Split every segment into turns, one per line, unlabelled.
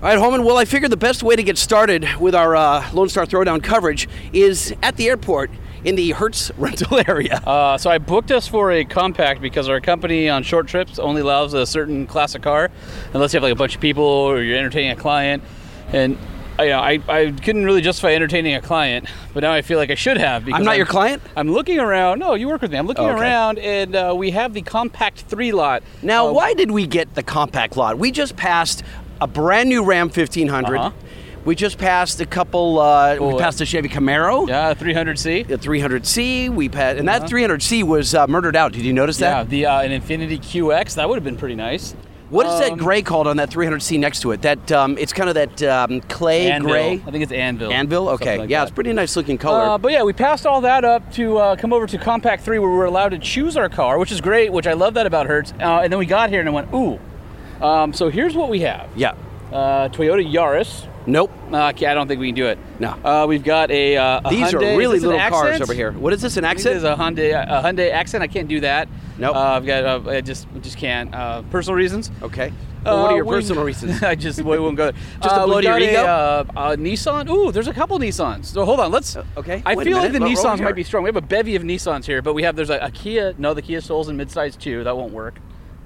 All right, Holman. Well, I figured the best way to get started with our uh, Lone Star Throwdown coverage is at the airport in the Hertz rental area.
Uh, so I booked us for a compact because our company on short trips only allows a certain class of car, unless you have like a bunch of people or you're entertaining a client. And I, you know, I, I couldn't really justify entertaining a client, but now I feel like I should have. Because
I'm not your client?
I'm looking around. No, you work with me. I'm looking
Okay.
around, and uh, we have the compact three lot.
Now,
Uh,
why did we get the compact lot? We just passed a brand new Ram 1500.
Uh-huh.
We just passed a couple. Uh, we
Well,
passed a Chevy Camaro.
Yeah, 300C.
A 300C. We passed, and that 300C was uh, murdered out. Did you notice
Uh-huh. Yeah,
that?
the uh, an Infinity QX. That would have been pretty nice.
What is that
Um,
gray called on that 300C next to it? That um, it's kind of that um, clay
Anvil.
gray.
I think it's Anvil.
Anvil. Okay.
Something like
yeah,
that.
it's pretty nice looking color.
Uh, but yeah, we passed all that up to uh, come over to Compact 3 where we were allowed to choose our car, which is great, which I love that about Hertz. Uh, and then we got here and I went, ooh. Um, so here's what we have
yeah.
uh, Toyota Yaris.
Nope.
Uh, okay, I don't think we can do it.
No.
Uh, we've got a. Uh, a
These
Hyundai.
are
Is
really
this an
little cars
Accent?
over here. What is this? An
I think This
accent?
is a Hyundai, a Hyundai accent. I can't do that.
Nope.
Uh, I've got. Uh, I just just can't. Uh, personal reasons.
okay. Well, what
Uh,
are your
we-
personal reasons?
I just we won't go.
Just to
Uh,
blow
we've
to your
got a,
ego?
uh, a Nissan. Ooh, there's a couple Nissans. So hold on, let's.
Uh, okay,
I
wait a
feel
minute,
like the
but we're over
Nissans
here.
might be strong. We have a bevy of Nissans here, but we have there's a, a Kia. No, the Kia Souls in midsize too. That won't work.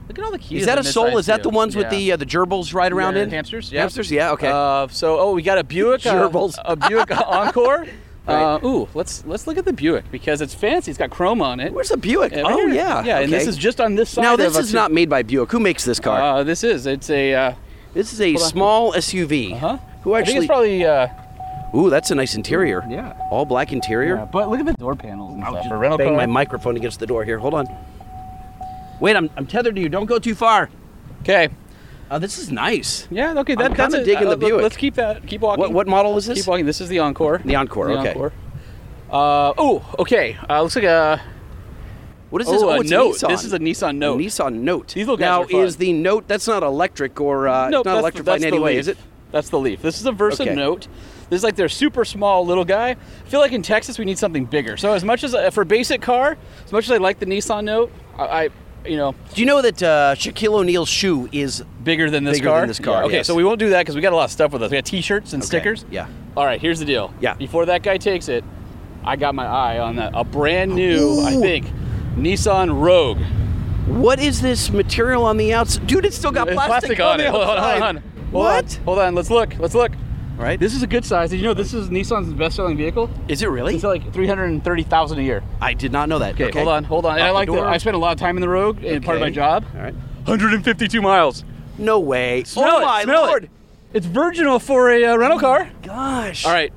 Look at all the Kias.
Is that a
in
soul?
midsize,
Is that the
too.
ones with
Yeah.
the uh, the gerbils right around
Yeah,
in?
hamsters? Yeah.
Hamsters, yeah, okay.
Uh, so oh, we got a Buick. uh,
Gerbils.
a Buick Encore.
Right.
Uh, ooh, let's let's look at the Buick because it's fancy. It's got chrome on it.
Where's the Buick?
Yeah, right
oh,
here.
yeah.
Yeah, and this
okay.
is just on this side.
Now,
of
this
a
is not made by Buick. Who makes this car?
Uh, this is. It's a. Uh,
this is a
hold on.
small SUV.
huh?
Who
I think
actually.
it's probably. Uh,
Ooh, that's a nice interior.
Yeah.
All black interior.
yeah, but look at the door panels and
I'll
stuff.
just
For rental
bang my
car.
microphone against the door here. Hold on. Wait, I'm, I'm tethered to you. Don't go too far.
Okay.
Uh, this is nice.
Yeah. Okay. That,
I'm
that's
kinda
it.
digging
Uh,
the
let-
Buick.
Let's keep that. Keep walking.
What, what model is this?
Keep walking. This is the Encore.
The Encore,
The
okay.
Encore. Uh, oh. Okay. Uh, looks like a.
What is
Oh,
this?
a
it's
Note.
Nissan.
This is a Nissan Note.
Nissan Note.
These little guys
now
are fun.
is the Note. That's not electric or uh,
Nope,
not
that's-
electrified in
that's
any
the
way,
Leaf.
is it?
That's the Leaf. This is a Versa
Okay.
Note. This is like their super small little guy. I feel like in Texas we need something bigger. So as much as uh, for a basic car, as much as I like the Nissan Note, I, I you know
Do you know that uh, Shaquille O'Neal's shoe is
bigger than this
Bigger
car.
than this car,
Yeah, okay,
yes.
so we won't do that because we got a lot of stuff with us. We got T-shirts and
Okay,
stickers.
yeah.
All right, here's the deal.
Yeah.
Before that guy takes it, I got my eye on that a brand new, I
Ooh.
think, Nissan Rogue.
What is this material on the outside? Dude, it's still got
There's
plastic,
on it.
the
Hold on,
outside.
hold on. Hold
What?
On. Hold on. Let's look. Let's look.
All right.
This is a good size. Did you know this is Nissan's best-selling vehicle?
Is it really?
It's like three hundred and thirty thousand a year.
I did not know that.
Okay, hold on, hold on. And
Out
I
the
like that.
door.
I spent a lot of time in the road and part of my
Okay.
job.
All right.
Hundred and fifty-two miles.
No way.
Smell
oh
it,
my
smell it.
lord.
It's virginal for a uh, rental car.
Gosh.
All right.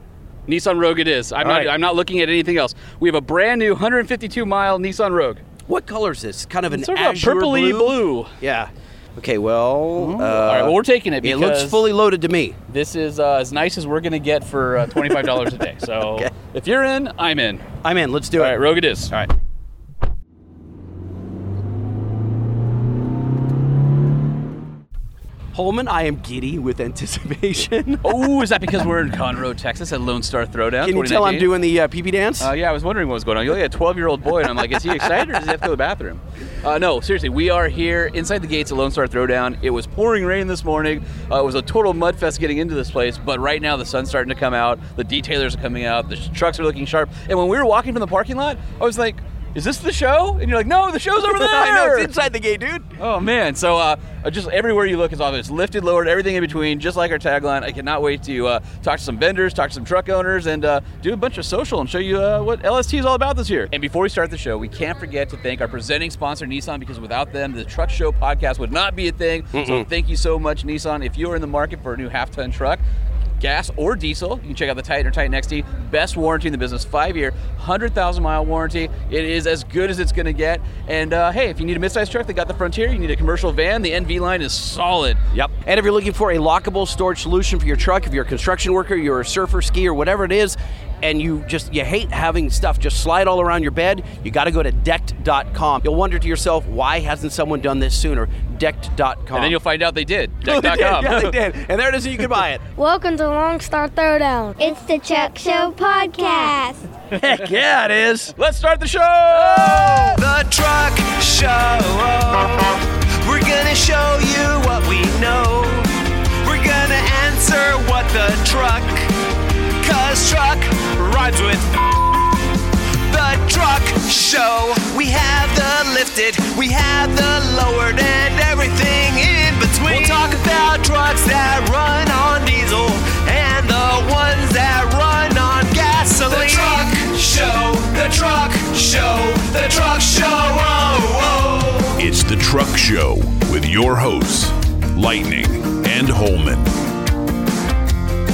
Nissan Rogue it is. I'm
All
not
right.
I'm not looking at anything else. We have a brand new 152 mile Nissan Rogue.
What color is this? Kind of an
Sort of a
azure
purpley blue. Mm-hmm.
Yeah. Okay, well, uh,
All right, well we're taking it
it
because
looks fully loaded to me.
this is uh, as nice as we're going to get for uh, $25 a day. So
Okay.
if you're in, I'm in.
I'm in. Let's do
All
it.
right, Rogue it is.
All right. Holman, I am giddy with anticipation.
Oh, is that because we're in Conroe, Texas at Lone Star Throwdown?
Can you tell I'm
2019?
doing the uh, PP dance?
Uh, yeah, I was wondering what was going on. You look at a 12 year old boy, and I'm like, is he excited or does he have to go to the bathroom? Uh, no, seriously, we are here inside the gates of Lone Star Throwdown. It was pouring rain this morning. Uh, it was a total mud fest getting into this place, but right now the sun's starting to come out. The detailers are coming out. The sh- trucks are looking sharp. And when we were walking from the parking lot, I was like, is this the show? And you're like, no, the show's over there.
I know it's inside the gate, dude.
Oh man! So uh, just everywhere you look is off. It's lifted, lowered, everything in between, just like our tagline. I cannot wait to uh, talk to some vendors, talk to some truck owners, and uh, do a bunch of social and show you uh, what LST is all about this year. And before we start the show, we can't forget to thank our presenting sponsor Nissan because without them, the Truck Show podcast would not be a thing. So thank you so much, Nissan. If you are in the market for a new half-ton truck, gas or diesel. You can check out the Titan or Titan XT. Best warranty in the business, five year, 100,000 mile warranty. It is as good as it's going to get. And uh, hey, if you need a midsize truck, they got the Frontier. You need a commercial van, the NV line is solid.
Yep. And if you're looking for a lockable storage solution for your truck, if you're a construction worker, you're a surfer, skier, whatever it is, and you just you hate having stuff just slide all around your bed, you got to go to decked.com. You'll wonder to yourself, why hasn't someone done this sooner? Decked.com.
And then you'll find out they did.
Oh, they did.
Deck.com.
Yeah, they did. And there it is. You can buy it.
Welcome to Long Star Throwdown.
It's the Chuck Show Podcast.
Heck yeah, it is.
Let's start the show!
The Truck Show. We're gonna show you what we know. We're gonna the truck. Cause truck rhymes with the truck show. We have the lifted, we have the lowered, and everything in between. We'll talk about trucks that run on diesel and the ones that run on gasoline. The truck show, the truck show, the truck show. Oh, oh.
It's the Truck Show with your hosts, Lightning and Holman.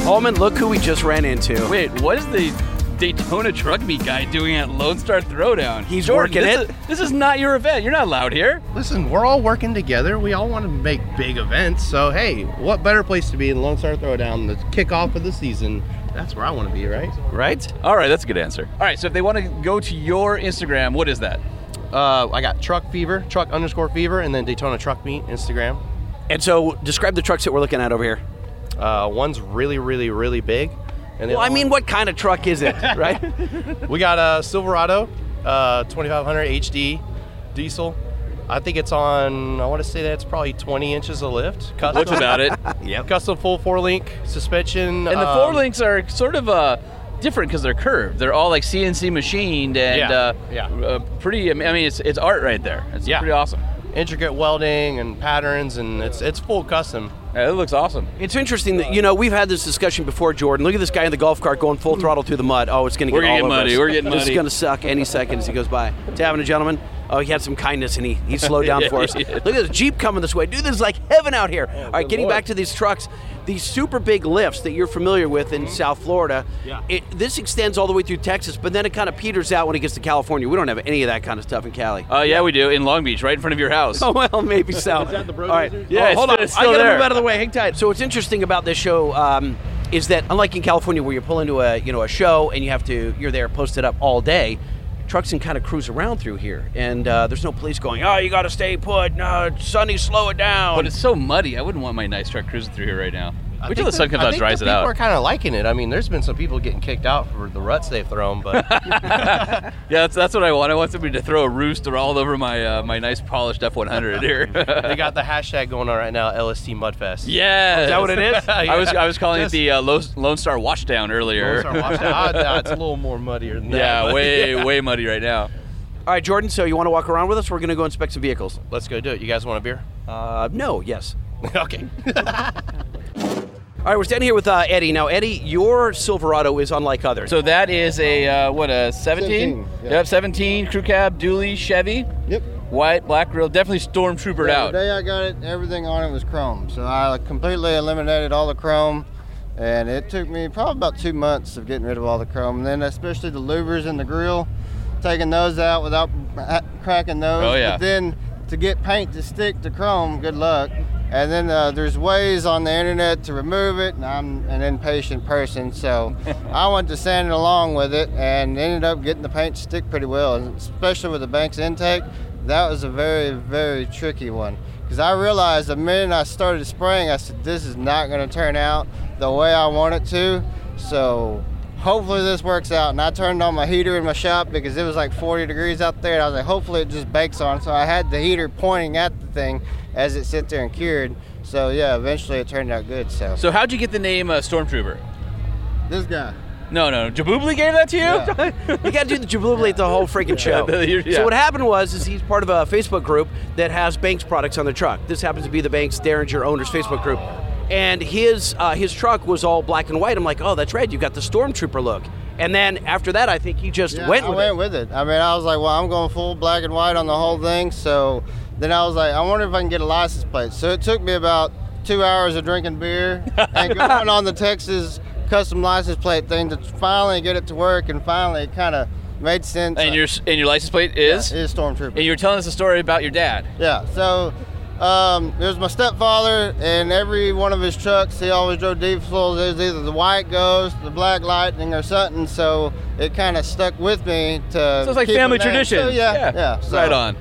Holman, look who we just ran into.
Wait, what is the Daytona Truck Meet guy doing at Lone Star Throwdown?
He's
Jordan,
working it.
this is- this is not your event. You're not allowed here.
Listen, we're all working together. We all want to make big events. So, hey, what better place to be than Lone Star Throwdown, the kickoff of the season? That's where I want to be, right?
right?
All right, that's a good answer. All right, so if they want to go to your Instagram, what is that?
Uh, I got Truck Fever, Truck underscore Fever, and then Daytona Truck Meet Instagram.
And so, describe the trucks that we're looking at over here.
Uh, one's really, really, really big. And the
Well, I
other
mean,
one-
what kind of truck is it, right?
We got a Silverado, uh, 2500 HD diesel. I think it's on. I want to say that's probably 20 inches of lift. Custom,
Looks about it.
Yep. Custom full four link suspension.
And the
um,
four links are sort of uh, different because they're curved. They're all like CNC machined and
Yeah,
Uh,
yeah.
Uh, pretty. I mean, I mean, it's it's art right there. It's
Yeah.
pretty awesome.
intricate welding and patterns, and it's it's full custom.
Yeah, it looks awesome.
it's interesting that, you know, we've had this discussion before, Jordan. Look at this guy in the golf cart going full throttle through the mud. Oh, it's going to
We're
get
gonna
all
get
over
muddy.
us.
We're getting
This
muddy.
is going to suck any second as he goes by. Tavern and gentlemen, oh, he had some kindness and he, he slowed down
Yeah,
for us.
he did.
Look at this Jeep coming this way. Dude, this is like heaven out here. all right,
Oh, good
getting
Lord.
back to these trucks, these super big lifts that you're familiar with in South Florida,
Mm-hmm. Yeah.
it, this extends all the way through Texas, but then it kind of peters out when it gets to California. We don't have any of that kind of stuff in Cali.
Uh, yeah, we do in Long Beach, right in front of your house.
Oh well, maybe so. Is
that the Bro
All right,
Dozers?
Yeah,
Oh,
it's
hold
still-
on.
it's still
I gotta
there.
move out of the way. Hang tight. So what's interesting about this show um, is that unlike in California, where you pull into a you know a show and you have to you're there posted up all day. Trucks can kind of cruise around through here, and uh, there's no police going. Oh, you got to stay put. No, Sonny, slow it down.
But it's so muddy. I wouldn't want my nice truck cruising through here right now.
I
Wait till
think
the sun comes
I
out, and
think
dries
the
it
People are
out.
kind of liking it. I mean, there's been some people getting kicked out for the ruts they've thrown, but
Yeah, that's, that's what I want. I want somebody to throw a roost or all over my uh, my nice polished F one hundred here.
they got the hashtag going on right now, LST Mudfest.
yeah, is
that what it is?
I was I was calling
Just-
it the uh, Lo- Lone Star Washdown earlier.
Those are washed out. Ah, it's a little more muddier than that.
yeah,
but-
way
Yeah.
way muddy right now.
all right, Jordan. So you want to walk around with us? We're gonna go inspect some vehicles.
Let's go do it. You guys want a beer?
Uh, no, yes.
okay.
All right, we're standing here with uh, Eddie. Now, Eddie, your Silverado is unlike others.
So that is a uh, what a 17?
17, yeah.
Yep, 17 crew cab, dually, Chevy,
Yep.
white, black grill, definitely stormtroopered
Yeah,
out.
The day I got it, everything on it was chrome. So I completely eliminated all the chrome. And it took me probably about two months of getting rid of all the chrome. And then especially the louvers and the grill, taking those out without ha- cracking those.
Oh, yeah.
But then to get paint to stick to chrome, good luck. And then uh, there's ways on the internet to remove it, and I'm an impatient person, so I went to sanding along with it and ended up getting the paint to stick pretty well, and especially with the bank's intake. That was a very, very tricky one because I realized the minute I started spraying, I said, This is not going to turn out the way I want it to, so hopefully this works out. And I turned on my heater in my shop because it was like 40 degrees out there. And I was like, hopefully it just bakes on. So I had the heater pointing at the thing as it sit there and cured. So yeah, eventually it turned out good. So,
So how'd you get the name uh, stormtrooper?
this guy.
No, no, Jaboobly gave that to you.
Yeah.
You got to do the jubilate the whole freaking show.
Yeah, yeah.
So what happened was, is he's part of a Facebook group that has Banks products on the truck. This happens to be the Banks Derringer owners Facebook group, and his uh, his truck was all black and white. I'm like, oh, that's red. You got the stormtrooper look. And then after that, I think he just
Yeah,
went
I
with
went
it.
with it. I mean, I was like, well, I'm going full black and white on the whole thing. So then I was like, I wonder if I can get a license plate. So it took me about two hours of drinking beer and going on the Texas custom license plate thing to finally get it to work. And finally, it kind of made sense.
And your and your license plate is.
is stormtrooper.
and you were telling us a story about your dad.
Yeah. So um, there's my stepfather, and every one of his trucks, he always drove diesels. It was either the white ghost, the black lightning, or something. So it kind of stuck with me to.
So it's like
keep
family
the name.
tradition.
Uh, So, yeah, yeah. so-
Right on.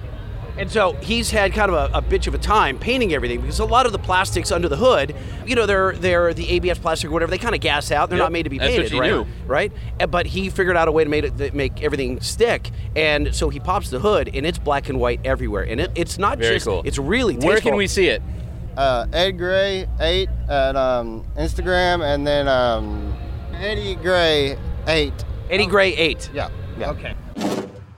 And so he's had kind of a, a bitch of a time painting everything because a lot of the plastics under the hood, you know, they're they're the ABS plastic or whatever. They kind of gas out. They're
Yep.
not made to be
That's what
painted,
he
right?
knew.
Right. And- But he figured out a way to make it that make everything stick. And so he pops the hood, and it's black and white everywhere. And it, it's not
Very
just
cool.
it's really
Where
tasteful.
can we see it?
uh, Ed Gray eight at um, Instagram, and then um, Eddie Gray eight.
Eddie Gray 8.
Yeah. Yeah.
Okay.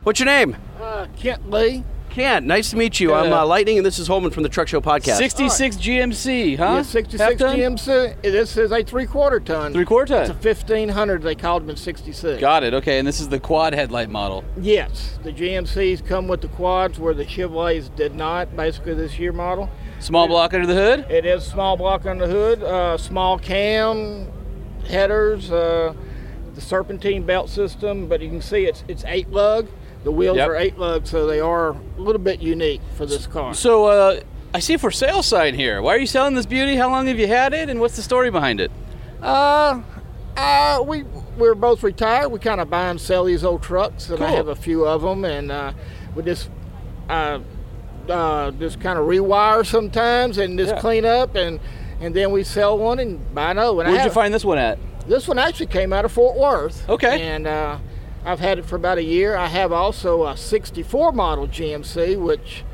What's your name?
Uh, Kent Lee.
Kent. Nice to meet you. I'm uh, Lightning, and this is Holman from the Truck Show Podcast.
66 GMC, huh?
Yeah, 66
Half-ton?
GMC. This is a three quarter ton.
Three quarter
It's a
ton.
1500. They called them in 66.
Got it. Okay, and this is the quad headlight model.
Yes, the GMCs come with the quads where the Chevrolets did not, basically, this year model.
Small block under the hood.
It is small block on the hood, uh, small cam, headers, uh, the serpentine belt system, but you can see it's it's eight lug. The wheels
Yep.
are eight lug, so they are a little bit unique for this car.
So uh, I see a for sale sign here. Why are you selling this beauty? How long have you had it? And what's the story behind it?
Uh, uh, we we're both retired. We kind of buy and sell these old trucks, and I
Cool.
have a few of them, and uh, we just uh, uh, just kind of rewire sometimes, and just
Yeah.
clean up, and and then we sell one and buy another one. I
Where'd you
have-
find this one at?
This one actually came out of Fort Worth.
Okay.
And uh, I've had it for about a year. I have also a 64 model GMC, which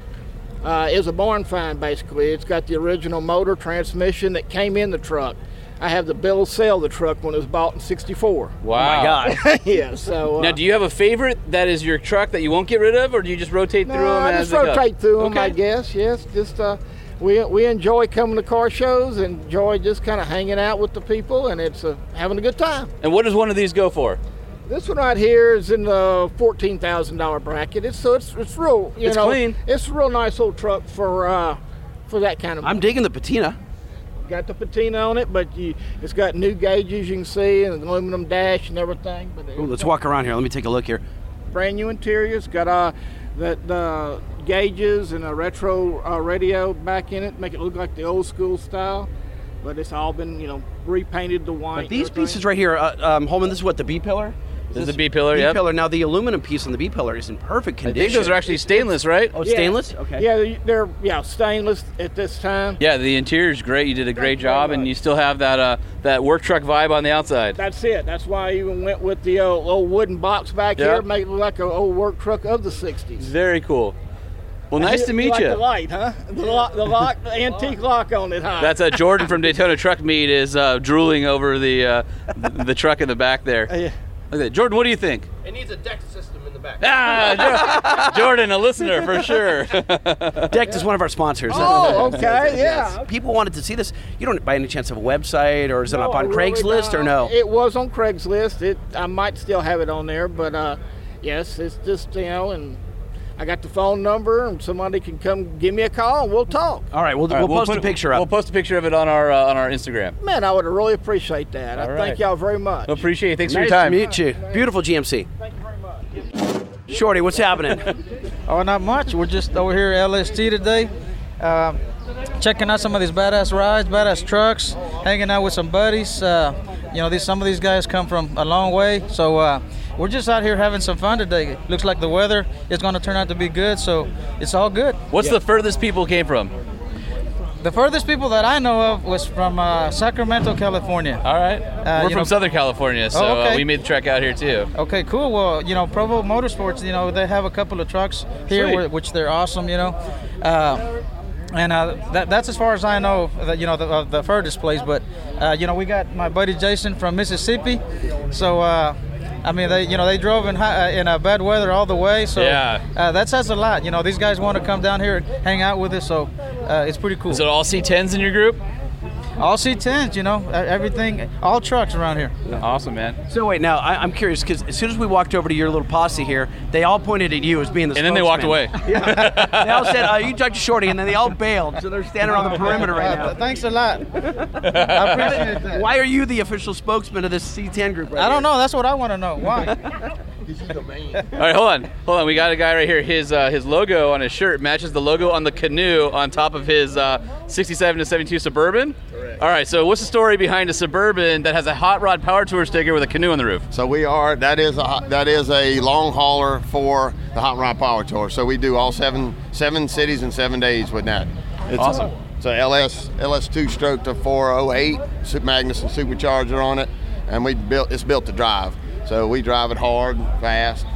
uh, is a barn find basically. It's got the original motor transmission that came in the truck. I have the bill of sale of the truck when it was bought in 64.
Wow.
God.
yeah, so. Uh,
Now, do you have a favorite that is your truck that you won't get rid of, or do you just rotate through
no,
them
I
as
just
they go?
rotate through them, I
Okay.
guess. Yes, just uh, we, we enjoy coming to car shows, enjoy just kind of hanging out with the people, and it's uh, having a good time.
And what does one of these go for?
This one right here is in the fourteen thousand dollar bracket. It's so it's it's real. You
It's
know,
clean.
It's a real nice old truck for uh, for that kind of.
I'm digging the patina.
got the patina on it, but you, it's got new gauges you can see and an aluminum dash and everything. But
Ooh, let's
it's
walk around here. Let me take a look here.
got Brand new interior. It's got uh, the, the gauges and a retro uh, radio back in it, make it look like the old school style. But it's all been you know repainted to white.
But
and
these
everything.
pieces right here, uh, um, Holman, this is what, the B pillar?
This is the B pillar,
B
yeah.
pillar. Now, the aluminum piece on the B pillar is in perfect
I
condition.
think those are actually stainless, right?
Oh,
Yeah.
stainless? Okay.
Yeah, they- they're yeah stainless at this time.
Yeah, the interior's great. You did a great
you very
job, and
much.
you still have that uh, that work truck vibe on the outside.
That's it. That's why I even went with the old, old wooden box back
Yeah.
here, make it look like an old work truck of the '60s.
Very cool. Well, nice to meet
like The
you.
light, huh? The lock, the lock, the antique lock on it, huh?
That's uh, Jordan from Daytona Truck Meet is uh, drooling over the uh, th- the truck in the back there. Look
Uh, yeah.
at that. Jordan, what do you think?
It needs a deck system in the back.
Ah, Jo- Jordan, a listener for sure.
Decked is one of our sponsors.
Oh, okay, yeah.
People wanted to see this. You don't, by any chance, have a website or is it up
No,
on
I Oh, really
Craigslist or
don't.
no?
It was on Craigslist. It I might still have it on there, but uh, yes, it's just you know, and I got the phone number, and somebody can come give me a call, and we'll talk.
All right, we'll,
All right,
we'll, post
put-
a picture up.
We'll post a picture of it on our uh, on our Instagram.
Man, I would really appreciate that. I
All right.
thank y'all very much.
Oh.
Well, appreciate it. Thanks
nice
for your
to
time.
meet you. Beautiful GMC.
thank you very much.
Shorty, what's happening?
Oh, not much. We're just over here at LST today, uh, checking out some of these badass rides, badass trucks, hanging out with some buddies. Uh, you know, these some of these guys come from a long way, so uh, we're just out here having some fun today. Looks like the weather is going to turn out to be good, so it's all good.
What's the furthest people came from?
The furthest people that I know of was from uh, Sacramento, California. Uh,
All right, we're
you
from
know-
Southern California, so
Oh,
uh,
okay. Oh.
we made the trek out here too.
Okay, cool. Well, you know, Provo Motorsports, you know, they have a couple of trucks here,
Sweet.
wh- which they're awesome, you know. Uh, and uh, that, that's as far as I know, that, you know, the, uh, the furthest place. But, uh, you know, we got my buddy Jason from Mississippi. So, uh, I mean, they, you know, they drove in, hot, uh, in uh, bad weather all the way. So
Yeah.
uh, that says a lot. You know, these guys want to come down here and hang out with us. So uh, it's pretty cool.
Is it all C10s in your group?
all C10s, you know, e- everything, all trucks around here.
Awesome, man.
so wait, now I, I'm curious because as soon as we walked over to your little posse here, they all pointed at you as being the.
And then they walked away.
spokesman. they all said, uh, "You talked to Shorty," and then they all bailed. So they're standing on the perimeter right
Uh, th-
now.
thanks a lot. I appreciate that.
Why are you the official spokesman of this C10 group? Right
I
here?
don't know. That's what I want to know. Why?
All right, hold on, hold on. We got a guy right here. His uh, his logo on his shirt matches the logo on the canoe on top of his uh, 67 to 72 Suburban. Correct. All right, so what's the story behind a Suburban that has a Hot Rod Power Tour sticker with a canoe on the roof?
So we are that is a that is a long hauler for the Hot Rod Power Tour. So we do all seven seven cities in seven days with that. It's
Awesome.
it's a LS LS two stroke to 408 Super Magnuson supercharger on it, and we built it's built to drive. So we drive it hard, fast.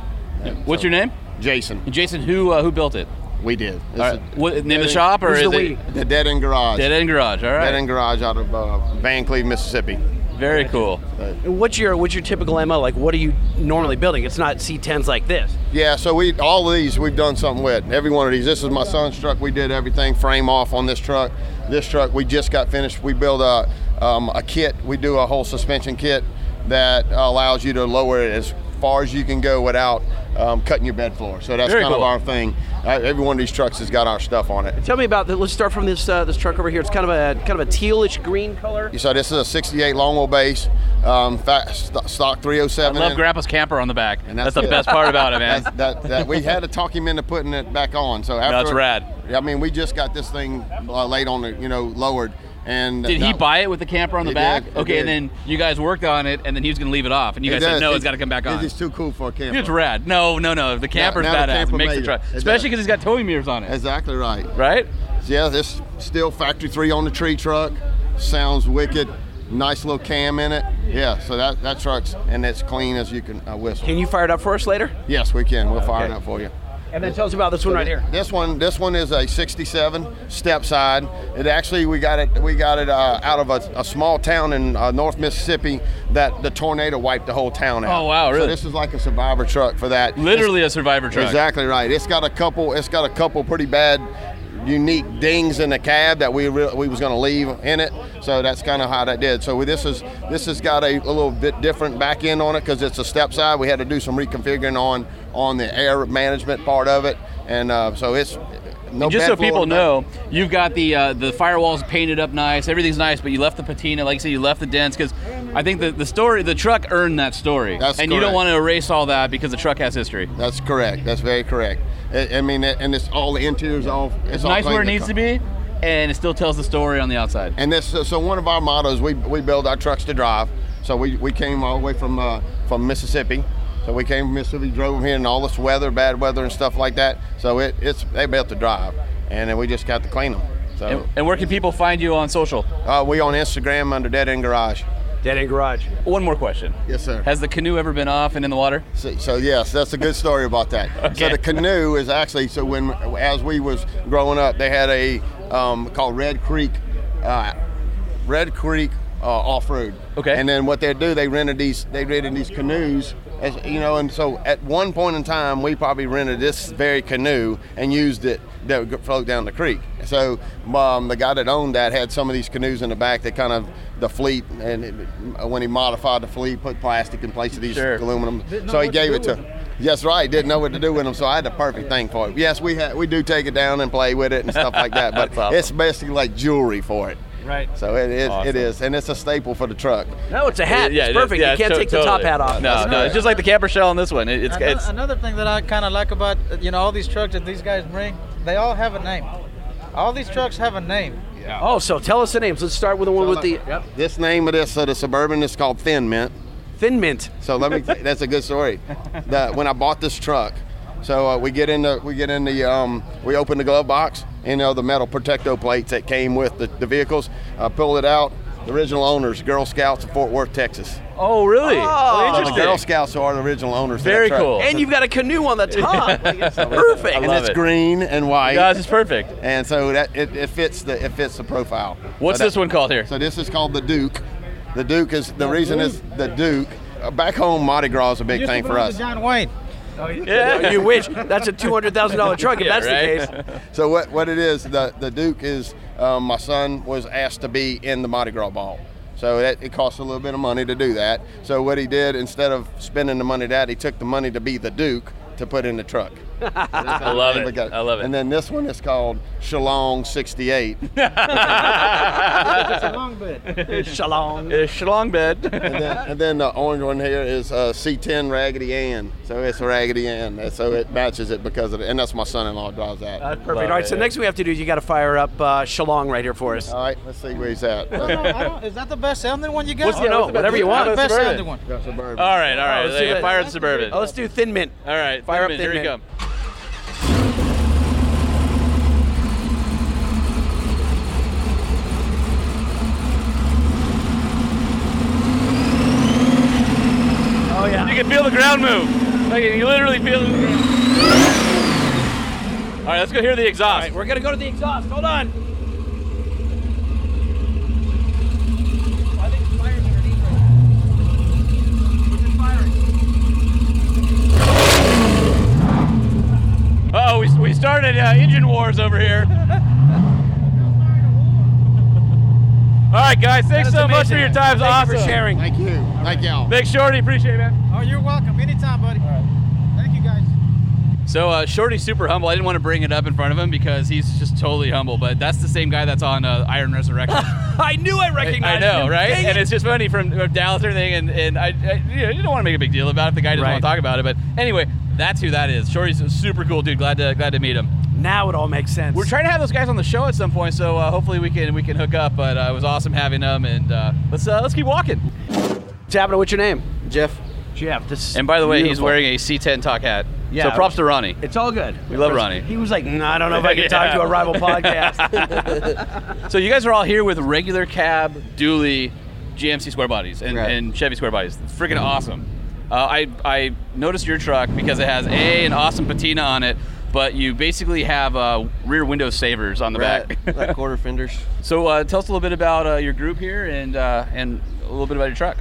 What's your name?
Jason
Jason, who uh, who built it?
We did. It's
All right.
a-
What- name of the
Dead End-
shop, or Who's is the it- we?
the Dead End Garage?
Dead End Garage. All right.
Dead End Garage out of uh, Van Cleve, Mississippi.
Very cool.
And what's your what's your typical MO? Like, what are you normally building? It's not C10s like this.
Yeah, so we all of these we've done something with. Every one of these. This is my son's truck. We did everything frame off on this truck. This truck we just got finished. We build a um, a kit. We do a whole suspension kit that allows you to lower it as far as you can go without um, cutting your bed floor. So that's
Very
kind
cool.
of our thing. Uh, every one of these trucks has got our stuff on it.
Tell me about the, let's start from this uh, this truck over here. It's kind of a kind of a tealish green color.
So this is a 68 Longwell base, um, fa- st- stock 307.
I love
in-
Grandpa's camper on the back. And that's,
that's
the
it.
best part about it, man.
That's- that, that we had to talk him into putting it back on. So after
it's rad.
I mean, we just got this thing uh, laid on, the, you know, lowered. And
did he buy it with the camper on the
He
back?
did, he
okay,
did.
and then you guys worked on it, and then he was going to leave it off, and you
He
guys said
does.
no,
He-
it's got to come back
it
on.
is too cool for a camper.
It's rad. No, no, no. The camper's
Now- now the
badass.
camper
it makes the
made
truck,
it. It
especially
does.
because it's got towing mirrors on it.
Exactly right.
Right?
Yeah, this still factory three on the tree truck. Sounds wicked. Nice little cam in it. Yeah, so that, that truck's and it's clean as you can uh, whistle.
Can you fire it up for us later?
Yes, we can. We'll fire
Okay.
it up for you.
And then tell us about this one right here.
This one, this one is a 67 step side. It actually we got it, we got it uh, out of a, a small town in uh, North Mississippi that the tornado wiped the whole town out.
Oh, wow,
So
really?
this is like a survivor truck for that.
Literally a survivor truck.
Exactly right. It's got a couple. It's got a couple pretty bad, unique dings in the cab that we re- we was going to leave in it. So that's kind of how that did. So we, this is this has got a, a little bit different back end on it because it's a step side. We had to do some reconfiguring on on the air management part of it, and uh, so it's no.
And just
bad
so
flow
people
in the back.
know, you've got the uh, the firewalls painted up nice, everything's nice, but you left the patina, like I said, you left the dents because I think the, the story, the truck earned that story,
That's
and you don't
correct.
want to erase all that because the truck has history.
That's correct. That's very correct. I, I mean, and it's all the interiors all. It's,
It's
all
nice
clean
where it
in the
needs
car.
to be, and it still tells the story on the outside.
And this, so one of our mottos, we, we build our trucks to drive. So we, we came all the way from uh, from Mississippi. So we came from Mississippi, drove here in all this weather, bad weather and stuff like that. So it, it's they built to drive, and then we just got to clean them. So
And, and where can people find you on social?
uh, we on Instagram under Dead End Garage.
Dead End Garage.
One more question.
Yes, sir.
Has the canoe ever been off and in the water?
So, so yes, that's a good story about that. So the canoe is actually so when as we was growing up, they had a um, called Red Creek, uh, Red Creek uh, off road. Okay. And then what they do, they rented these they rented these canoes. As, you know, and so at one point in time, we probably rented this very canoe and used it that would float down the creek. So um, the guy that owned that had some of these canoes in the back that kind of the fleet, and it, when he modified the fleet, put plastic in place of these aluminum.
Didn't know
So he
what to
gave
do
it to.
with
Yes, right. Didn't know what to do with them, so I had the perfect thing for it. Yes, we ha- we do take it down and play with it and stuff like that, but
That's awesome.
it's basically like jewelry for it.
Right.
So it is,
Awesome.
it is, and it's a staple for the truck.
No, it's a hat.
Yeah,
it's
it is.
perfect.
Yeah,
you can't
to-
take the top
totally.
hat off.
No, no, it's just like the camper shell on this one. It- it's,
Ano-
it's
another thing that I kind of like about uh, you know all these trucks that these guys bring, they all have a name. All these trucks have a name.
Oh, so tell us the names. Let's start with the one with the.
This name of this uh, the suburban is called Thin Mint.
Thin Mint.
So let me. that's a good story. The, when I bought this truck, so uh, we get in the we get in the um, we open the glove box. You know the metal protecto plates that came with the, the vehicles. I pull it out. The original owners, Girl Scouts of Fort Worth, Texas.
Oh, really?
Oh,
So
interesting.
The Girl Scouts are the original owners. to that truck.
And you've got a canoe on the top. Like, it's perfect.
and it's green and white.
Yeah, this is perfect.
And so that it, it fits the it fits the profile.
What's
So that-
this one called here?
So this is called the Duke. The Duke is the reason is the Duke. Uh, Back home, Mardi Gras is a big thing for us.
John Wayne.
Yeah. you wish. That's a two hundred thousand dollar truck. If that's the case.
So what, what it is, the, the Duke is, um, my son was asked to be in the Mardi Gras ball. So that, it costs a little bit of money to do that. So what he did, instead of spending the money that, he took the money to be the Duke to put in the truck.
I love it. I love it.
And then this one is called Shalong 68.
It's a long bit.
Shalom.
It's shalong bed.
and, then, and then the orange one here is uh, C10 Raggedy Ann. So it's Raggedy Ann. And So it matches it because of it. And that's my son-in-law drives that.
That's perfect. All right. So next we have to do is you got to fire up uh, Shalong right here for us.
All right. Let's see where he's at.
No, no, I don't- is that the best sounding one you got?
What's the- no, whatever you want.
The best
Suburban.
sounding one.
All
right, all right.
let's do
They
that.
fire the suburban.
Oh, let's do Thin Mint.
All right,
Fire up
Thin Mint,
Thin
here we
Mint.
Oh yeah. You can feel the ground move. Like you literally feel. it. All right, let's go hear the exhaust.
All right, we're gonna go to the exhaust. Hold on.
Oh, we, we started uh, engine wars over here. All right, guys, thanks so much for your time. It's
Thank you
awesome.
for sharing. Thank you. Thank y'all.
Thanks, Shorty. Appreciate it, man.
Oh, you're welcome. Anytime, buddy. Thank you, guys.
So uh, Shorty's super humble. I didn't want to bring it up in front of him because he's just totally humble. But that's the same guy that's on uh, Iron Resurrection.
I knew I
I
recognized
know,
him.
right?
Dang
And
it.
it's just funny from, from Dallas and everything. And, and I, I you, know, you don't want to make a big deal about it if the guy doesn't
Right.
want to talk about it. But anyway, that's who that is. Shorty's a super cool dude. Glad to glad to meet him.
Now it all makes sense.
We're trying to have those guys on the show at some point, so uh, hopefully we can we can hook up. But uh, it was awesome having them, and uh, let's uh, let's keep walking.
What's happening? What's your name?
Jeff.
Jeff. This.
And by the way, he's
beautiful.
wearing a C10 talk hat. So props to Ronnie.
It's all good.
We love
Of course,
Ronnie.
He was like, nah, I don't know if I can talk to a rival podcast.
so you guys are all here with regular cab, dually, GMC square bodies and,
Right.
and Chevy square bodies. Freaking awesome. Uh, I I noticed your truck because it has a an awesome patina on it, but you basically have uh, rear window savers on the back, like quarter fenders. So uh, tell us a little bit about uh, your group here and uh, and a little bit about your truck.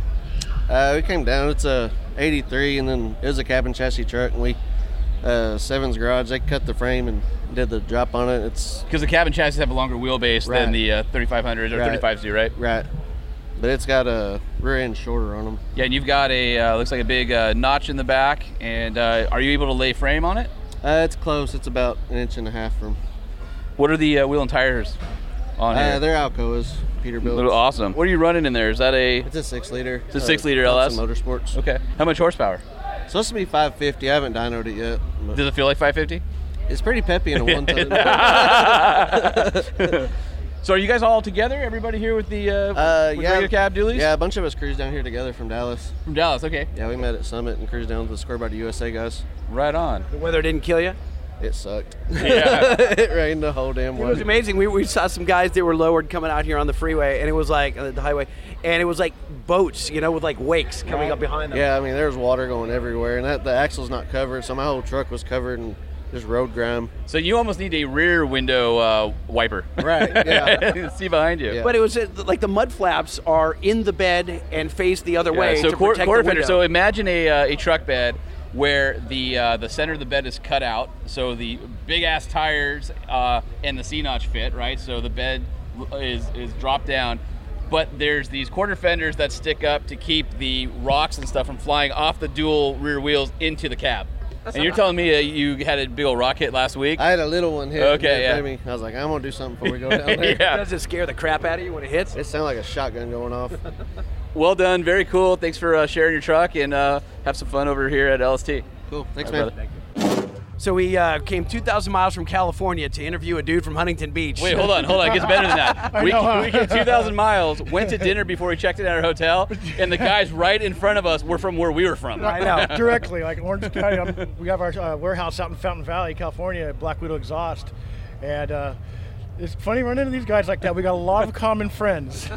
Uh, we came down. It's a '83, and then it was a cabin chassis truck, and we uh, Sevens Garage. They cut the frame and did the drop on it. It's
because the cabin chassis have a longer wheelbase than the uh, 3500s or 35s, right?
Right. But it's got a rear end shorter on them.
Yeah, and you've got a uh, looks like a big uh, notch in the back. And uh, are you able to lay frame on it?
Uh, it's close. It's about an inch and a half from.
What are the uh, wheel and tires on
uh,
here?
They're Alcoas, Peterbilt.
Little awesome. What are you running in there? Is that a?
It's a six liter.
It's a
uh,
six liter LS.
Thompson Motorsports.
Okay. How much horsepower?
Supposed to be 550. I haven't dynoed it yet. but-
Does it feel like 550?
It's pretty peppy in a one ton.
so are you guys all together? Everybody here with the uh,
Uh,
with
yeah,
regular cab dualies?
Yeah, a bunch of us cruised down here together from Dallas.
From Dallas, okay.
Yeah, we met at Summit and cruised down with the Square by the USA guys.
Right on.
The weather didn't kill you?
It sucked.
Yeah.
it rained the whole damn
It
way.
was amazing. We, we saw some guys that were lowered coming out here on the freeway, and it was like uh, the highway, and it was like boats, you know, with like wakes coming up behind them.
Yeah, I mean, there was water going everywhere, and that the axle's not covered, so my whole truck was covered in just road grime.
So you almost need a rear window uh, wiper.
Right.
Yeah. See behind you.
But it was uh, like the mud flaps are in the bed and face the other
Yeah,
way
So
to
quar-
protect
quarter
the
fender.
window.
So imagine a, uh, a truck bed where the uh, the center of the bed is cut out, so the big ass tires uh, and the C notch fit right. So the bed l- is is dropped down, but there's these quarter fenders that stick up to keep the rocks and stuff from flying off the dual rear wheels into the cab.
That's
and you're
not-
telling me uh, you had a big old rock hit last week?
I had a little one hit.
Okay, yeah.
Baby. I was like, I'm gonna do something before we go down there.
Yeah.
Does it scare the crap out of you when it hits?
It sounded like a shotgun going off.
Well done, very cool. Thanks for uh, sharing your truck and uh, have some fun over here at LST.
Cool, thanks,
All right,
man.
brother.
So we uh, came 2,000 miles from California to interview a dude from Huntington Beach.
Wait, hold on, hold on. It gets better than that.
I
We,
know, huh?
we came 2,000 miles, went to dinner before we checked in at our hotel, and the guys right in front of us were from where we were from.
Directly, like Orange County. I'm, we have our uh, warehouse out in Fountain Valley, California, at Black Widow Exhaust. And uh, it's funny running into these guys like that. We got a lot of common friends.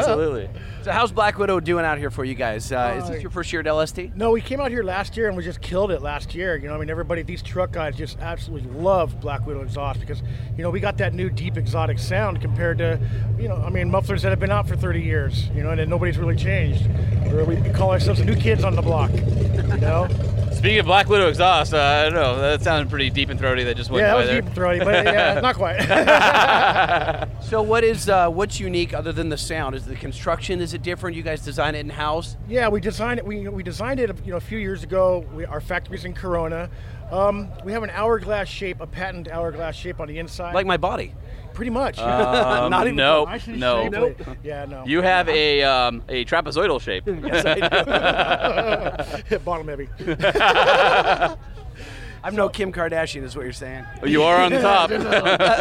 So how's Black Widow doing out here for you guys? Uh, is this your first year at LST?
No, we came out here last year and we just killed it last year. You know, I mean, everybody, these truck guys just absolutely love Black Widow exhaust because, you know, we got that new deep exotic sound compared to, you know, I mean, mufflers that have been out for 30 years, you know, and, then nobody's really changed. Or we call ourselves the new kids on the block, you know?
Speaking of Black Widow exhaust, uh, I don't know. That sounded pretty deep and throaty. That just went
yeah, that
by
was
there.
deep and throaty, but
Uh,
yeah, not quite.
So what is uh, what's unique other than the sound? Is the construction is it different? You guys design it in house?
Yeah, we designed it. We, we designed it, you know, a few years ago. We, our factory's in Corona. Um, we have an hourglass shape, a patent hourglass shape on the inside.
Like my body. Uh,
Pretty much.
Um, no,
I should
no.
say,
Nope.
but- Yeah, no.
You have a um, a trapezoidal shape.
Yes, I do. Bottom heavy.
I'm no Kim Kardashian, is what you're saying.
Oh,
Uh,
You are on the top.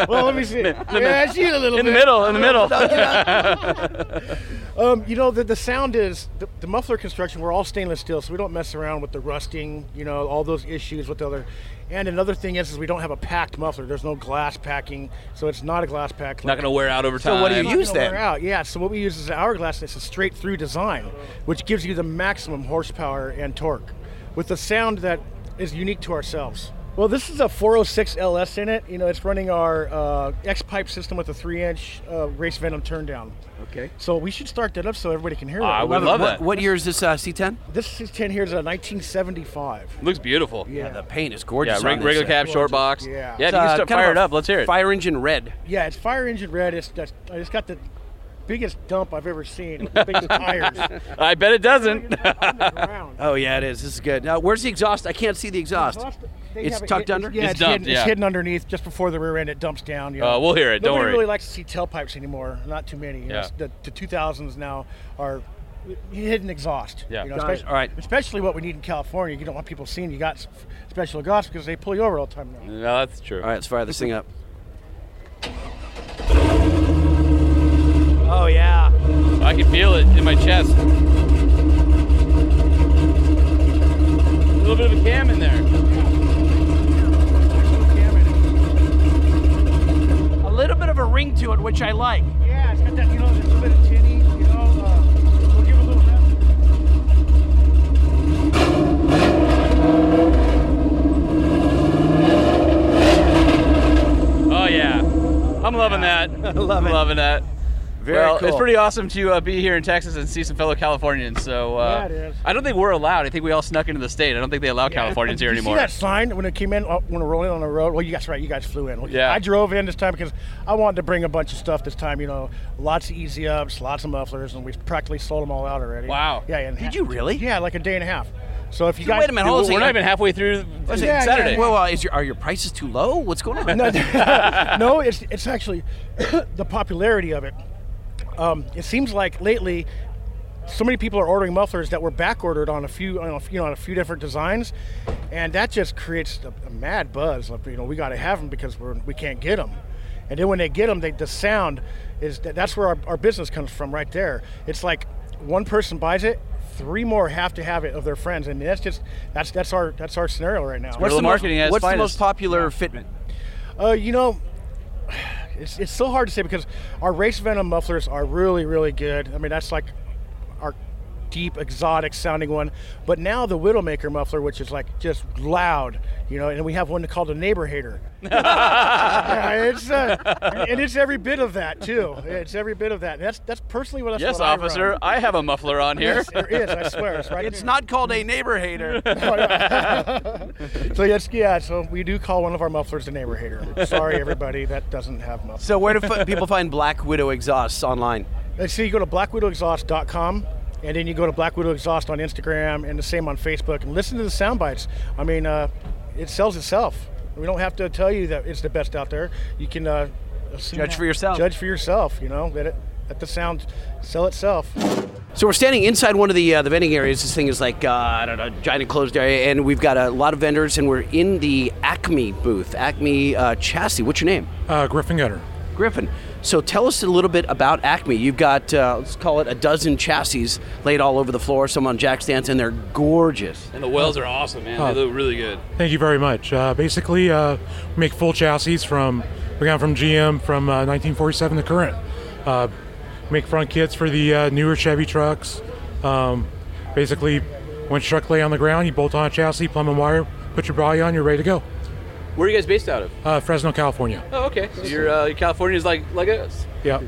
well, let me see. Yeah, she's a little
in the
bit.
middle, in the middle.
Um, you know, the, the sound is the, the muffler construction, we're all stainless steel, so we don't mess around with the rusting, you know, all those issues with the other. And another thing is, is we don't have a packed muffler. There's no glass packing, so it's not a glass pack.
Not gonna wear out over So
what do time. you
It's not
use
gonna wear
then?
out. Yeah, so what we use is an hourglass, and it's a straight through design, which gives you the maximum horsepower and torque with the sound that is unique to ourselves. Well, this is a 406 LS in it. You know, it's running our uh, X pipe system with a three-inch uh, race Venom turn down.
Okay.
So we should start that up so everybody can hear that.
I would love
what,
that.
What year is this uh, C10?
This is 10 here is uh, a 1975.
Looks beautiful.
Yeah.
the paint is gorgeous.
Yeah,
on
reg-
this
regular
thing.
cab, short box.
Yeah.
It's,
yeah if you
uh,
can start,
kind of
fire it
a
up. Let's hear it.
Fire engine red.
Yeah, it's fire engine red. It's just, I just got the biggest dump I've ever seen. With the biggest tires.
I bet it doesn't.
oh yeah, it is. This is good. Now, where's the exhaust? I can't see the exhaust.
They
It's
have it-
tucked
it-
under.
Yeah, it's, hidden, it's hidden underneath just before the rear end. It dumps down. You
Uh, we'll hear it, don't
Nobody
worry.
really likes to see tailpipes anymore. Not too many. you know,
Yeah.
it's- the, the 2000s now are hidden exhaust.
Yeah.
You know,
Got it.
especially,
All right.
Especially what we need in California. You don't want people seeing you got s- special exhaust because they pull you over all the time now.
No, that's true. All
right, let's fire this thing up. Oh yeah.
I can feel it in my chest. A little bit of a cam in there.
A little bit of a ring to it, which I like.
Yeah, it's got that, you know, there's a little bit of tinny, you know. Uh, we'll give a little bit.
Oh yeah, I'm loving that.
Love
I'm loving that.
Very
well, it's
cool.
pretty awesome to uh, be here in Texas and see some fellow Californians. So uh,
Yeah, it is.
I don't think we're allowed. I think we all snuck into the state. I don't think they allow Californians here
Did you
anymore.
See that sign when it came in uh, when we're rolling on the road? Well, you guys right, you guys flew in.
Yeah.
I drove in this time because I wanted to bring a bunch of stuff this time. You know, lots of easy ups, lots of mufflers, and we practically sold them all out already.
Wow.
Yeah. And
Did you really?
Yeah, like a day and a half. So if you
Dude,
guys
wait a minute, hold on a second.
halfway through
What's it,
Yeah,
Saturday?
yeah.
Well, uh, is your, are your prices too low? What's going on?
no, no, it's it's actually the popularity of it. Um, it seems like lately, so many people are ordering mufflers that were back ordered on a few, on a, few- you know, on a few different designs, and that just creates a, a mad buzz. Like, you know, we got to have them because we're we can't get them. And then when they get them, they, the sound is that, that's where our, our business comes from right there. It's like one person buys it, three more have to have it of their friends, and that's just that's that's our that's our scenario right now.
what's the most, What's the most popular fitment?
Uh, you know, it's, it's so hard to say because our race venom mufflers are really, really good. I mean, that's like our deep, exotic sounding one. But now the Widowmaker muffler, which is like just loud, you know, and we have one called a neighbor hater. yeah, it's uh, and it's every bit of that too. It's every bit of that. And that's that's personally what that's
yes,
what I run.
officer. I, have a muffler on here.
Yes, there is. I swear, it's right.
It's not called a neighbor hater.
So yes, yeah. So we do call one of our mufflers a neighbor hater. Sorry, everybody, that doesn't have mufflers.
so where do f- people find Black Widow exhausts online?
Uh, So you go to blackwidowexhaust.com and then you go to Black Widow Exhaust on Instagram and the same on Facebook and listen to the sound bites. I mean, uh, it sells itself. We don't have to tell you that it's the best out there. You can uh, assume
Judge
that-
for yourself.
Judge for yourself. You know, let it let the sound sell itself.
So we're standing inside one of the uh, the vending areas. This thing is like uh, I don't know, giant enclosed area, and we've got a lot of vendors, and we're in the Acme booth, Acme uh, chassis. What's your name?
Uh, Griffin Gutter.
Griffin. So tell us a little bit about Acme. You've got uh, let's call it a dozen chassis laid all over the floor, some on jack stands, and they're gorgeous.
And the wells are awesome, man.
Oh.
They look really good.
Thank you very much. Uh, basically, uh, we make full chassis from we got 'em from GM from uh, 1947 to current. Uh, make front kits for the uh, newer Chevy trucks. Um, basically, once truck lay on the ground, you bolt on a chassis, plumb and wire, put your body on, you're ready to go.
Where are you guys based out of?
Uh, Fresno, California.
Oh, okay. So you're uh, California's like like us.
Yeah.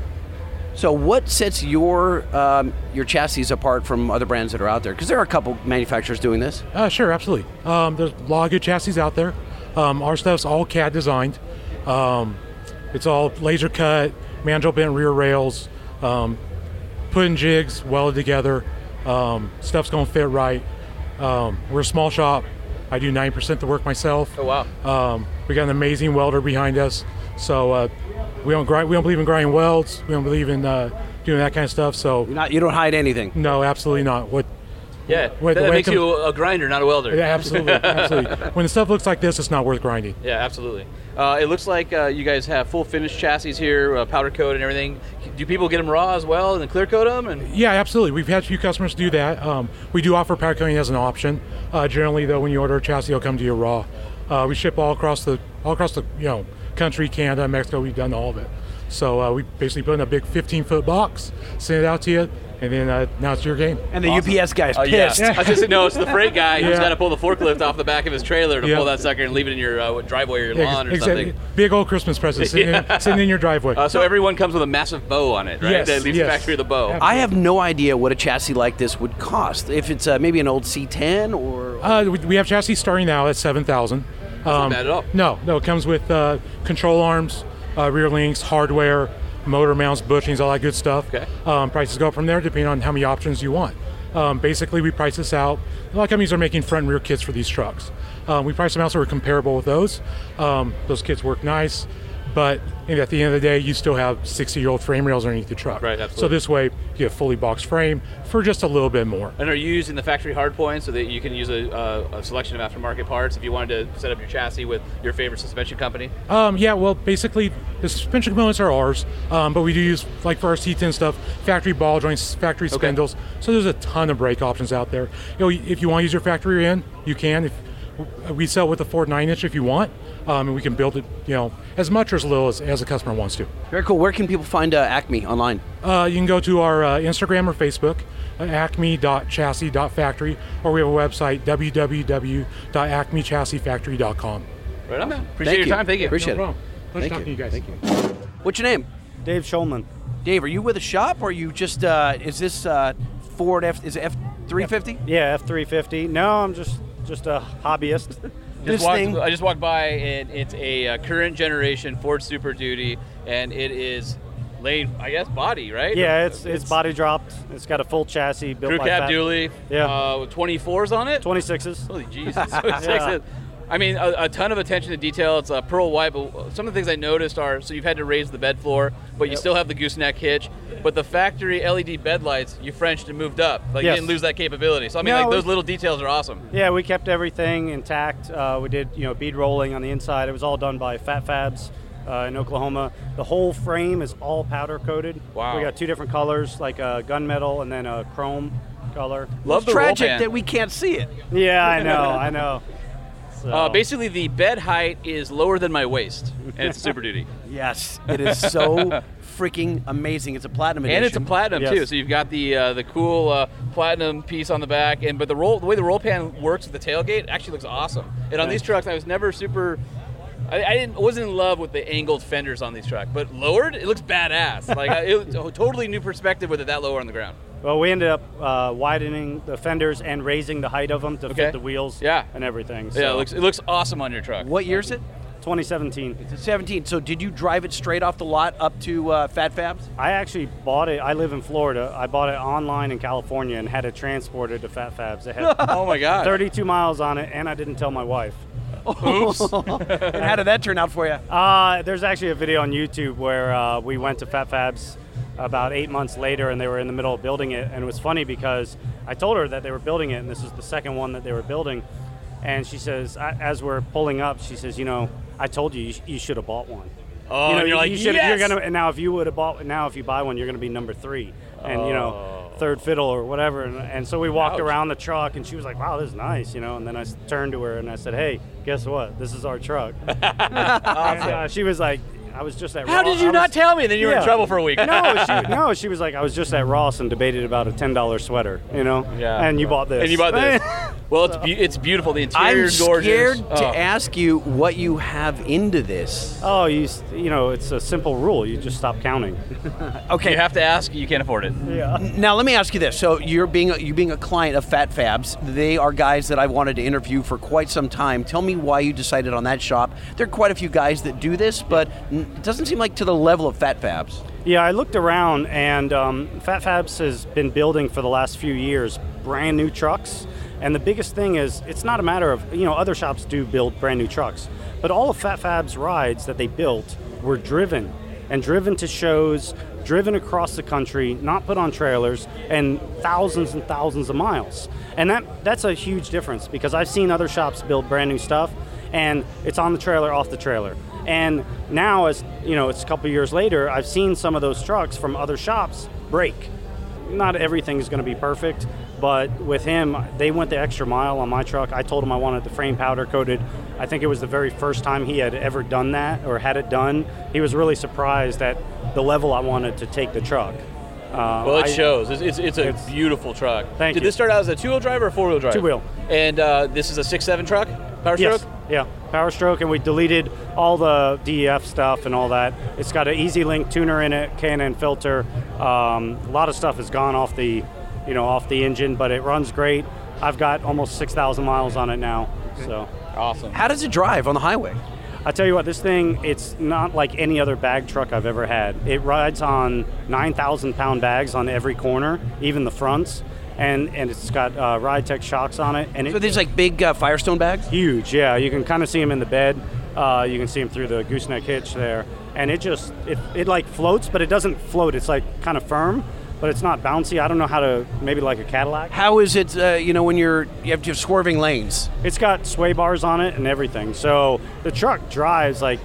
So what sets your um, your chassis apart from other brands that are out there? Because there are a couple manufacturers doing this.
Uh, sure, absolutely. Um, there's a lot of good chassis out there. Um, our stuff's all CAD designed. Um, it's all laser cut, mandrel bent rear rails, um, put in jigs, welded together. Um, stuff's going to fit right. Um, we're a small shop. I do 90% of the work myself.
Oh wow.
Um, we got an amazing welder behind us, so uh, we don't grind. We don't believe in grinding welds. We don't believe in uh, doing that kind of stuff. So
not, you don't hide anything.
No, absolutely not. What?
Yeah.
Wait, the
that that
way
makes
com-
you a grinder, not a welder.
Yeah, absolutely, absolutely. When the stuff looks like this, it's not worth grinding.
Yeah, absolutely. Uh, it looks like uh, you guys have full finished chassis here, uh, powder coat and everything. Do people get them raw as well and then clear coat them? And
Yeah, absolutely. We've had a few customers do that. Um, we do offer powder coating as an option. Uh, generally, though, when you order a chassis, it'll come to you raw. Uh, we ship all across the all across the you know country, Canada, Mexico. We've done all of it. So uh, we basically put in a big 15 foot box, send it out to you, and and then uh, now it's your game.
And the UPS guy's
Oh, yeah.
pissed.
I was gonna say, no, it's the freight guy who's
Yeah.
got to pull the forklift off the back of his trailer to
Yeah.
pull that sucker and leave it in your uh, what, driveway or your
Yeah,
lawn or
exactly.
something.
Big old Christmas present sitting,
Yeah.
in, sitting in your driveway.
Uh, so everyone comes with a massive bow on it, right?
Yes,
that leaves
yes.
the factory with a bow.
Oh, I have no idea what a chassis like this would cost. If it's uh, maybe an old C10 or
Uh, we, we have chassis starting now at seven thousand. Um,
not bad at all.
No, no. It comes with uh, control arms, uh, rear links, hardware, motor mounts, bushings, all that good stuff. Okay. Um, prices go up from there depending on how many options you want. Um, basically, we price this out. A lot of companies are making front and rear kits for these trucks. Um, we price them out so we're comparable with those. Um, those kits work nice, but at the end of the day, you still have 60 year old frame rails underneath the truck.
Right,
So
absolutely.
this way, you have fully boxed frame for just a little bit more.
And are you using the factory hard points so that you can use a, uh, a selection of aftermarket parts if you wanted to set up your chassis with your favorite suspension company?
Um, yeah, well, basically, the suspension components are ours, um, but we do use, like for our C10 stuff, factory ball joints, factory
Okay.
spindles. So there's a ton of brake options out there. You know, if you want to use your factory end, you can. If we sell with a Ford 9-inch if you want, um, and we can build it, you know, as much or as little as, as a customer wants to.
Very cool. Where can people find uh, Acme online?
Uh, you can go to our uh, Instagram or Facebook, uh, acme.chassis.factory, or we have a website, www.acmechassisfactory.com.
Right on, man.
Appreciate Thank your you. time. Thank you. Appreciate it.
no problem. Pleasure
Thank
talking
you.
to you guys. Thank you.
What's your name?
Dave Shulman.
Dave, are you with a shop or are you just, uh, is this uh, Ford F, is it F350?
Yeah, F three fifty. No, I'm just just a hobbyist.
Just walked- I just walked by, and it's a uh, current generation Ford Super Duty, and it is laid, I guess, body, right?
Yeah, it's, it's body dropped. It's got a full chassis built
Crew
like
cab
that.
dually.
Yeah.
Uh, with 24s on it?
26s.
Holy Jesus. 26s. I mean, a, a ton of attention to detail. It's uh, pearl white, but some of the things I noticed are so you've had to raise the bed floor, but you
Yep.
still have the gooseneck hitch. But the factory LED bed lights, you Frenched and moved up. Like,
Yes.
you didn't lose that capability. So, I mean,
No,
like,
we-
those little details are awesome.
Yeah, we kept everything intact. Uh, we did, you know, bead rolling on the inside. It was all done by Fat Fabs uh, in Oklahoma. The whole frame is all powder coated.
Wow.
We got two different colors, like a gunmetal and then a chrome color.
Love the roll Tragic pan. that
we can't see it.
Yeah, I know, I know.
Uh,
So-
basically, the bed height is lower than my waist, and it's a Super Duty.
Yes, it is so freaking amazing. It's a platinum edition.
and it's a platinum too. So you've got the uh, the cool uh, platinum piece on the back, and but the roll the way the roll pan works with the tailgate actually looks awesome. And on these trucks, I was never super. I, I didn't wasn't in love with the angled fenders on these trucks, but lowered, it looks badass. Like I- it was a totally new perspective with it that lower on the ground.
Well, we ended up uh, widening the fenders and raising the height of them to
Okay.
fit the wheels
Yeah.
and everything.
Yeah, it looks it looks awesome on your truck.
What year is it?
2017.
It's a 17. So did you drive it straight off the lot up to uh, Fat Fabs?
I actually bought it. I live in Florida. I bought it online in California and had it transported to Fat Fabs. It had
Oh my God.
32 miles on it, and I didn't tell my wife.
Oops. and how did that turn out for you?
Uh, there's actually a video on YouTube where uh, we went to Fat Fabs about eight months later, and they were in the middle of building it. And it was funny because I told her that they were building it, and this is the second one that they were building. And she says, I, as we're pulling up, she says, "You know, I told you you, sh- you should have bought one."
Oh, and you're like,
should-
"Yes!"
You're gonna, and now if you would have bought, now if you buy one, you're gonna be number three, and you know, third fiddle or whatever. And, and so we walked
Oh. Ouch.
around the truck, and she was like, "Wow, this is nice," you know. And then I s- turned to her and I said, "Hey, guess what? This is our truck." And, uh, she was like, I was just at
How
Ross-
did you
I
not
was-
tell me? Then you were in
Yeah.
trouble for a week.
no, she, no, she was like, I was just at Ross and debated about a $10 sweater, you know?
Yeah.
And you bought this.
And you bought this. well, it's be- it's beautiful. The interior
I'm
is gorgeous.
scared to
Oh.
ask you what you have into this.
oh, you, s- you know, it's a simple rule. You just stop counting.
Okay.
You have to ask. You can't afford it.
Yeah.
Now let me ask you this: So you're being a, you being a client of Fat Fabs. They are guys that I've wanted to interview for quite some time. Tell me why you decided on that shop. There are quite a few guys that do this, but n- it doesn't seem like to the level of Fat Fabs.
Yeah, I looked around, and um, Fat Fabs has been building for the last few years brand new trucks. And the biggest thing is, it's not a matter of, you know, other shops do build brand new trucks, but all of Fat Fab's rides that they built were driven and driven to shows, driven across the country, not put on trailers, and thousands and thousands of miles. And that, that's a huge difference because I've seen other shops build brand new stuff, and it's on the trailer, off the trailer. And now, as you know, it's a couple years later, I've seen some of those trucks from other shops break. Not everything is going to be perfect, but with him, they went the extra mile on my truck. I told him I wanted the frame powder coated. I think it was the very first time he had ever done that or had it done. He was really surprised at the level I wanted to take the truck. Uh,
Well, it
I-
shows. It's, it's, it's a beautiful truck.
Thank
Did
you.
this start out as a two-wheel drive or a four-wheel drive?
Two-wheel.
And uh, this is a six-seven truck, Power
Yes,
Stroke.
Yeah, Power Stroke, and we deleted all the DEF stuff and all that. It's got an Easy Link tuner in it, K&N filter. Um, a lot of stuff has gone off the, you know, off the engine, but it runs great. I've got almost 6,000 miles on it now. So
awesome.
How does it drive on the highway?
I tell you what, this thing, it's not like any other bag truck I've ever had. It rides on 9,000 pound bags on every corner, even the fronts. And, and it's got uh, Ride Tech shocks on it. And it,
So these like big uh, Firestone bags?
Huge, yeah. You can kind of see them in the bed. Uh, you can see them through the gooseneck hitch there. And it just, it, it like floats, but it doesn't float. It's like kind of firm, but it's not bouncy. I don't know how to, maybe like a Cadillac.
How is it? Uh, you know, when you're you have, you have swerving lanes.
It's got sway bars on it and everything. So the truck drives like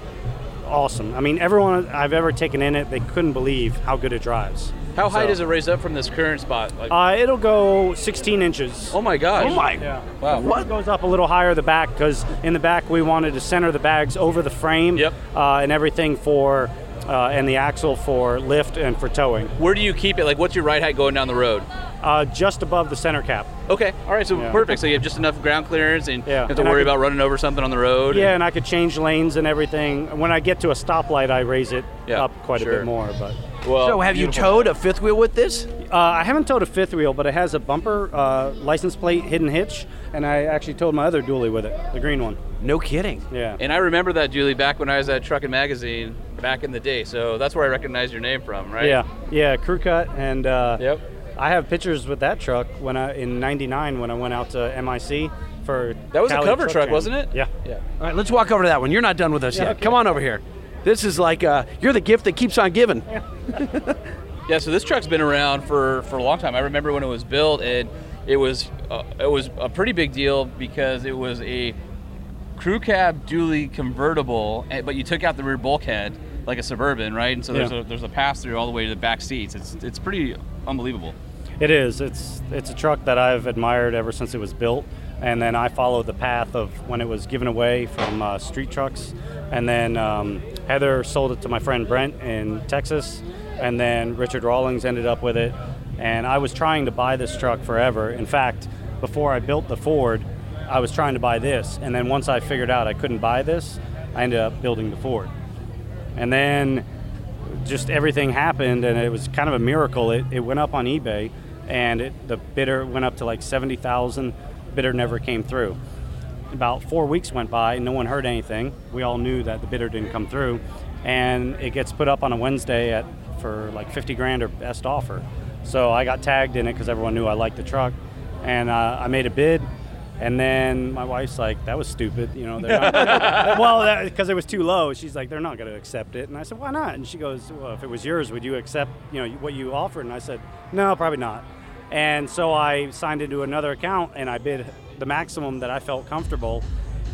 awesome. I mean, everyone I've ever taken in it, they couldn't believe how good it drives.
How high
So-
does it raise up from this current spot? Like,
Uh, it'll go 16 inches.
Oh my gosh.
Oh my.
Wow.
The front goes up a little higher the back because in the back we wanted to center the bags over the frame. Yep. Uh, and everything for uh, and the axle for lift and for towing.
where do you keep it? Like, what's your ride height going down the road?
Uh, just above the center cap.
Okay. All right. So
Yeah.
perfect. So you have just enough ground clearance, and you don't have to
And I
worry
could-
about running over something on the road.
Yeah, and I could change lanes and everything. When I get to a stoplight, I raise it
Yeah,
up quite a
sure.
bit more. But
so have you towed a fifth wheel with this?
Uh, I haven't towed a fifth wheel, but it has a bumper, uh, license plate, hidden hitch, and I actually towed my other dually with it, the green one.
No kidding.
Yeah.
And I remember that, Julie, back when I was at Trucking Magazine back in the day. So that's where I recognized your name from, right?
Yeah, yeah, crew cut, and uh,
yep.
I have pictures with that truck when I in '99 when I went out to MIC for
That was
Cali
a cover truck,
Jam.
wasn't it?
Yeah.
Yeah.
All right, let's walk over to that one. You're not done with us
Yeah,
yet.
okay.
Come on over here. This is like uh, you're the gift that keeps on giving.
Yeah, so this truck's been around for, for a long time. I remember when it was built, and it was uh, it was a pretty big deal because it was a crew cab dually convertible, and- but you took out the rear bulkhead like a suburban, right? And so there's
Yeah.
a there's a pass through all the way to the back seats. It's it's pretty unbelievable.
It is. It's it's a truck that I've admired ever since it was built, and then I followed the path of when it was given away from uh, street trucks, and then um, Heather sold it to my friend Brent in Texas, and then Richard Rawlings ended up with it, and I was trying to buy this truck forever. In fact, before I built the Ford, I was trying to buy this, and then once I figured out I couldn't buy this, I ended up building the Ford, and then just everything happened and it was kind of a miracle it, it went up on ebay and it, the bidder went up to like 70000 bidder never came through about four weeks went by and no one heard anything we all knew that the bidder didn't come through and it gets put up on a wednesday at for like 50 grand or best offer so i got tagged in it because everyone knew i liked the truck and uh, i made a bid and then my wife's like that was stupid you know they're not, well because it was too low she's like they're not going to accept it and i said why not and she goes well if it was yours would you accept you know what you offered and i said no probably not and so i signed into another account and i bid the maximum that i felt comfortable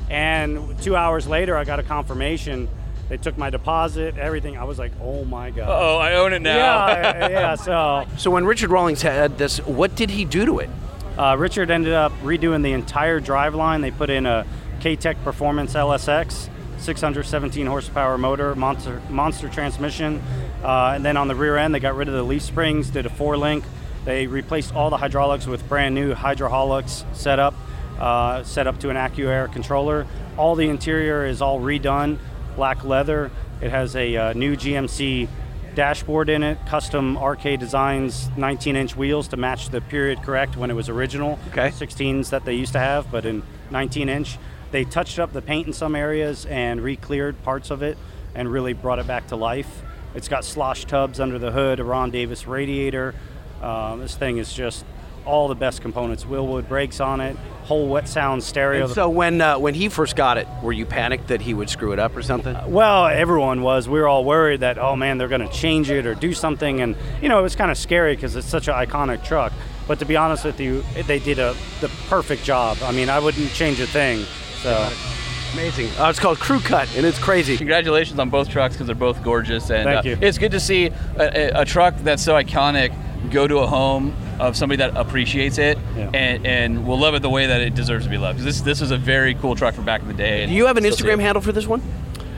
and two hours later i got a confirmation they took my deposit everything i was like oh my god
Uh-oh, I own it now.
yeah, yeah so
So when Richard Rawlings had this, what did he do to it?
Uh, Richard ended up redoing the entire drive line. They put in a K-Tech Performance LSX, 617 horsepower motor, monster monster transmission, uh, and then on the rear end they got rid of the leaf springs, did a four link. They replaced all the hydraulics with brand new hydraulics setup, uh, set up to an AccuAir controller. All the interior is all redone, black leather. It has a uh, new GMC dashboard in it, custom RK Designs 19 inch wheels to match the period correct when it was original. Okay. 16s that they used to have, but in 19 inch. They touched up the paint in some areas and re cleared parts of it and really brought it back to life. It's got slosh tubs under the hood, a Ron Davis radiator. Uh, this thing is just all the best components. Willwood brakes on it, whole wet sound stereo.
And so when uh, when he first got it, were you panicked that he would screw it up or something?
Well, everyone was. We were all worried that, oh man, they're going to change it or do something. And, you know, it was kind of scary because it's such an iconic truck. But to be honest with you, they did a the perfect job. I mean, I wouldn't change a thing. So
Amazing. Uh, it's called Crew Cut, and it's crazy.
Congratulations on both trucks because they're both gorgeous. And
Thank
uh,
you.
it's good to see a, a, a truck that's so iconic go to a home of somebody that appreciates it and, and will love it the way that it deserves to be loved. 'Cause This this is a very cool truck from back in the day.
Do you have an Instagram handle for this one?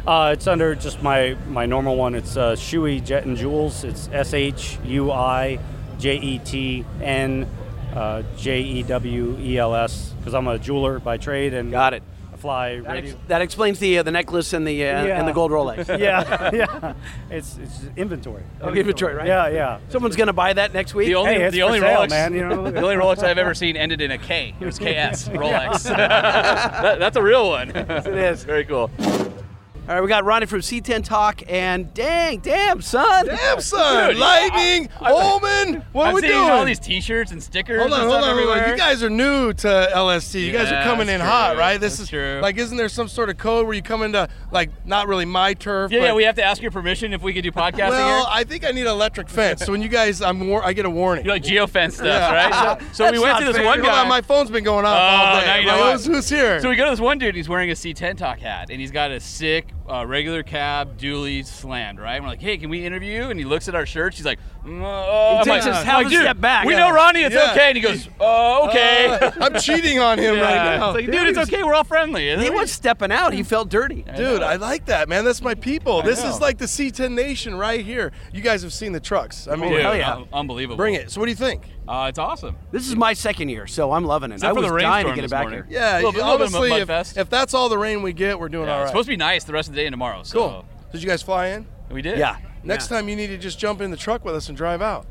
Uh, it's under just my, my normal one. It's uh, Shuey Jet and Jewels. It's S H U I J E T N uh, J E W E L S because I'm a jeweler by trade and
got it.
I fly
That,
radio.
ex- that explains the uh, the necklace and the uh, and the gold Rolex.
yeah, yeah. It's it's inventory.
Oh, inventory, right?
Yeah, yeah.
Someone's gonna buy that next week.
The only- Hey, it's
the only
for sale,
Rolex,
man, you know?
the only Rolex I've ever seen ended in a K. It was KS Rolex. That- that's a real one.
it is.
Very cool.
All right, we got Ronnie from C10 Talk, and dang, damn son, damn
son, Dude, lightning, I- I- Omen, what
I'm
we
seeing
doing?
all these T-shirts and stickers.
Hold on,
and
hold
stuff
on, hold
everywhere.
on. You guys are new to LST. You guys
Yeah,
are coming in
that's
hot,
true.
right? This is
That's true.
like, isn't there some sort of code where you come into like not really my turf?
Yeah,
but-
yeah. We have to ask your permission if we could do podcasting
Well,
here.
I think I need an electric fence. So when you guys, I'm war- I get a warning.
You like geofence stuff,
Yeah.
right? So, so we
That's
went
not
to this
fair.
one
Hold
guy.
on, my phone's been going
Oh,
off all day.
now you
Like,
know what?
who's- who's here?
So we go to this one dude. He's wearing a C10 Talk hat, and he's got a sick uh, regular cab dually slammed. Right? And we're like, hey, can we interview? you?" And he looks at our shirts. He's like, mm, uh,
He
I'm
takes
like,
his-
I'm
half
like,
a
"Dude,
step back."
We
Yeah.
know Ronnie. It's
Yeah.
okay. And he goes, oh, okay.
Uh, I'm cheating on him right
Yeah.
now.
It's like, dude, it's okay. We're all friendly.
He was stepping out. He felt dirty.
Dude, I like that, man. That's my people.
I
this
know.
is like the C10 Nation right here. You guys have seen the trucks. I mean,
Dude, un- unbelievable.
Bring it. So what do you think?
Uh, it's awesome.
This is my second year, so I'm loving it.
Except
I
for
was
the
dying to
rainstorm
get it
this
back
morning.
here.
Yeah,
Little bit- little bit of a
honestly, if,
mudfest.
if that's all the rain we get, we're doing
Yeah,
all
It's
right.
supposed to be nice the rest of the day and tomorrow. So.
Cool. Did you guys fly in?
We did.
Yeah. Next time you need to just jump in the truck with us and drive out.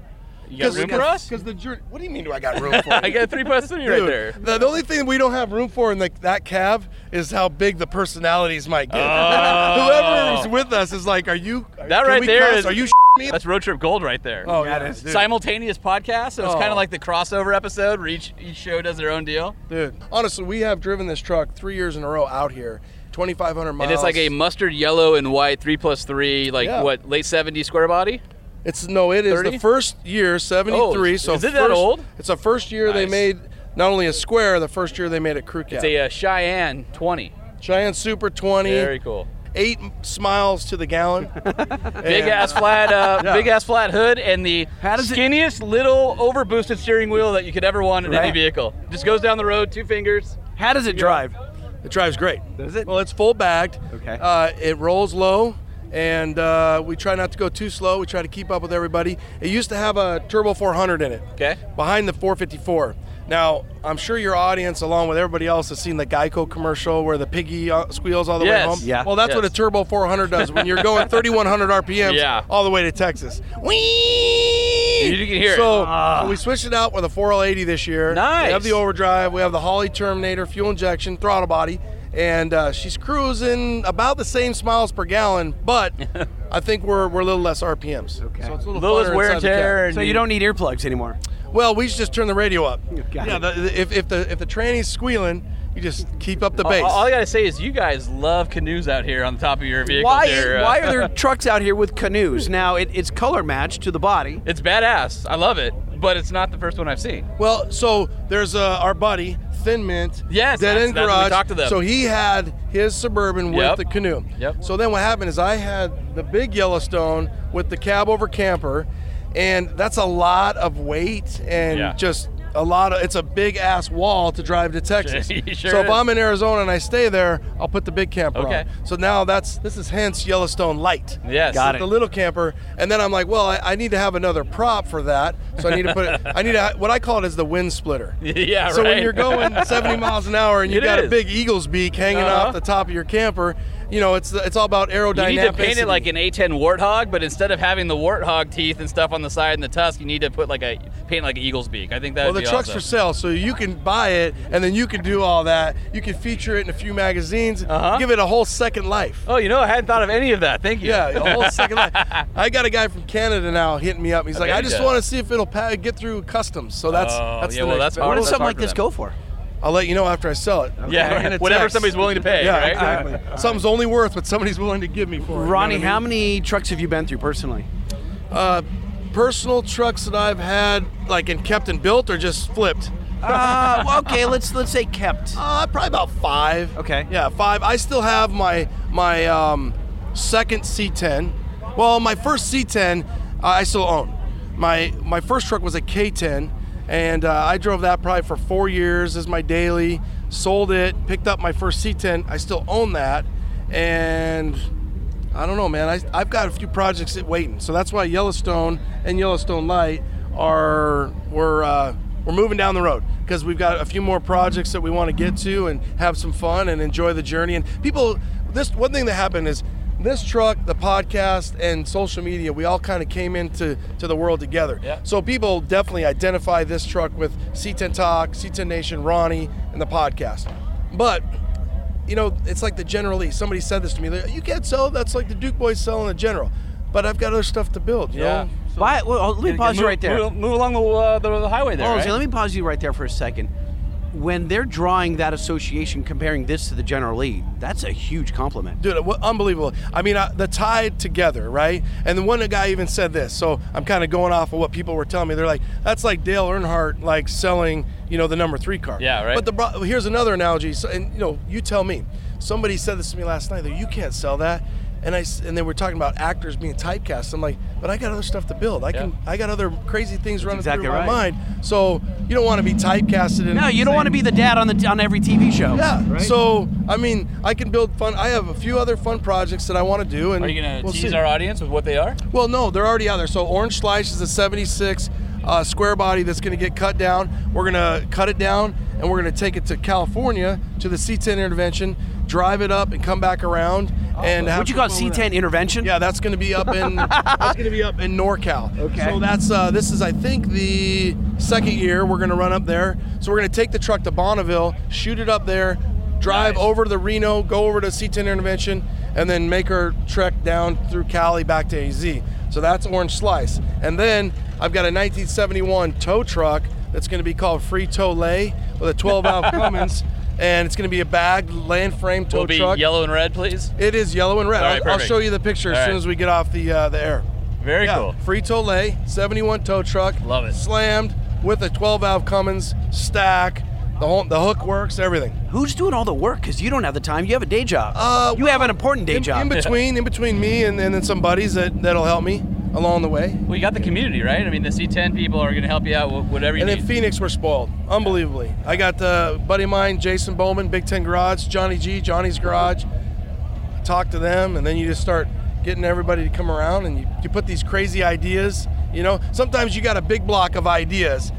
You got room for us?
Because the journey. What do you mean? Do I got room for?
I got a three plus three right
Dude,
there.
The, the only thing we don't have room for in the, that cab is how big the personalities might get.
Oh.
Whoever's with us is like, are you?
That
can
right
we
there
cuss?
is.
Are you? me?
That's road trip gold right there.
Oh, yeah, it is, dude.
Simultaneous podcast, so it's
Oh.
kind of like the crossover episode where each each show does their own deal.
Dude, honestly, we have driven this truck three years in a row out here, 2,500 miles.
And it's like a mustard yellow and white three plus three, like
Yeah.
what late '70s square body.
It's no, it is
30?
the first year, 73.
Oh,
so
is it that
first,
old?
It's the first year they
Nice.
made not only a square, the first year they made a crew cab.
It's a uh, Cheyenne 20.
Cheyenne Super 20.
Very cool.
Eight m- smiles to the gallon.
Big ass flat, uh, big ass flat hood, and the skinniest little overboosted steering wheel that you could ever want in any
Right.
vehicle. Just goes down the road, two fingers.
How does it drive?
It drives great.
Does it?
Well, it's full bagged.
Okay.
Uh, it rolls low, and uh, we try not to go too slow. We try to keep up with everybody. It used to have a turbo 400 in it.
Okay.
Behind the 454. Now, I'm sure your audience, along with everybody else, has seen the Geico commercial where the piggy uh, squeals all the
Yes.
way home.
Yeah.
Well, that's what a
Yes.
turbo 400 does when you're going 3,100 RPMs
Yeah.
all the way to Texas.
You can hear it.
so,
Ah.
so we switched it out with a 4L80 this year.
Nice.
We have the overdrive. We have the Holly Terminator fuel injection throttle body, and uh, she's cruising about the same miles per gallon, but I think we're, we're a little less RPMs. Okay. So it's a little, funner inside the cab.
So you don't need earplugs anymore.
Well, we should just turn the radio up.
got
Yeah.
it.
The, the- if, if the if the tranny's squealing, you just keep up the
All-
bass.
All, I gotta say is you guys love canoes out here on the top of your vehicle.
Why,
there, uh,
why are there trucks out here with canoes? Now, it, it's color matched to the body.
It's badass. I love it, but it's not the first one I've seen.
Well, so there's uh, our buddy Thin Mint.
Yes,
Dead
that's-
End
that's when we
Garage.
talked to them.
So he had his suburban with
Yep.
the canoe.
Yep.
So then what happened is I had the big Yellowstone with the cab over camper, and that's a lot of weight and
Yeah.
just a lot of it's a big ass wall to drive to Texas.
Sure is.
so if I'm in Arizona and I stay there, I'll put the big camper
Okay.
on. So now that's this is hence Yellowstone light.
Yes.
Got
Got
it.
it.
The little camper, and then I'm like, well, I, I need to have another prop for that, so I need to put it. I need to, what I call it is the wind splitter.
Yeah,
So when
right.
you're going 70 miles an hour and you
It
got a
is.
big eagle's beak hanging
Uh-huh.
off the top of your camper, you know, it's it's all about
You
aerodynamics.
need to paint it like an A10 warthog, but instead of having the warthog teeth and stuff on the side and the tusk, you need to put like a paint like an eagle's beak. I think that
well,
would
the
be
truck's
awesome.
for sale, so you can buy it, and then you can do all that. You can feature it in a few magazines, give it a whole second life.
Uh-huh. Oh, you know, I hadn't thought of any of that. Thank you.
Yeah, a whole second life. I got a guy from Canada now hitting me up. He's
I
like,
bet
I
he
just
does.
want to see if it'll pa- get through customs. So that's
Oh,
that's
yeah,
the
well,
next
that's hard-
What does
that's
something
hard
like
for
this
them.
go for?
I'll let you know after I sell it.
Yeah,
In a
whatever
text.
somebody's willing to pay,
Yeah,
right?
exactly. Something's only worth what somebody's willing to give me for. it, you know
Ronnie,
what I
how
mean?
many trucks have you been through personally?
Uh, personal trucks that I've had, like and kept and built, or just flipped.
Uh, well, okay, let's let's say kept.
Uh, probably about five.
Okay.
Yeah, five. I still have my my um, second C10. Well, my first C10 uh, I still own. My my first truck was a K10, and uh, I drove that probably for four years as my daily. Sold it, picked up my first C10. I still own that, and I don't know, man. I, I've got a few projects that waiting, so that's why Yellowstone and Yellowstone Light are we're uh, we're moving down the road because we've got a few more projects that we want to get to and have some fun and enjoy the journey. And people, this one thing that happened is this truck, the podcast, and social media, we all kind of came into to the world together.
Yeah.
So people definitely identify this truck with C10 Talk, C10 Nation, Ronnie, and the podcast. But you know, it's like the General Lee. Somebody said this to me. They're, You can't sell. That's like the Duke boys selling the General. But I've got other stuff to build. You
Yeah.
know.
Why, well, let me pause you right there.
along the, uh, the, the highway there,
Hold on a
right?
second, let me pause you right there for a second. When they're drawing that association, comparing this to the General Lee, that's a huge compliment.
Dude, what, unbelievable. I mean, I, the tied together, right? And the one guy even said this. So I'm kind of going off of what people were telling me. They're like, that's like Dale Earnhardt, like selling, you know, the number three car.
Yeah, right.
But the bro- here's another analogy. So, and you know, you tell me. Somebody said this to me last night. That you can't sell that. And I s- and they were talking about actors being typecast. I'm like, but I got other stuff to build. I can. I got other crazy things running
exactly
through my
right.
mind. So you don't want to be typecasted. In
No, you don't want to be the dad on the on every TV show.
yeah.
Right?
So I mean, I can build fun. I have a few other fun projects that I want to do, and
Are you going to
we'll
tease
see.
our audience with what they are?
Well, no, they're already out there. So Orange Slice is a 76 uh, square body that's going to get cut down. We're going to cut it down, and we're going to take it to California to the C10 intervention, drive it up, and come back around. And
What'd
have
you call it,
people-
C10 intervention?
Yeah, that's going to be up in that's going to be up in NorCal. Okay. So that's uh, this is I think the second year we're going to run up there. So we're going to take the truck to Bonneville, shoot it up there, drive over to the Reno, go over to C10 Intervention, and then make our trek down through Cali back to AZ. So that's Orange Slice, and then I've got a 1971 tow truck that's going to be called Free Tow Lay with a 12 valve Cummins. And it's going to be a bagged land frame tow
Will it be
truck.
yellow and red, please?
It is yellow and red.
All right,
I'll, I'll
perfect.
show you the picture as
All
soon
right.
as we get off the uh, the air.
Very cool.
Free Tolley, 71 tow truck. Love it. Slammed with a 12 valve Cummins stack. The whole, the hook works, everything.
Who's doing all the work? Because you don't have the time. You have a day job. Uh, you have an important day job.
In between, in between me and, and then some buddies that that'll help me along the way.
Well, you got the community, right? I mean, the C10 people are going to help you out with whatever you
And
need.
in Phoenix, we're spoiled, unbelievably. I got uh, buddy of mine, Jason Bowman, Big Ten Garage, Johnny G, Johnny's Garage. Talk to them, and then you just start getting everybody to come around, and you, you put these crazy ideas. You know, sometimes you got a big block of ideas.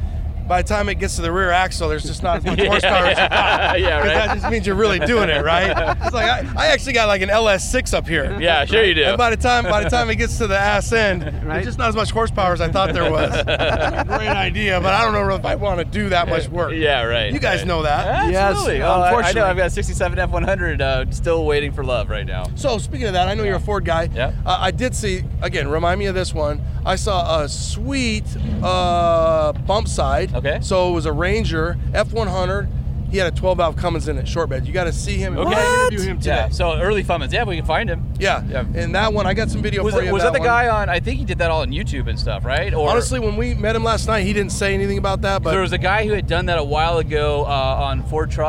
By the time it gets to the rear axle, there's just not as much
Yeah,
horsepower.
yeah, yeah,
'Cause That
right.
just means you're really doing it, right? It's like I, I actually got like an LS6 up here.
Yeah, sure you do.
And by the time by the time it gets to the ass end,
Right.
there's just not as much horsepower as I thought there was. Great idea, but I don't know if I want to do that much work.
Yeah, right.
You guys
right.
know that.
Absolutely. Well, I- I, know I've got a 67 F100 uh, still waiting for love right now.
So speaking of that, I know you're a Ford guy. Yeah. Uh, I did see again. Remind me of this one. I saw a sweet uh, bump side. Okay. So it was a Ranger F100. He had a 12 valve Cummins in it, short bed. You got to see him.
Okay.
You gotta interview him today.
Yeah. So early Fummins. Yeah, we can find him.
Yeah. And that one, I got some video
was
for
it-
you. of
Was that, the
one.
guy on? I think he did that all on YouTube and stuff, right? Or
Honestly, when we met him last night, he didn't say anything about that. But
there was a guy who had done that a while ago uh, on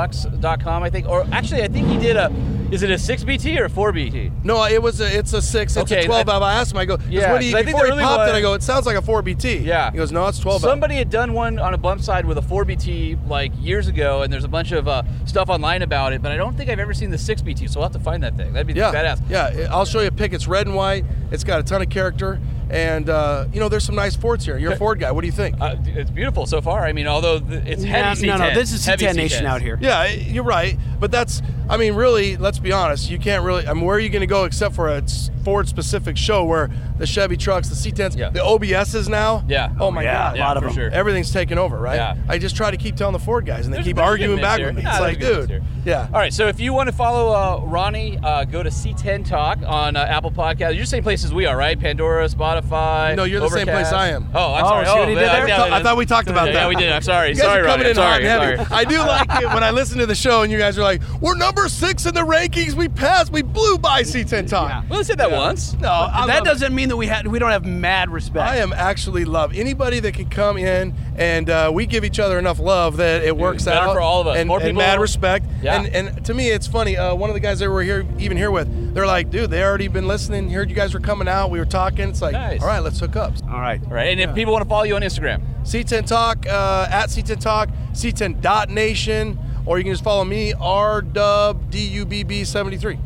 FordTrucks.com, I think. Or actually, I think he did a. Is it a 6BT or a 4BT?
No, it was a, it's a six, it's
Okay,
a twelve
I-
valve. I asked him, I go, 'cause
Yeah,
when he,
'cause I think
before
the
he
early
popped
one-
it, I go, it sounds like a four BT.
Yeah.
He goes, no, it's twelve. valve."
Somebody had done one on a bump side with a 4BT like years ago, and there's a bunch of uh, stuff online about it, but I don't think I've ever seen the 6BT, so I'll have to find that thing. That'd be
yeah,
badass.
Yeah, I'll show you a pic. It's red and white. It's got a ton of character, and uh, you know, there's some nice Fords here. You're a Ford guy. What do you think?
Uh, it's beautiful so far. I mean, although th- it's heavy
No,
C10.
no, this is
Heavy
C10 nation
C10s.
out here. Yeah, I- you're right. But that's, I mean, really, let's be honest. You can't really, I mean, where are you going to go except for a s- Ford specific show where the Chevy trucks, the C10s, the OBSs now?
Yeah.
Oh, my
Yeah,
God.
a lot of for them. sure.
Everything's taken over, right?
Yeah.
I just try to keep telling the Ford guys, and they
There's a
keep
good
arguing
mix
back
here.
with me.
Yeah,
it's like,
there's a good mix
dude.
here.
Yeah.
All right, so if you want to follow uh, Ronnie, uh, go to C10 Talk on uh, Apple Podcast. You're the same place as we are, right? Pandora, Spotify.
No, you're the same
Overcast.
place I am.
Oh, I'm
Oh,
sorry.
see what he did
yeah,
there?
yeah,
I thought- I thought we talked about
yeah,
that.
Yeah, we did. I'm sorry.
You guys
sorry,
are coming
Ronnie.
in
sorry.
hot and
sorry.
heavy. I do like it when I listen to the show and you guys are like, "We're number six in the rankings. We passed. We blew by C10 Talk."
Well, I said that once.
No,
But
I
that
love it.
doesn't mean that we had we don't have mad respect.
I am actually love anybody that can come in and uh, we give each other enough love that it works
better
out
for all of us.
And,
More
and
people-
mad respect.
Yeah.
And and to me, it's funny. Uh, one of the guys that we're here even here with, they're like, "Dude, they already been listening. Heard you guys were coming out. We were talking. It's like,
Nice.
all right, let's hook up."
All right. All right. And if people want to follow you on Instagram,
C10 Talk uh, at C10 Talk, C10 Nation, or you can just follow me R Dub D U B B seventy three.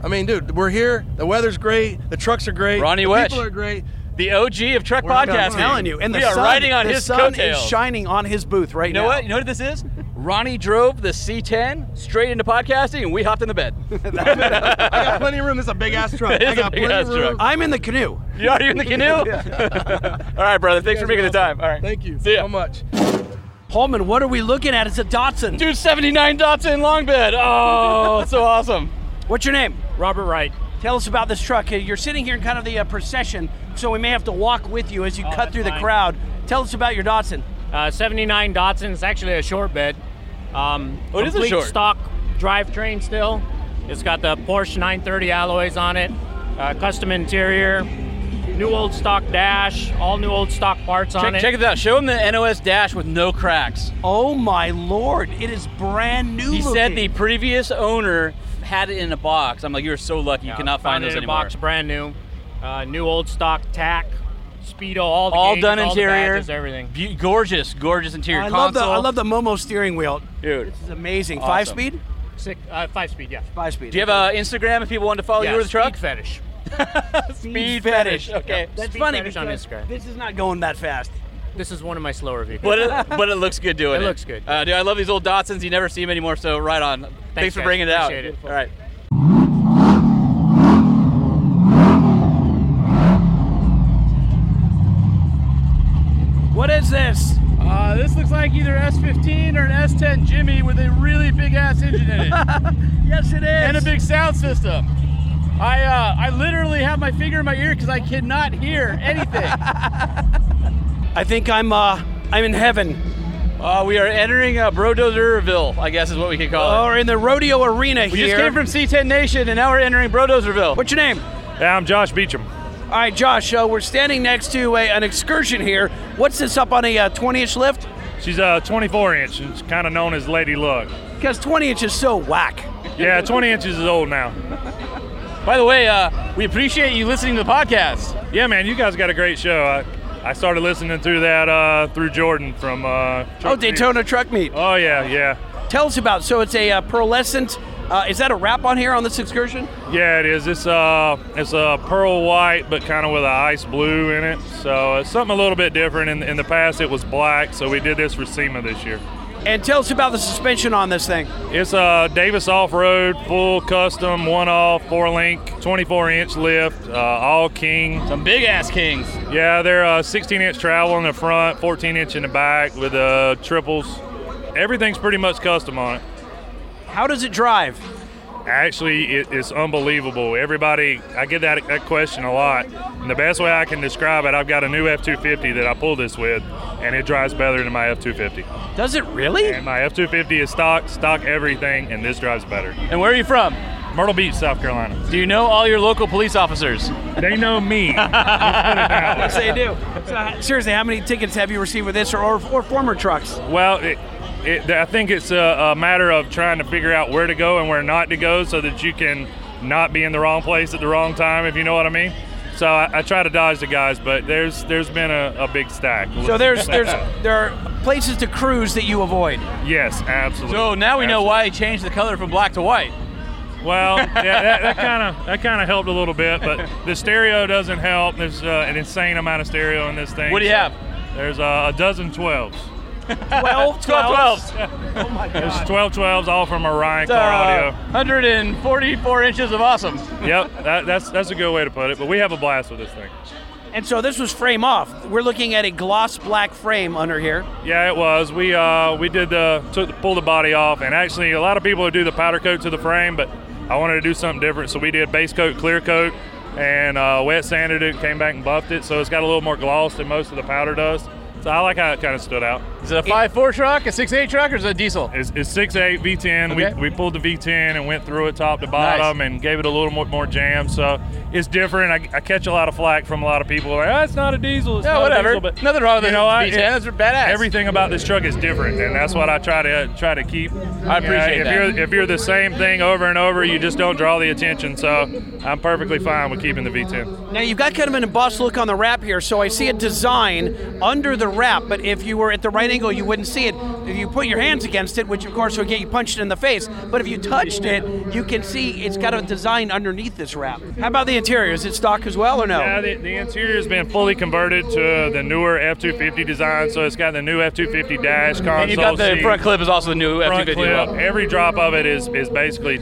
I mean, dude, we're here. The weather's great. The trucks are great.
Ronnie
the
Wetch.
People are great.
The OG of Truck
We're on
Podcast.
I'm telling you, and
we
the
are
sun-
riding on
the
his
sun
is
coattails.
shining on his booth right
you know
now.
what? You know what this is? Ronnie drove the C10 straight into podcasting, and we hopped in the bed.
I got plenty of room. It's a big ass truck.
It is
I
a
got
big
plenty of
ass
room.
truck.
I'm in the canoe.
You are you in the canoe? All right, brother. Thanks for making the time. All right.
Thank you
See ya.
so much.
Holman, what are we looking at? It's a Datsun.
Dude, 79 Datsun long bed. Oh, so awesome.
What's your name? Robert Wright. Tell us about this truck. Uh, You're sitting here in kind of the uh, procession, so we may have to walk with you as you cut through the crowd. Tell us about your Datsun.
Oh, Uh, 79 Datsun. It's actually a short bed. Um,
Oh, it is a
complete
short.
stock drivetrain still. It's got the Porsche 930 alloys on it. Uh, custom interior. New old stock dash. All new old stock parts on
Check,
it.
check it out. Show him the NOS dash with no cracks.
Oh my lord, it is brand new.
He said
looking.
the previous owner had it in a box. I'm like, you're so lucky you
Yeah,
cannot
found
find
it
those
in a
anymore.
box, brand new. Uh, new old stock tack, speedo, all the
all
gauges,
done
all the
interior,
badges, everything.
Beau- gorgeous, gorgeous interior.
I love the
console.
I love the Momo steering wheel.
Dude,
This is amazing.
Awesome.
Five speed.
Six, uh, five speed, yeah.
Five speed.
Do you have an Instagram if people want to follow
yeah,
you with the truck?
Speed fetish.
Speed fetish. Okay,
Yep.
That's
Speed
funny
fetish on
because
Instagram.
This is not going that fast.
This is one of my slower vehicles.
but it, but it looks good doing it.
It looks good.
Uh, dude, I love these old Datsuns. You never see them anymore, so right on. Thanks, for
guys.
bringing it out.
Appreciate it.
All right.
What is this?
Uh, this looks like either S15 or an S10 Jimmy with a really big ass engine in it.
yes, it is.
And a big sound system. I uh, I literally have my finger in my ear because I cannot hear anything.
I think I'm uh I'm in heaven.
Uh, we are entering uh, Brodozerville, I guess is what we could call it.
Or in the rodeo arena
We
here.
just came from C10 Nation, and now we're entering Brodozerville. What's
your name?
Yeah, I'm Josh Beecham.
All right, Josh. Uh, we're standing next to a, an excursion here. What's this up on a uh, 20-inch lift?
She's uh, a 24 inch. It's kind of known as Lady Luck.
Because 20 inch is so whack.
Yeah, 20 inches is old now.
By the way, uh, we appreciate you listening to the podcast.
Yeah, man, you guys got a great show. I, I started listening through that uh, through Jordan from. Uh,
Oh, Daytona Truck Meet.
Oh yeah, yeah.
Tell us about. So it's a uh, pearlescent. Uh, is that a wrap on here on this excursion?
Yeah, it is. It's uh, it's a uh, pearl white, but kind of with a ice blue in it. So it's something a little bit different. In, in the past, it was black, so we did this for SEMA this year.
And tell us about the suspension on this thing.
It's a Davis off-road, full custom, one-off, four-link, 24-inch lift, uh, all King.
Some big-ass Kings.
Yeah, they're uh, 16-inch travel in the front, 14-inch in the back with uh, triples. Everything's pretty much custom on it.
How does it drive?
Actually, it, it's unbelievable. Everybody, I get that, that question a lot. And the best way I can describe it, I've got a new F 250 that I pulled this with, and it drives better than my F 250.
Does it really?
And my F 250 is stock, stock everything, and this drives better.
And where are you from?
Myrtle Beach, South Carolina.
Do you know all your local police officers?
They know me.
Yes, they do. So, seriously, how many tickets have you received with this or, or, or former trucks?
Well, it, it, I think it's a, a matter of trying to figure out where to go and where not to go so that you can not be in the wrong place at the wrong time, if you know what I mean. So I, I try to dodge the guys, but there's there's been a, a big stack.
So there's there's there are places to cruise that you avoid.
Yes, absolutely.
So now we know why he changed the color from black to white.
Well, yeah, that, that kind of that kind of helped a little bit, but the stereo doesn't help. There's uh, an insane amount of stereo in this thing.
What do you have?
There's uh, a dozen twelves.
12,
12.
Oh my
There's twelve twelves, all from Orion
It's, uh,
Car Audio.
144 inches of awesome.
yep, that, that's that's a good way to put it. But we have a blast with this thing.
And so this was frame off. We're looking at a gloss black frame under here.
Yeah, it was. We uh, we did the took the, pull the body off, and actually a lot of people would do the powder coat to the frame, but I wanted to do something different, so we did base coat, clear coat, and uh, wet sanded it, came back and buffed it, so it's got a little more gloss than most of the powder does. So I like how it kind of stood out.
Is it a five four truck, a six eight truck, or is it a diesel?
It's, it's 6.8 V10.
Okay.
We, we pulled the V10 and went through it top to bottom and gave it a little more, more jam. So it's different. I, I catch a lot of flack from a lot of people. Like, oh, it's not a diesel. It's
Yeah,
not
whatever.
A diesel. But
Nothing wrong with
you
it.
know what?
It's a V10. It's badass.
Everything about this truck is different, and that's what I try to try to keep. I
appreciate
if
that.
You're, if you're the same thing over and over, you just don't draw the attention. So I'm perfectly fine with keeping the V10.
Now you've got kind of an embossed look on the wrap here, so I see a design under the wrap. But if you were at the right angle, you wouldn't see it. If you put your hands against it, which of course would get you punched in the face, but if you touched it, you can see it's got a design underneath this wrap. How about the interior? Is it stock as well or no?
Yeah, the, the interior has been fully converted to the newer F250 design, so it's got the new F250 dash console.
And you've got the
seat.
front clip is also the new
Front
F250
clip.
as well.
Every drop of it is is basically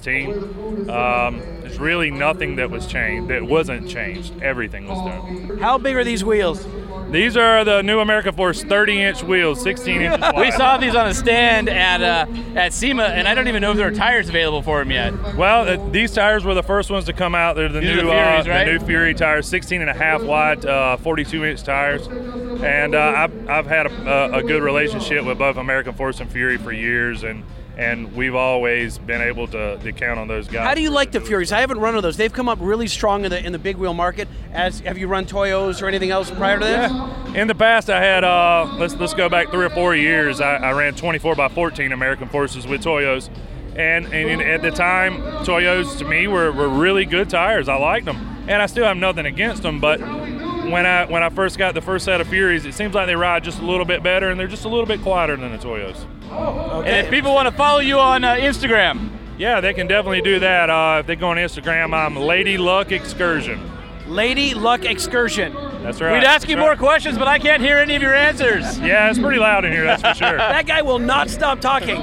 2016. Um, there's really nothing that was changed that wasn't changed. Everything was done.
How big are these wheels?
These are the new America Force 30-inch wheels, 16 inches wide.
we saw these on a stand at uh, at SEMA, and I don't even know if there are tires available for them yet.
Well, uh, these tires were the first ones to come out. They're the
These are
new
the Furies,
uh,
right?
the new Fury tires, 16 and a half wide, uh, 42 inch tires. And uh, I've, I've had a, a, a good relationship with both American Force and Fury for years, and and we've always been able to, to count on those guys.
How do you like the Furies? I haven't run one of those. They've come up really strong in the in the big wheel market. As have you run Toyos or anything else prior to this?
In the past, I had uh, let's let's go back three or four years. I, I ran 24 by 14 American Forces with Toyos, and, and at the time, Toyos to me were, were really good tires. I liked them, and I still have nothing against them. But when I when I first got the first set of Furies, it seems like they ride just a little bit better, and they're just a little bit quieter than the Toyos.
And if people want to follow you on uh, Instagram,
Yeah, they can definitely do that. Uh, if they go on Instagram, I'm Lady Luck Excursion.
Lady Luck Excursion.
That's right.
we'd ask you
That's
more
right.
questions, but I can't hear any of your answers.
Yeah, it's pretty loud in here, that's for sure.
that guy will not stop talking.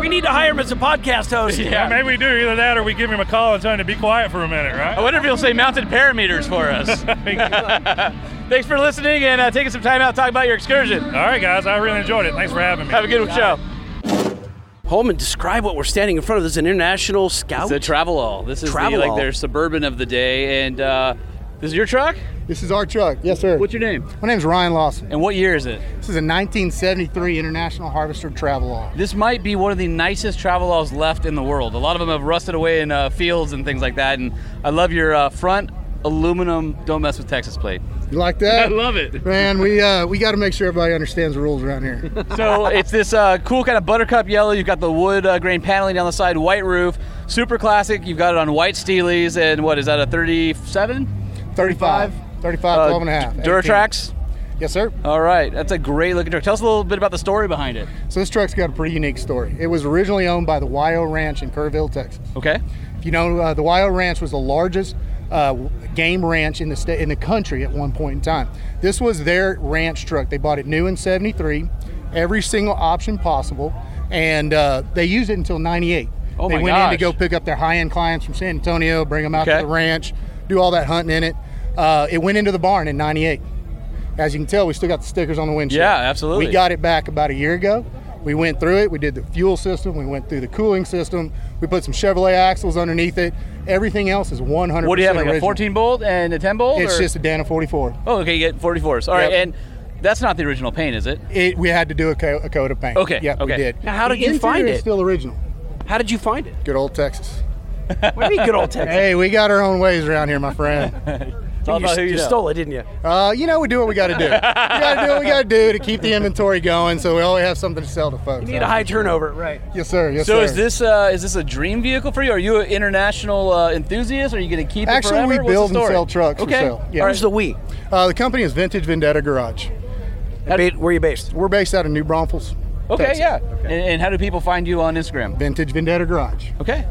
We need to hire him as a podcast host.
Yeah, maybe we do either that or we give him a call and tell him to be quiet for a minute, right?
I wonder if he'll say mounted parameters for us. Thanks for listening and uh, taking some time out to talk about your excursion. All
right, guys, I really enjoyed it. Thanks for having me.
Have a good show.
Holman, describe what we're standing in front of. This is an international scout.
It's a travel all. This is the,
travel
like their suburban of the day, and uh, this is your truck.
This is our truck. Yes, sir.
What's your name?
My name's Ryan Lawson.
And what year is it?
This is a 1973 International Harvester Travel Law.
This might be one of the nicest travel alls left in the world. A lot of them have rusted away in uh, fields and things like that. And I love your uh, front aluminum "Don't mess with Texas" plate.
You like that?
I love it.
Man, we uh, we got to make sure everybody understands the rules around here.
so it's this uh, cool kind of buttercup yellow. You've got the wood uh, grain paneling down the side, white roof, super classic. You've got it on white steelies, and what is that? A 37?
35, 35, 12 and a half. 18.
Duratrax.
Yes, sir.
All right, that's a great looking truck. Tell us a little bit about the story behind it.
So this truck's got a pretty unique story. It was originally owned by the Wyo Ranch in Kerrville, Texas.
Okay.
If you know, uh, the Wyo Ranch was the largest uh, game ranch in the state in the country at one point in time. This was their ranch truck. They bought it new in '73, every single option possible, and uh, they used it until '98.
Oh
they
my
went in to
gosh.
go pick up their high-end clients from San Antonio, bring them out
Okay.
to the ranch, do all that hunting in it. Uh, it went into the barn in '98. As you can tell, we still got the stickers on the windshield.
Yeah, absolutely.
We got it back about a year ago. We went through it. We did the fuel system. We went through the cooling system. We put some Chevrolet axles underneath it. Everything else is 100.
What do you have, like a 14 bolt and a 10 bolt?
It's
or-
just a Dana 44.
Oh, okay, you get 44s. All right,
Yep.
and that's not the original paint, is it?
It, we had to do a, co- a coat of paint.
Okay,
Yep,
okay.
we did.
Now, how did
The
you find
interior is
it?
Still original.
How did you find it?
Good old Texas.
What do you mean, good old Texas?
Hey, we got our own ways around here, my friend.
You, s- you stole it, didn't you?
Uh, you know, we do what we got to do. We got to do what we got to do to keep the inventory going, so we always have something to sell to folks.
You need a high turnover, right?
Yes, sir. Yes,
so
sir.
is this uh, is this a dream vehicle for you? Are you an international uh, enthusiast? Are you going to keep it
Actually,
forever?
we
What's the
build and
story?
sell trucks
okay.
for sale.
Where's the
we?
Uh, the company is Vintage Vendetta Garage.
where are you based?
We're based out of New Braunfels.
Okay,
Texas.
yeah. And, and how do people find you on Instagram?
Vintage Vendetta Garage.
Okay.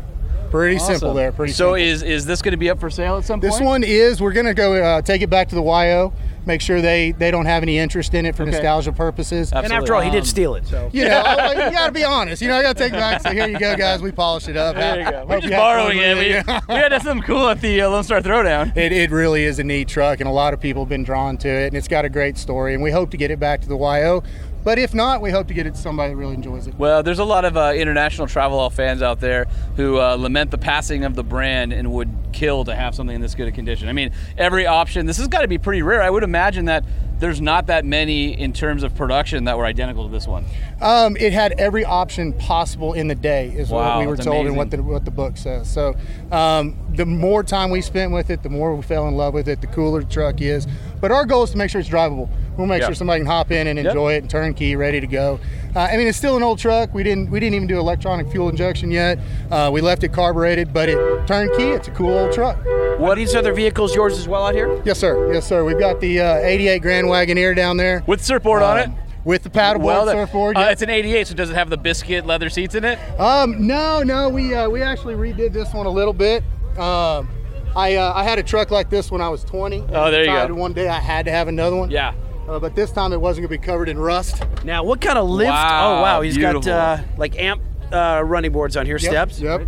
Pretty
Awesome.
simple there. Pretty simple.
so is is this going to be up for sale at some
This
point?
one is. We're gonna go uh, take it back to the YO. Make sure they they don't have any interest in it for
Okay.
nostalgia purposes.
And after all, he
Um,
did steal it. So
You know, I- like, you gotta be honest. You know, I gotta take it back. So here you go, guys. We polished it up.
There you go.
Hope
We're just
you had fun
borrowing
with
it. We, we had something cool at the uh, Lone Star Throwdown.
It, it really is a neat truck, and a lot of people have been drawn to it, and it's got a great story. And we hope to get it back to the YO, but if not, we hope to get it to somebody that really enjoys it.
Well, there's a lot of uh, international travel all fans out there who uh, lament the passing of the brand and would kill to have something in this good a condition. I mean, every option. This has got to be pretty rare. I would imagine that there's not that many in terms of production that were identical to this one.
Um, it had every option possible in the day, is
Wow,
what we were
that's
told, and what the what the book says. So, um, the more time we spent with it, the more we fell in love with it. The cooler the truck is. But our goal is to make sure it's drivable. We'll make
Yeah.
sure somebody can hop in and
Yep.
enjoy it, and turnkey, ready to go. Uh, I mean, it's still an old truck. We didn't we didn't even do electronic fuel injection yet. Uh, we left it carbureted, but it turnkey. It's a cool old truck.
What these other vehicles yours as well out here?
Yes, sir. Yes, sir. We've got the uh, 88 Grand Wagoneer down there
with surfboard
on it. with the paddleboard
that-
surfboard.
uh,
yep.
It's an 88, so does it have the biscuit leather seats in it?
Um, no, no, we uh, we actually redid this one a little bit. Um, I uh, I had a truck like this when I was 20.
Oh, there you go.
Decided One day I had to have another one.
Yeah.
Uh, but this time it wasn't gonna be covered in rust.
Now, what kind of lift? oh wow, he's got uh, like amp uh, running boards on here,
Yep,
steps.
Yep.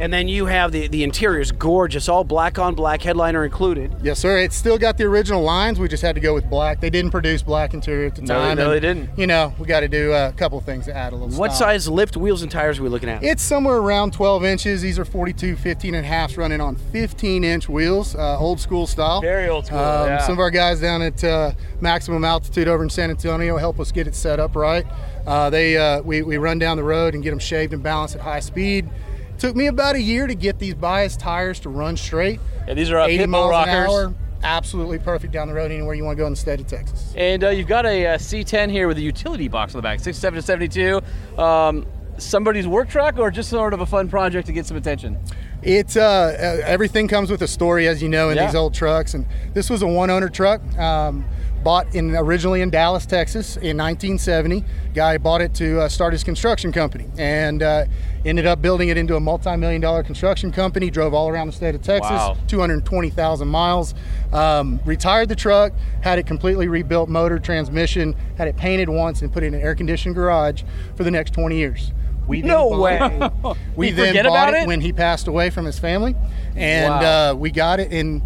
And then you have the the interior is gorgeous, all black on black, headliner included.
Yes, sir. It's still got the original lines. We just had to go with black. They didn't produce black interior at the
No,
time.
no,
and,
they didn't.
You know, we got to do uh, a couple things to add a little.
What
style.
size lift, wheels, and tires are we looking at?
It's somewhere around 12 inches. These are 42, 15 and a halfs running on 15 inch wheels, uh, old school style. Um,
Very old school, yeah.
Some of our guys down at uh, Maximum Altitude over in San Antonio help us get it set up right. Uh, they uh, we, we run down the road and get them shaved and balanced at high speed. Took me about a year to get these bias tires to run straight.
Yeah, these are, uh,
80
Pitbull
miles an
rockers.
hour. Absolutely perfect down the road anywhere you want to go in the state of Texas.
And uh, you've got a uh, C10 here with a utility box on the back, 67 to 72. Um, somebody's work truck or just sort of a fun project to get some attention?
It's uh, uh, everything comes with a story, as you know, in
Yeah.
these old trucks. And this was a one-owner truck, um, bought in originally in Dallas, Texas, in 1970. Guy bought it to uh, start his construction company, and uh, ended up building it into a multi-million-dollar construction company. Drove all around the state of Texas,
Wow.
220,000 miles. Um, retired the truck, had it completely rebuilt, motor, transmission, had it painted once, and put it in an air-conditioned garage for the next 20 years. We then
No
bought
way.
it. We
You
then
forget
bought
about
it
it?
when he passed away from his family, and
Wow.
uh, we got it and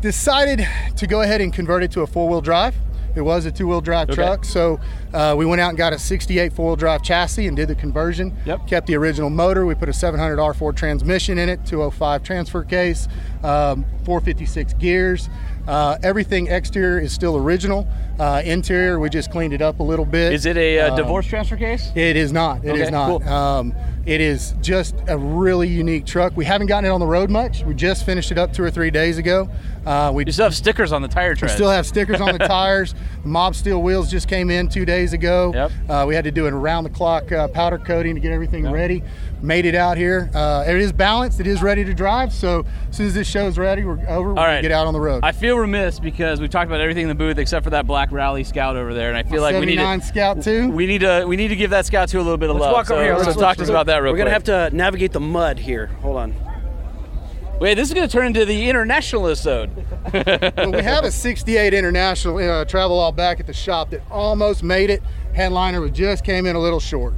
decided to go ahead and convert it to a four-wheel drive. It was a two-wheel drive
Okay.
truck, so uh, we went out and got a 68 four-wheel drive chassis and did the conversion. Yep. Kept the original motor. We put a 700 R4 transmission in it, 205 transfer case, um, 456 gears. Uh, everything exterior is still original. Uh, interior, we just cleaned it up a little bit.
Is it a uh,
Um,
divorce transfer case?
it is not. It is
Okay,
not.
cool.
Um, it is just a really unique truck. We haven't gotten it on the road much. We just finished it up two or three days ago. Uh, we
You still have stickers on the tire
we
tread.
still have stickers on the tires. The mob steel wheels just came in two days ago. Yep. Uh, we had to do an around the clock uh, powder coating to get everything ready. Made it out here. Uh, it is balanced. It is ready to drive. So as soon as this show is ready, we're over. All
right.
get out on the road.
I feel remiss because we've talked about everything in the booth except for that black rally scout over there, and I feel like we need
79
to,
Scout too.
we need to we need to give that scout to a little bit of
Let's
love.
walk over
So
here.
let's
Let's
talk to us about that real
We're
quick.
gonna have to navigate the mud here. Hold on.
Wait, this is gonna turn into the internationalist zone.
Well, we have a 68 International uh, travel all back at the shop that almost made it. Headliner was just came in a little short.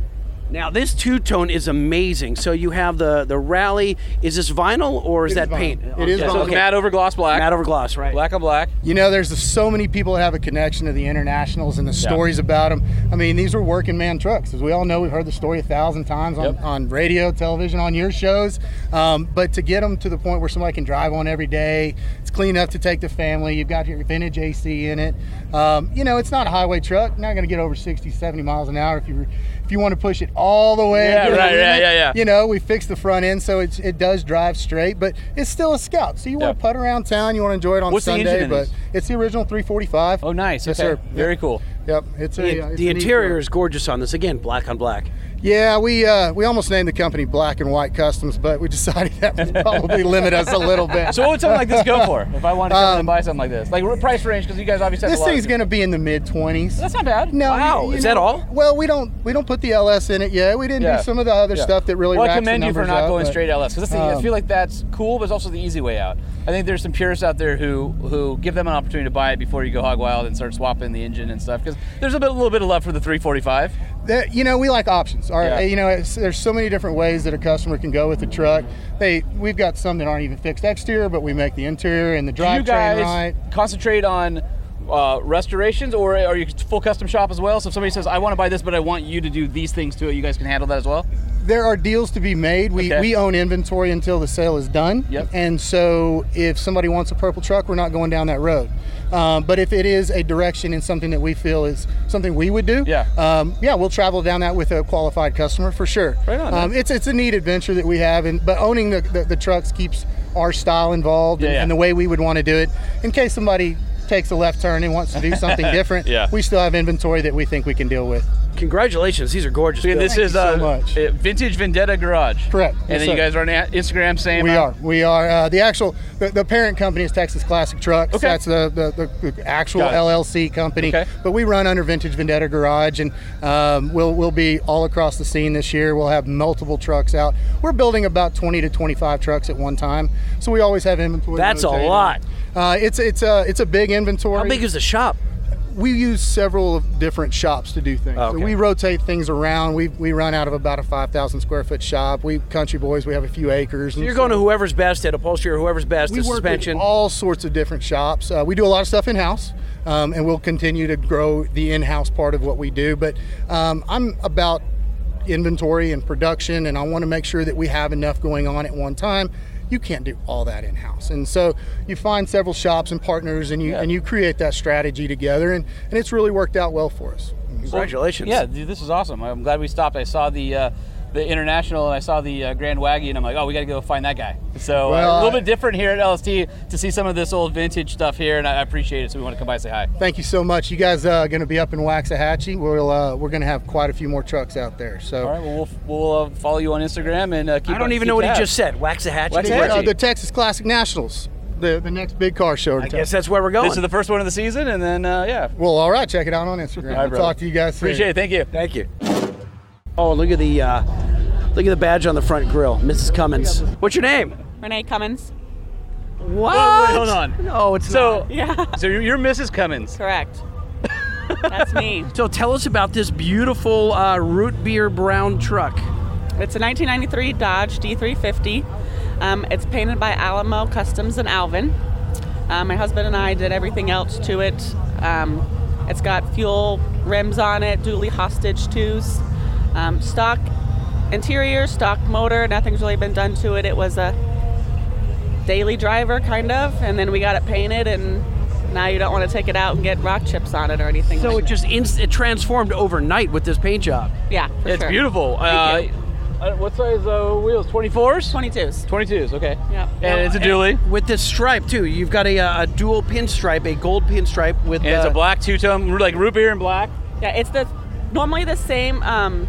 Now this two tone is amazing. So you have the the rally. Is this vinyl or
It
is
is
that paint?
vinyl. It is
Okay,
vinyl. So it's matte
over gloss black.
Matte over gloss, right?
Black on black.
You know, there's so many people that have a connection to the internationals and the
Yeah.
stories about them. I mean, these were working man trucks. As we all know, we've heard the story a thousand times on,
Yep.
on radio, television, on your shows. Um, but to get them to the point where somebody can drive on every day, it's clean enough to take the family. You've got your vintage AC in it. Um, you know, it's not a highway truck. You're not going to get over 60, 70 miles an hour if you if you want to push it all the way.
Yeah,
you know,
right,
in
yeah,
it.
yeah, yeah.
You know, we fixed the front end so it's, it does drive straight, but it's still a scout. So you want to putt around town, you want to enjoy it on
What's the
Sunday,
engine in
but
these?
it's the original 345. Oh,
nice.
Yes,
okay.
sir.
Very
Yep.
cool.
Yep. It's a,
The,
uh, it's
the
a neat
interior
truck.
is gorgeous on this. Again, black on black.
Yeah, we uh, we almost named the company Black and White Customs, but we decided that would probably limit us a little bit. Um,
So what would something like this go for? If I wanted to come and buy something like this, like r- price range, because you guys obviously have
This
a lot of-
thing's going to be in the mid 20s.
That's not bad.
No.
Wow, is that all?
Well, we don't we don't put the LS in it yet. We didn't
Yeah.
do some of the other
Yeah.
stuff that really.
Well, I
racks the
commend you for
numbers
not
up,
going
but,
straight LS because I
um,
feel like that's cool, but it's also the easy way out. I think there's some purists out there who who give them an opportunity to buy it before you go hog wild and start swapping the engine and stuff because there's a bit, a little bit of love for the 345.
that you know we like options All right,
Yeah.
you know it's, there's so many different ways that a customer can go with the truck they we've got some that aren't even fixed exterior but we make the interior and the
Do you
drivetrain
guys
right
concentrate on uh, restorations or are you full custom shop as well? So if somebody says, "I want to buy this, but I want you to do these things to it," you guys can handle that as well.
there are deals to be made we,
Okay.
we own inventory until the sale is done
Yep.
and so if somebody wants a purple truck we're not going down that road um, but if it is a direction and something that we feel is something we would do yeah um, yeah we'll travel down that with a qualified customer for sure
Right on,
um,
man.
it's it's a neat adventure that we have and but owning the, the, the trucks keeps our style involved and,
Yeah, yeah.
and the way we would want to do it in case somebody takes a left turn and wants to do something different
Yeah.
we still have inventory that we think we can deal with
Congratulations, these are gorgeous.
And this
Bill.
is uh, uh, Vintage Vendetta Garage.
Correct.
And
Yes,
then
sir.
you guys are on a- Instagram, same.
We
uh,
are. We are. Uh, the actual the, the parent company is Texas Classic Trucks.
Okay.
That's the the, the, the actual
Got it.
LLC company.
Okay.
But we run under Vintage Vendetta Garage, and um, we'll we'll be all across the scene this year. We'll have multiple trucks out. We're building about 20 to 25 trucks at one time, so we always have inventory.
That's a
rotating.
lot.
Uh, it's it's a it's a big inventory. How big
is the shop?
We use several of different shops to do things.
Oh, Okay.
So we rotate things around. We, we run out of about a 5,000 square foot shop. We country boys. We have a few acres.
So
and
you're
so-
going to whoever's best at upholstery or whoever's best
we
at
work
suspension.
with all sorts of different shops. Uh, we do a lot of stuff in house, um, and we'll continue to grow the in house part of what we do. But um, I'm about inventory and production, and I want to make sure that we have enough going on at one time. You can't do all that in house, and so you find several shops and partners, and you and you create that strategy together, and, and it's really worked out well for us.
Congratulations.
Yeah, dude, this is awesome. I'm glad we stopped. I saw the uh, the international and I saw the uh, Grand Waggy, and I'm like, oh, we got to go find that guy. So uh,
Well,
a little
I-
bit different here at LST to see some of this old vintage stuff here, and I I appreciate it. So we want to come by and say hi.
Thank you so much. You guys uh, are going to be up in Waxahachie. We'll uh, we're going to have quite a few more trucks out there. So
All right, well, we'll, we'll uh, follow you on Instagram and uh, keep.
I don't
on-
even
keep
know what he
tabs.
just said.
Waxahachie.
The, uh,
Waxahachie.
the Texas Classic Nationals, the, the next big car show.
I guess that's where
we're
This is the first one of the season, and then uh, yeah.
well, all right. Check it out on Instagram.
All right,
I'll
brother.
talk to you guys. Soon.
Appreciate it. Thank you.
Thank you. Oh, look at the uh, look at the badge on the front grill, Mrs. Cummins. What's your name?
Renee Cummins.
What?
Whoa, wait, hold on.
No, it's
so.
Yeah.
So you're, you're Mrs. Cummins.
Correct. That's me.
So tell us about this beautiful uh, root beer brown truck.
It's a 1993 Dodge D350. Um, it's painted by Alamo Customs in Alvin. Um, my husband and I did everything else to it. Um, it's got fuel rims on it, dually hostage twos, um, stock interior, stock motor. Nothing's really been done to it. It was a daily driver, kind of, and then we got it painted, and now you don't want to take it out and get rock chips on it or anything.
So
like
it just inst- it transformed overnight with this paint job.
Yeah, for
It's
sure.
beautiful.
Thank you.
Uh, what size uh, wheels? 24s?
22s.
22s, okay.
Yeah.
Now,
it's a dually.
with this stripe too. You've got a, uh, a dual pinstripe, a gold pinstripe with.
And it's
the-
a black two tone, like root beer and black.
Yeah, it's the normally the same um,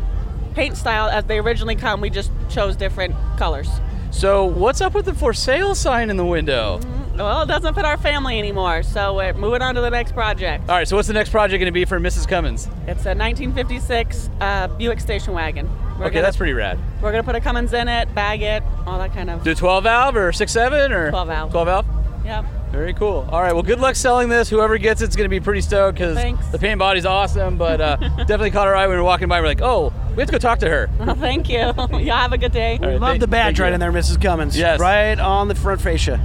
paint style as they originally come. We just chose different colors.
So what's up with the for sale sign in the window?
Mm-hmm.
Well, it doesn't fit our family anymore, so we're moving on to the next project.
All right, so what's the next project going to be for Mrs. Cummins?
It's a 1956 uh, Buick station wagon. We're
okay,
gonna,
that's pretty rad.
We're gonna put a Cummins in it, bag it, all that kind of.
Do 12 valve or 6 7 or
12 valve.
12 valve?
Yeah.
Very cool. All right, well, good luck selling this. Whoever gets it's going to be pretty stoked because
Thanks.
the paint body's awesome, but uh, definitely caught our eye when we were walking by. We're like, oh, we have to go talk to her.
Oh, thank you. Y'all have a good day.
We love the badge right in there, Mrs. Cummins.
Yes.
Right on the front fascia.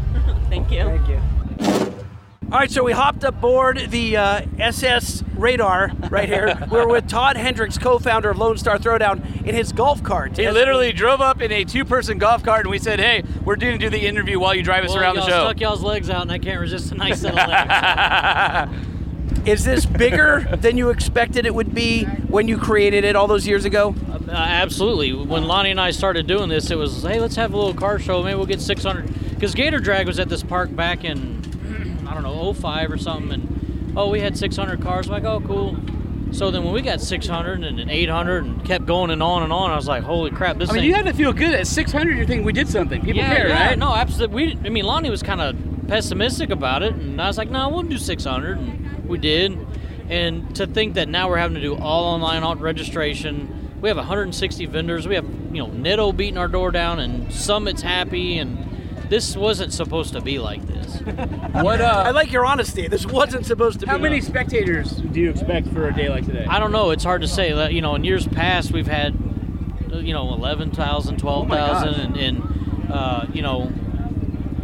Thank you. Thank you.
All right, so we hopped aboard the uh, SS Radar right here. We're with Todd Hendricks, co-founder of Lone Star Throwdown, in his golf cart.
He literally drove up in a two person golf cart and we said, hey, we're going to do the interview while you drive us
Well,
around the
y'all
show.
Stuck y'all's legs out, and I can't resist a nice little leg.
Is this bigger than you expected it would be when you created it all those years ago?
Uh, absolutely. When Lonnie and I started doing this, it was, hey, let's have a little car show. Maybe we'll get 600. Because Gator Drag was at this park back in, I don't know, 05 or something. And, oh, we had 600 cars. I'm like, oh, cool. So then when we got 600 and then 800 and kept going and on and on, I was like, holy crap, this
I mean,
thing.
you had to feel good at 600. You're thinking we did something. People
yeah,
care,
yeah,
right?
No, absolutely. We, I mean, Lonnie was kind of pessimistic about it, and I was like, "No, we'll do 600," and we did. And to think that now we're having to do all online all registration. We have 160 vendors. We have you know Nitto beating our door down, and Summit's happy, and this wasn't supposed to be like this.
What? Uh, I like your honesty. This wasn't supposed to
How
be.
many
spectators do you expect for a day like today?
I don't know. It's hard to say. Like, You know, in years past, we've had, uh, you know, 11,000, 12,000, and, and uh, you know,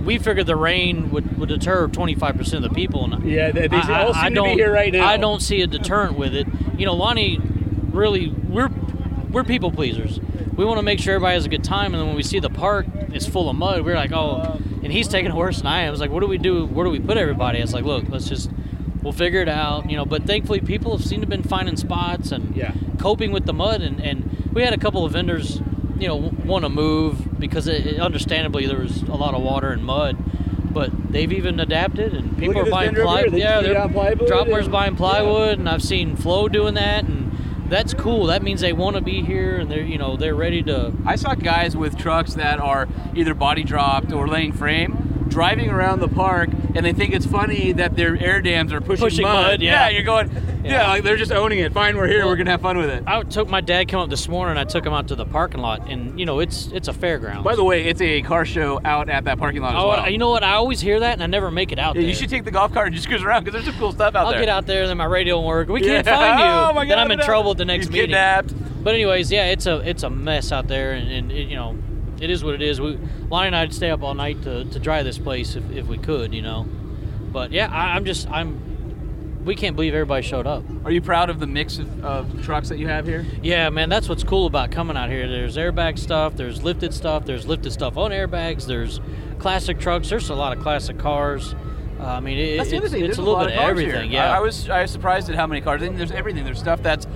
we figured the rain would, would deter 25% of the people. And
Yeah, they- they all seem to be here right now.
I don't see a deterrent with it. You know, Lonnie, really, we're we're people pleasers. We want to make sure everybody has a good time, and then when we see the park is full of mud, we're like, oh. And he's taking it worse than I am. It's like, what do we do? Where do we put everybody? It's like, look, let's just we'll figure it out, you know. But thankfully, people have seemed to been finding spots and coping with the mud. And, and we had a couple of vendors, you know, want to move because it, it- understandably there was a lot of water and mud. But they've even adapted, and people
at
are
this
buying
vendor over here.
plywood.
They
Yeah,
just laid
they're
out plywood
Dropler's
and-
buying plywood, and I've seen Flo doing that, and that's cool. That means they want to be here and they're you know they're ready to.
I saw guys with trucks that are either body dropped or laying frame driving around the park and they think it's funny that their air dams are pushing,
Pushing mud, yeah.
you're going, yeah, like they're just owning it. Fine, we're here, we're going to have fun with it.
I took my dad come up this morning. I took him out to the parking lot, and you know it's it's a fairground.
By the way, it's a car show out at that parking lot as
Oh,
well.
you know what? I always hear that, and I never make it out
Yeah,
there.
you should take the golf cart and just cruise around because there's some cool stuff out
I'll
there.
get out there, then my radio won't work. We
Yeah.
can't find you.
Oh, my
then
God,
I'm in
no.
trouble at the next
He's
meeting.
kidnapped.
But anyways, yeah, it's a it's a mess out there, and, and it, you know, it is what it is. We Lonnie and I'd stay up all night to, to dry this place if, if we could, you know. But yeah, I, I'm just I'm. We can't believe everybody showed up.
Are you proud of the mix of, of trucks that you have here?
Yeah, man, that's what's cool about coming out here. There's airbag stuff, there's lifted stuff, there's lifted stuff on airbags, there's classic trucks, there's a lot of classic cars. Uh, I mean, it,
That's the other
it's,
thing.
it's
there's
a little
lot
bit of,
cars here.
everything.
I,
Yeah,
I was I was surprised at how many cars. And there's everything. There's stuff that's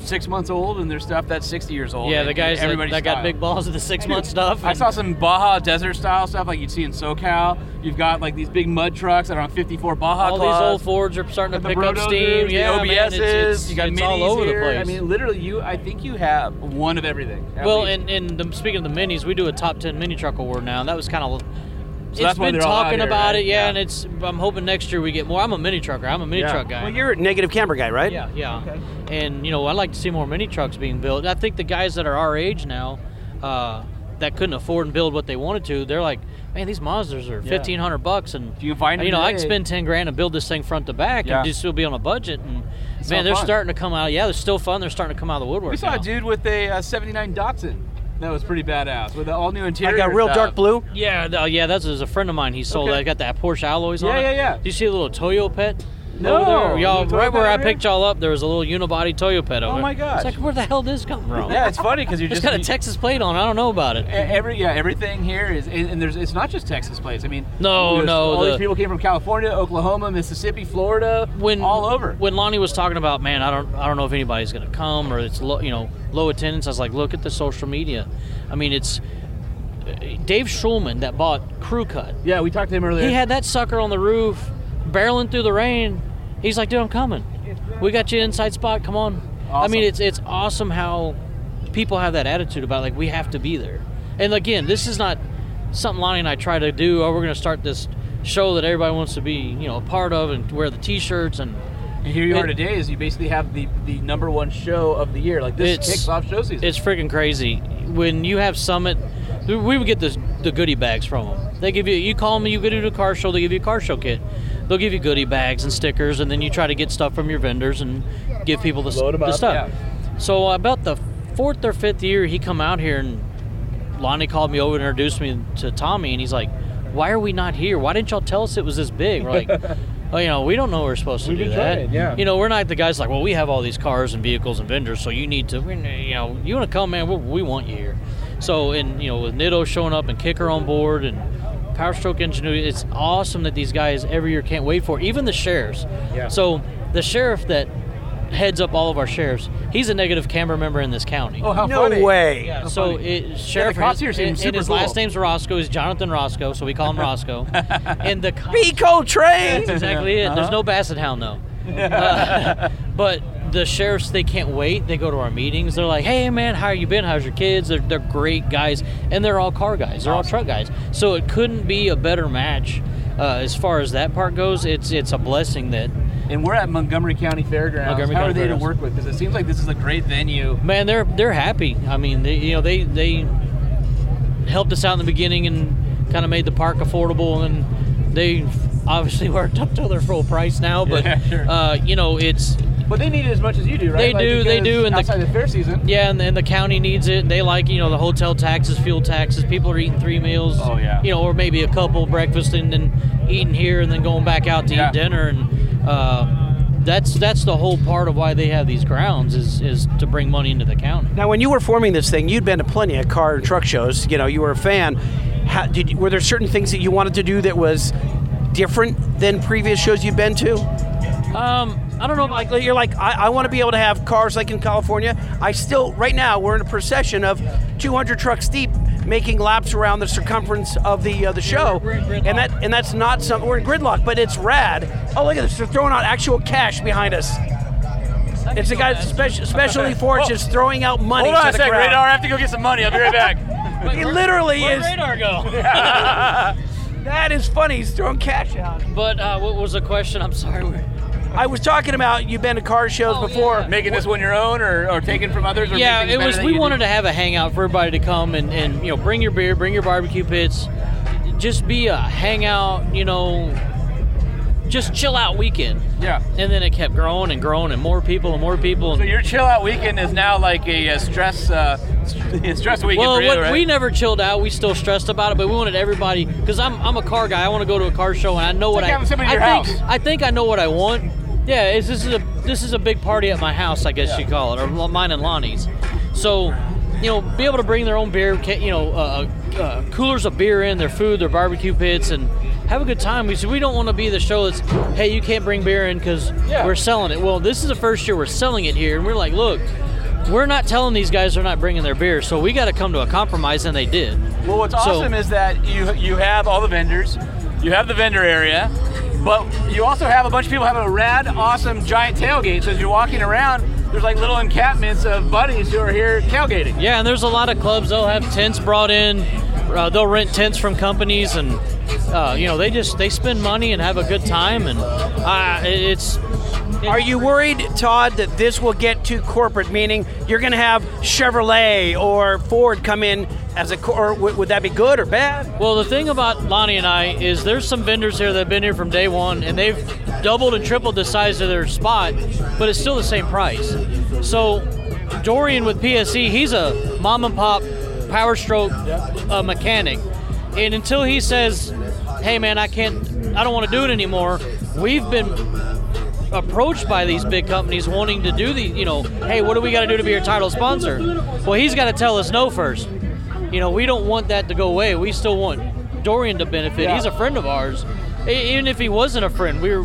six months old, and there's stuff that's sixty years old.
Yeah,
and
the guys that-
everybody's
that got
style.
big balls of the six month stuff.
I saw some Baja Desert style stuff like you'd see in SoCal. You've got like these big mud trucks that are on 54 Baja.
all
claws.
these old Fords are starting to
the
pick up
Brodozers,
steam.
the
yeah,
OBSs,
man, it's, it's,
you got
it's
minis
all over
here.
the place.
I mean, literally, you. I think you have one of everything. at
well,
least.
and, and the, speaking of the minis, we do a top ten mini truck award now. and That was kind of. It's
that's why
been
they're all out
talking
here,
about
right?
it, yeah, and it's. I'm hoping next year we get more. I'm a mini trucker. I'm a mini truck guy.
Well, you're a negative camera guy, right?
Yeah, yeah. And you know, I like to see more mini trucks being built. I think the guys that are our age now, uh, that couldn't afford and build what they wanted to, they're like, man, these Mazdas are
Yeah.
fifteen hundred bucks, and uh,
you find
know,
them
I can
today.
spend ten grand and build this thing front to back,
Yeah.
and just still be on a budget. And
It's
man,
not
they're
fun.
starting to come out. Yeah, they're still fun. They're starting to come out of the woodwork.
we saw
now.
a dude with a uh, 79 Datsun. That was pretty badass with the all new interior. stuff.
blue.
uh, Yeah, th- yeah, that's, that's a friend of mine. He sold.
Okay.
that. got that Porsche alloys on
Yeah,
it.
yeah, yeah.
Do you see a little Toyo pet?
No,
over there? y'all.
little Toyo
Right where
Pet
I
over here?
picked y'all up, there was a little unibody Toyo pet over.
Oh my
It's
gosh!
like, where the hell did this come from?
Yeah, it's funny because you
It's
just
got a Texas plate on. I don't know about it.
E- Every yeah, everything here is, and and there's it's not just Texas plates. I mean,
No,
there's-
no,
all
the-
these people came from California, Oklahoma, Mississippi, Florida,
when
all over.
When Lonnie was talking about, man, I don't, I don't know if anybody's gonna come or it's low, you know, low attendance. I was like, look at the social media. I mean, it's uh, Dave Schulman that bought Crew Cut.
Yeah, we talked to him earlier.
He had that sucker on the roof, barreling through the rain. He's like, dude, I'm coming. We got you inside spot. Come on. I mean, it's it's awesome how people have that attitude about like we have to be there. And again, this is not something Lonnie and I try to do. Oh, we're gonna start this show that everybody wants to be, you know, a part of and wear the T-shirts and.
And here you are today, is you basically have the the number one show of the year. Like this kicks off show season.
It's freaking crazy. When you have Summit, we we would get the the goodie bags from them. They give you you call them, you go to a car show, they give you a car show kit. They'll give you goodie bags and stickers, and then you try to get stuff from your vendors and give people the, s-
Load 'em
the
up,
stuff. So uh, about the fourth or fifth year, he come out here and Lonnie called me over and introduced me to Tommy, and he's like, "Why are we not here? Why didn't y'all tell us it was this big?" We're like, "Oh, you know, we don't know we're supposed to
We've
do
been
that."
trying, yeah.
You know, we're not the guys like, "Well, we have all these cars and vehicles and vendors, so you need to, we- you know, you want to come, man. We, we want you here." So, and you know, with Nitto showing up and Kicker on board and Power Stroke Ingenuity, it's awesome that these guys every year can't wait for it. Even the sheriffs.
Yeah.
So the sheriff that heads up all of our sheriffs, he's a negative camera member in this county.
Oh, how No funny. way.
Yeah,
How
so
funny. Yeah,
it,
the
Sheriff
cops here
and-
seem
and
super
his
cool.
last name's Roscoe. Is Jonathan Roscoe, so we call him Roscoe. and the cops,
Pico train.
That's exactly it.
Uh-huh.
There's no Basset Hound though. Uh, but the sheriffs, they can't wait. They go to our meetings. They're like, "Hey, man, how you been? How's your kids?" They're, they're great guys, and they're all car guys. They're all truck guys. So it couldn't be a better match uh, as far as that part goes. It's it's a blessing that.
And we're at Montgomery County Fairgrounds.
Montgomery
How
County
are they
Fairgrounds.
to work with? Because it seems like this is a great venue.
Man, they're they're happy. I mean, they, you know, they they helped us out in the beginning and kind of made the park affordable, and they obviously worked up to their full price now. But uh, you know, it's
But they need it as much as you do, right?
They
Like,
do, they
because
do, and the-
outside the, fair season.
yeah, and, and the county needs it. They like you know the hotel taxes, fuel taxes. People are eating three meals.
Oh, yeah.
You know, or maybe a couple breakfast and then eating here and then going back out to eat dinner and. Uh, that's that's the whole part of why they have these grounds is is to bring money into the county.
Now, when you were forming this thing, you'd been to plenty of car and truck shows. You know, you were a fan. How, did you- were there certain things that you wanted to do that was different than previous shows you've been to?
Um, I don't know.
Like you're like, I, I want to be able to have cars like in California. I still, right now, we're in a procession of 200 trucks deep, making laps around the circumference of the uh, the show, and that and that's not something we're in gridlock, but it's rad. Oh, look at this! They're throwing out actual cash behind us. It's a guy speci- specially fortunate is throwing out money
Hold on
to
a
the
second,
crowd.
Radar. I have to go get some money. I'll be right back.
He literally
Where'd
is.
Radar
go?
that is funny. He's throwing cash out.
But uh, what was the question? I'm sorry.
I was talking about you've been to car shows before.
Making this one your own or, or taking from others? Or
yeah,
make things
it
better
was.
than
We
you
wanted
do?
to have a hangout for everybody to come and, and you know bring your beer, bring your barbecue pits, just be a hangout. You know, just chill out weekend.
Yeah.
And then it kept growing and growing, and more people and more people.
So your chill out weekend is now like a, uh stress uh, st- stress weekend
well,
for you,
what-
right?
we never chilled out. We still stressed about it, but we wanted everybody because I'm, I'm a car guy. I want to go to a car show, and I know
It's
what
like
I.
having somebody at
I
your
think
house.
I think I know what I want. Yeah, it's, this is a this is a big party at my house, I guess you call it, or lo- mine and Lonnie's. So, you know, be able to bring their own beer, ca- you know, uh, uh, coolers of beer in, their food, their barbecue pits, and have a good time. We said we don't want to be the show that's, hey, you can't bring beer in because we're selling it. Well, this is the first year we're selling it here, and we're like, look, we're not telling these guys they're not bringing their beer, so we got to come to a compromise, and they did.
Well, what's awesome is that you you have all the vendors, you have the vendor area, but you also have a bunch of people having a rad, awesome giant tailgate. So as you're walking around, there's like little encampments of buddies who are here tailgating.
Yeah, and there's a lot of clubs. They'll have tents brought in. Uh, they'll rent tents from companies, and uh, you know they just they spend money and have a good time. And uh, it- it's
Are you worried, Todd, that this will get too corporate? Meaning you're going to have Chevrolet or Ford come in as a cor- or would would that be good or bad?
Well, the thing about Lonnie and I is there's some vendors here that have been here from day one, and they've doubled and tripled the size of their spot, but it's still the same price. So Dorian with PSE, he's a mom and pop power stroke uh, mechanic, and until he says, "Hey, man, I can't, I don't want to do it anymore," we've been approached by these big companies wanting to do the, you know, hey, what do we got to do to be your title sponsor? Well, he's got to tell us no first. You know, we don't want that to go away. We still want Dorian to benefit.
Yeah.
He's a friend of ours. E- Even if he wasn't a friend, we're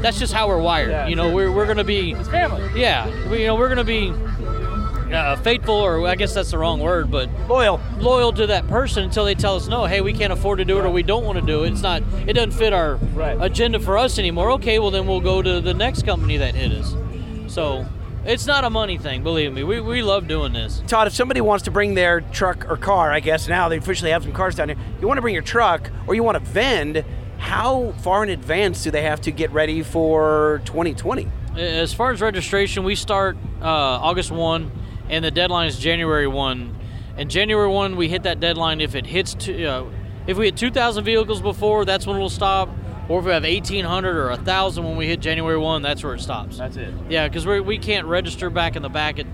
that's just how we're wired.
Yeah,
you know,
sure.
we're, we're going to be
Family.
yeah, we, you know, we're going to be uh, faithful, or I guess that's the wrong word, but
loyal,
loyal to that person until they tell us no. Hey, we can't afford to do it, or we don't want to do it. It's not, it doesn't fit our agenda for us anymore. Okay, well then we'll go to the next company that hit us. So it's not a money thing, believe me. We we love doing this.
Todd, if somebody wants to bring their truck or car, I guess now they officially have some cars down here. You want to bring your truck or you want to vend? How far in advance do they have to get ready for 2020?
As far as registration, we start uh, August 1, and the deadline is January 1. And January 1, we hit that deadline. If it hits, two, uh, if we hit 2,000 vehicles before, that's when we'll stop. Or if we have 1,800 or 1,000 when we hit January 1, that's where it stops. That's
it.
Yeah, because we can't register back in the back. It,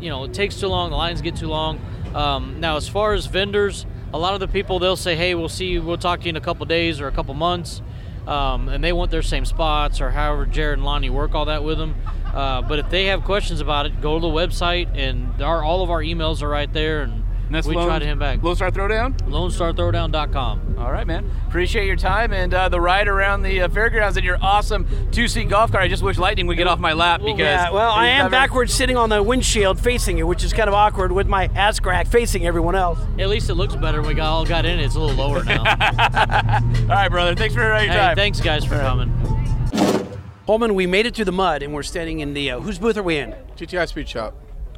you know, it takes too long. The lines get too long. Um, now, as far as vendors, a lot of the people they'll say, "Hey, we'll see you. We'll talk to you in a couple days or a couple months," um, and they want their same spots or however Jared and Lonnie work all that with them. Uh, but if they have questions about it, go to the website and there are, all of our emails are right there, and,
And that's
we
Lone-
try to him back.
Lone Star Throwdown.
LoneStarThrowdown.com.
All right, man. Appreciate your time and uh, the ride around the uh, fairgrounds in your awesome two-seat golf cart. I just wish Lightning would get off my lap because
Oh, yeah, well, I
he's
am
never-
backwards sitting on the windshield facing you, which is kind of awkward with my ass crack facing everyone else.
At least it looks better. when We got all got in. it. It's a little lower now.
all right, brother. Thanks for uh, your
hey,
time.
Thanks, guys, for coming.
Holman, we made it through the mud and we're standing in the. Uh, whose booth are we in?
TTI Speed Shop.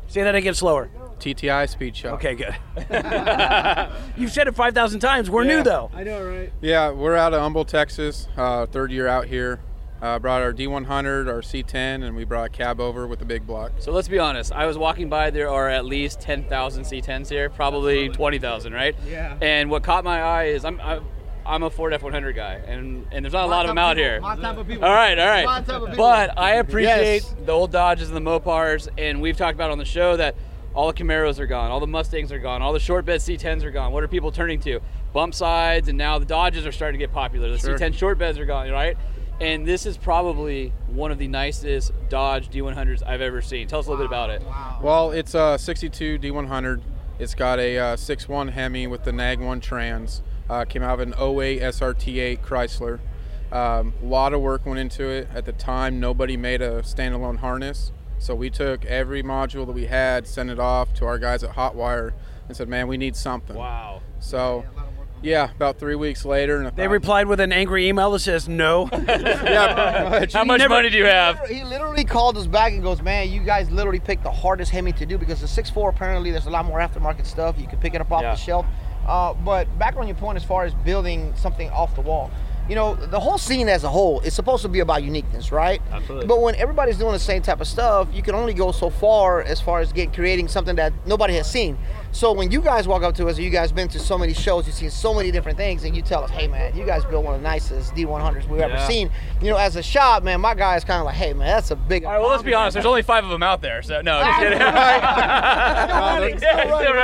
Say that again slower.
TTI Speed Shop.
Okay, good. You've said it 5,000 times. We're new,
Yeah.
though.
I know, right? Yeah, we're out of Humble, Texas. Uh, third year out here. Uh, brought our D100, our C10, and we brought a cab over with a big block.
So let's be honest. I was walking by. There are at least ten thousand C10s here, probably twenty thousand, right?
Yeah.
And what caught my eye is I'm I'm, I'm a Ford F100 guy, and and there's not a lot of them out here. All right, all
My type of
right.
people.
But I appreciate
Yes.
the old Dodges and the Mopars, and we've talked about on the show that all the Camaros are gone, all the Mustangs are gone, all the short bed C10s are gone. What are people turning to? Bump sides, and now the Dodges are starting to get popular. The
Sure.
C10 short beds are gone, right? And this is probably one of the nicest Dodge D100s I've ever seen. Tell us a little bit about it.
Well, it's uh, a 62 D100. It's got a uh, 6.1 Hemi with the Nag 1 trans. Uh, came out of an 08 SRT8 Chrysler. A lot of work went into it. At the time, nobody made a standalone harness. So we took every module that we had, sent it off to our guys at Hotwire, and said, man, we need something. Wow. So Yeah, about three weeks later, and
They replied with an angry email that says no.
yeah, pretty
How much money do you have?
He literally called us back and goes, "Man, you guys literally picked the hardest Hemi to do because the 6.4 apparently there's a lot more aftermarket stuff. You can pick it up off
Yeah.
the shelf." Uh, but back on your point as far as building something off the wall, you know, the whole scene as a whole is supposed to be about uniqueness, right?
Absolutely.
But when everybody's doing the same type of stuff, you can only go so far as far as getting creating something that nobody has seen. So when you guys walk up to us, you guys been to so many shows, you've seen so many different things, and you tell us, "Hey, man, you guys built one of the nicest D100s we've ever
Yeah.
seen." You know, as a shop, man, my guy is kind of like, "Hey, man, that's a big."
All right, well, let's be honest. There's only five of them out there, so no, just kidding. Yeah, still running,
running, still running,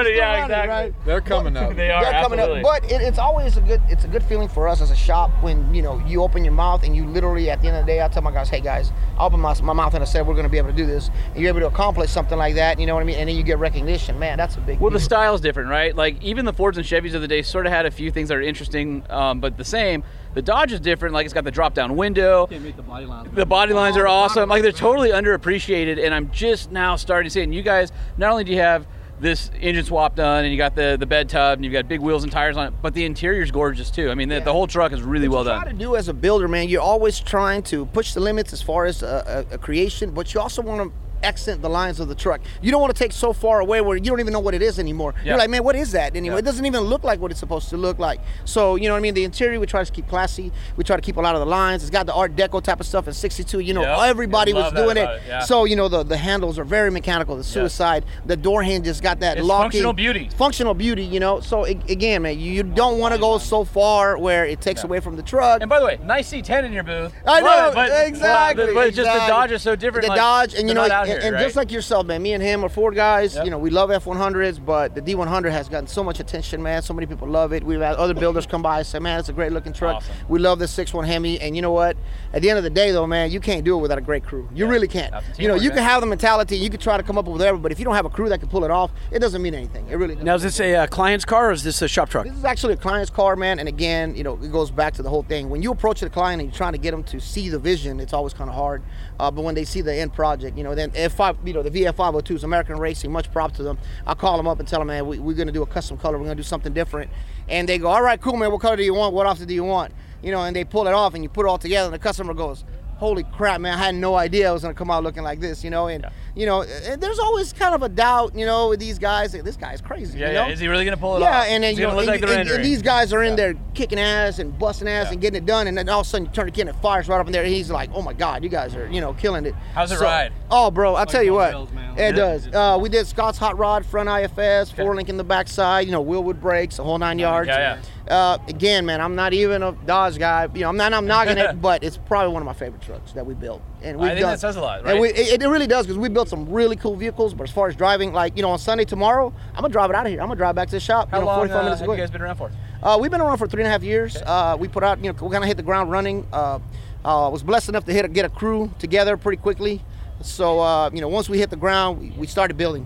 still
yeah,
running,
exactly.
right?
They're coming up.
They are
They're coming up.
absolutely.
But it, it's always a good it's a good feeling for us as a shop when you know you open your mouth and you literally at the end of the day I tell my guys, hey guys, I open my, my mouth and I said we're going to be able to do this, and you're able to accomplish something like that. You know what I mean? And then you get recognition. Man, that's a big.
Well,
deal.
the style's different, right? Like even the Fords and Chevys of the day sort of had a few things that are interesting, um, but the same. The Dodge is different. Like it's got the drop-down window.
the body line.
The body lines are awesome. Like they're totally underappreciated, and I'm just now starting to see it. And you guys, not only do you have this engine swap done, and you got the the bed tub, and you've got big wheels and tires on it, but the interior's gorgeous too. I mean, the, the whole truck is really well done.
try to do as a builder, man, you're always trying to push the limits as far as a, a, a creation, but you also want to accent the lines of the truck. You don't want to take so far away where you don't even know what it is anymore.
Yeah.
You're like, man, what is that anymore?
Yeah.
It doesn't even look like what it's supposed to look like. So, you know what I mean? The interior, we try to keep classy. We try to keep a lot of the lines. It's got the Art Deco type of stuff in 62. You know,
Yeah.
everybody
Yeah, love
was
that
doing it.
about it, yeah.
So, you know, the, the handles are very mechanical. The suicide, the door hinges got that
It's
locking.
functional beauty.
Functional beauty, you know. So, a- again, man, you, you don't want to go so far where it takes away from the truck.
And by the way, nice C10 in your booth.
I know
Love it, but-
exactly.
But, but just the
exactly.
Dodge is so different.
The
like,
Dodge, and you know,
they're
and,
not out here,
and
right?
just like yourself, man. Me and him are Ford guys. You know, we love F100s, but the D100 has gotten so much attention, man. So many people love it. We've had other builders come by and say, "Man, it's a great looking truck. We love this six-one Hemi." And you know what? At the end of the day, though, man, you can't do it without a great crew. You really can't. You know,
teamwork,
you can
man.
have the mentality, you can try to come up with whatever, but if you don't have a crew that can pull it off, it doesn't mean anything. It really doesn't.
Now, is this a uh, client's car or is this a shop truck?
This is actually a client's car, man. And again, you know, it goes back to the whole thing. When you approach the client and you're trying to get them to see the vision, it's always kind of hard. Uh, but when they see the end project, you know, then F5, you know, the VF502s, American Racing, much props to them. I call them up and tell them, man, we, we're going to do a custom color. We're going to do something different. And they go, all right, cool, man. What color do you want? What option do you want? You know, and they pull it off and you put it all together, and the customer goes, holy crap, man, I had no idea I was gonna come out looking like this, you know, and you know, and there's always kind of a doubt, you know, with these guys. Like, this guy's crazy.
Yeah,
you
yeah,
know?
is he really gonna pull it
yeah,
off?
and then
Is he
you know,
gonna look
and,
like the
and- and
rendering?
these guys are in there kicking ass and busting ass and getting it done, and then all of a sudden you turn the kid and it fires right up in there, and he's like, oh my god, you guys are, you know, killing it.
How's it ride?
Oh, bro, I'll tell you what, it
Yeah.
does. Uh, we did Scott's hot rod front IFS, four link in the backside, you know, wheelwood brakes, a whole nine yards.
yeah.
Uh, again, man, I'm not even a Dodge guy. You know, I'm not. I'm knocking it, but it's probably one of my favorite trucks that we built. And
I
we've
think
done,
that says a lot,
and
right?
we- it, it really does because we built some really cool vehicles. But as far as driving, like you know, on Sunday tomorrow, I'm gonna drive it out of here. I'm gonna drive back to the shop.
How
you know,
long
45
uh,
minutes
have
ago.
you guys been around for?
Uh, we've been around for three and a half years. Uh, we put out, you know, we kind of hit the ground running. Uh, uh, was blessed enough to hit a, get a crew together pretty quickly. So, uh, you know, once we hit the ground, we, we started building.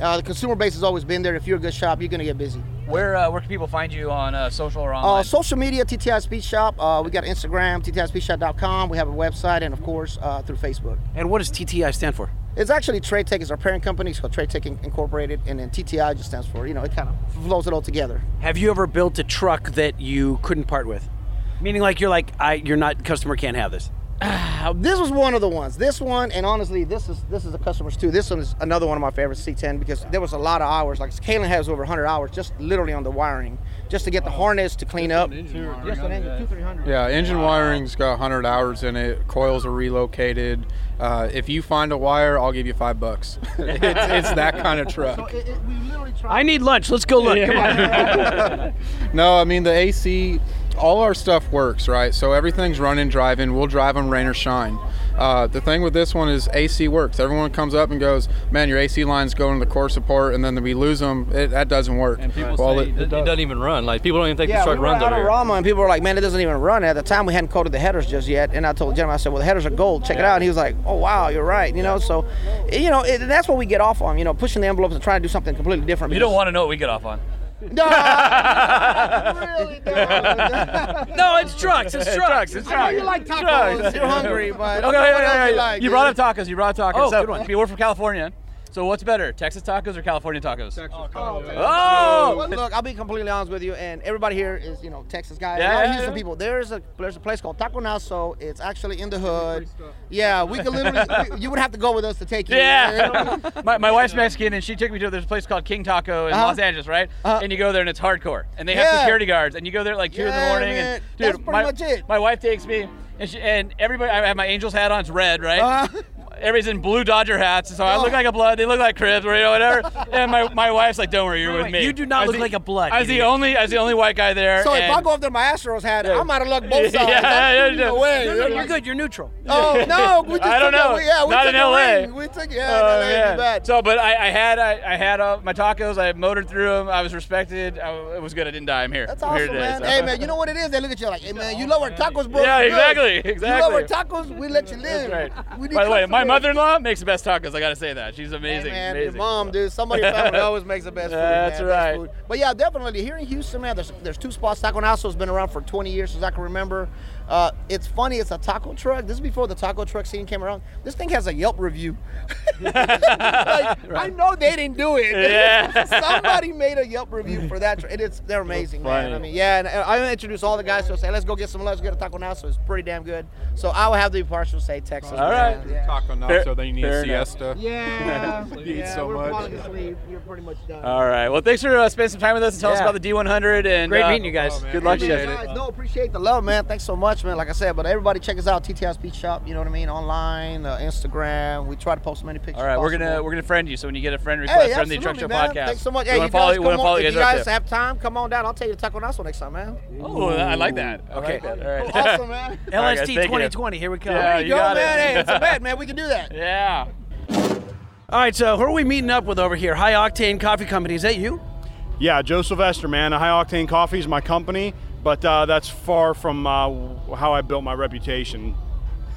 Uh, the consumer base has always been there. If you're a good shop, you're gonna get busy.
Where uh, where can people find you on uh, social or online?
Uh, social media, TTI Speed Shop. Uh, we got Instagram, TTISpeedShop.com. We have a website, and of course, uh, through Facebook.
And what does TTI stand for?
It's actually Trade Tech. It's our parent company. It's called Trade Tech Inc- Incorporated, and then TTI just stands for, you know, it kind of flows it all together.
Have you ever built a truck that you couldn't part with? Meaning, like you're like, I, you're not customer can't have this.
Uh, this was one of the ones. This one, and honestly, this is this is the customers too. This one is another one of my favorites, C10, because there was a lot of hours. Like Kalen has over 100 hours just literally on the wiring, just to get the harness to clean up. Just an engine, two, three hundred.
Yeah, engine wiring's got 100 hours in it. Coils are relocated. Uh, if you find a wire, I'll give you five bucks. it's, it's that kind of truck.
I need lunch. Let's go look. Come on.
No, I mean the AC. All our stuff works, right? So everything's running, driving. We'll drive them rain or shine. Uh, the thing with this one is AC works. Everyone comes up and goes, "Man, your AC lines go into the core support," and then we lose them. It, that doesn't work. And
People say it, does. not even run. Like people don't even think
yeah,
this truck
we were
runs
out
over
of
here.
Rama, and people were like, "Man, it doesn't even run." At the time, we hadn't coded the headers just yet, and I told the gentleman, I said, "Well, the headers are gold. Check it out." And he was like, "Oh wow, you're right." You know, so you know it, that's what we get off on. You know, pushing the envelopes and trying to do something completely different.
You don't want to know what we get off on.
no, it's trucks. It's trucks.
It's
I know
trucks.
you like
tacos, you're hungry, but
okay,
what
okay,
else
okay,
you
okay.
like?
You brought up tacos. You brought up tacos.
Oh,
so,
good one.
We're from California.
So what's better, Texas tacos or California tacos?
Oh, Well,
Oh,
look, I'll be completely honest with you, and everybody here is, you know, Texas guys.
Yeah,
Yeah,
yeah,
Houston
yeah.
people. There's a there's a place called Taco Naso. It's actually in the hood. Yeah, we could literally. we- you would have to go with us to take you.
Yeah. my, my wife's Mexican and she took me to there's a place called King Taco in
Uh-huh.
Los Angeles, right? And you go there and it's hardcore. And they have
Yeah.
security guards and you go there at like two in the
Yeah,
morning
man.
and dude,
That's pretty
my,
much
my wife takes me and she, and everybody I have my Angels hat on, it's red, right?
Uh-huh.
Everybody's in blue Dodger hats, so I
Oh.
look like a blood. They look like Cribs, or you know, whatever. and my, my wife's like, "Don't worry, you're with me."
you do not
I was
look
the-
like a blood,
I was the
idiot.
only, I was the only white guy there.
So if
and-
I go up there, my Astros hat, I'm out of luck both sides.
Yeah, yeah,
I'm,
yeah.
no way.
No, no,
You're good. You're neutral.
Oh no, we just
I don't
took
know.
That, yeah, we
Not
took
in
a
LA.
ring. We took yeah,
Oh,
in LA,
man.
too bad.
So, but I, I had I, I had uh, my tacos. I motored through them. I was respected. I, it was good. I didn't die. I'm here.
That's
I'm here
awesome,
today,
man.
so.
Hey, man, you know what it is? They look at you like, hey, man, you love our tacos, bro.
Yeah,
Good.
exactly,
You love our
exactly.
tacos, we let you live. We need
By the way, my
customers.
mother-in-law makes the best tacos. I gotta say that. She's amazing.
man, your
amazing.
mom, dude. Somebody in your family always makes the best food.
That's
man,
right.
Best food. But yeah, definitely here in Houston, man. There's there's two spots. Taco Naso has been around for 20 years as I can remember. Uh, it's funny. It's a taco truck. This is before the taco truck scene came around. This thing has a Yelp review. like, I know they didn't do it.
Yeah.
Somebody made a Yelp review for that. tr- And it's they're amazing, man.
funny.
I mean, yeah. And I- I introduce all the guys to say, let's go get some lunch, get a taco Naso. It's pretty damn good. So I will have to be partial, say Texas.
All
man.
right.
Yeah.
Taco Fair- Nacho, then you need a fair enough. siesta.
Yeah.
You eat
yeah,
so
we're
much.
falling asleep. You're pretty much done.
All right. Well, thanks for uh, spending some time with us and telling
Yeah.
us about the D100. And
Great
uh,
meeting you guys.
Good luck to you.
Guys, no, Oh, appreciate the love, man. Thanks so much, man. Like I said, but everybody check us out, TTS Beach Shop. You know what I mean? Online, uh, Instagram. We try to post as many pictures.
All right, we're
possible.
gonna we're gonna friend you. So when you get a friend request
Hey,
from the Truck Show
absolutely, man.
podcast,
Thanks so much.
we
Hey,
wanna
you
follow,
guys,
we wanna
come
follow
on, if you
up
guys
there.
have time, come on down. I'll take you to Taco Naso next time, man.
Oh, I like that. Okay.
like that.
All right.
Awesome, man.
All right, guys,
LST
thank you.
2020. Here we come.
Yeah,
There you
you
go,
got
man.
it.
Hey, it's a bet,
man. We can do that.
Yeah.
All right, so who are we meeting up with over here? High Octane Coffee Company. Is that you?
Yeah, Joe Sylvester, man. High Octane Coffee is my company, but uh, that's far from uh, w- how I built my reputation.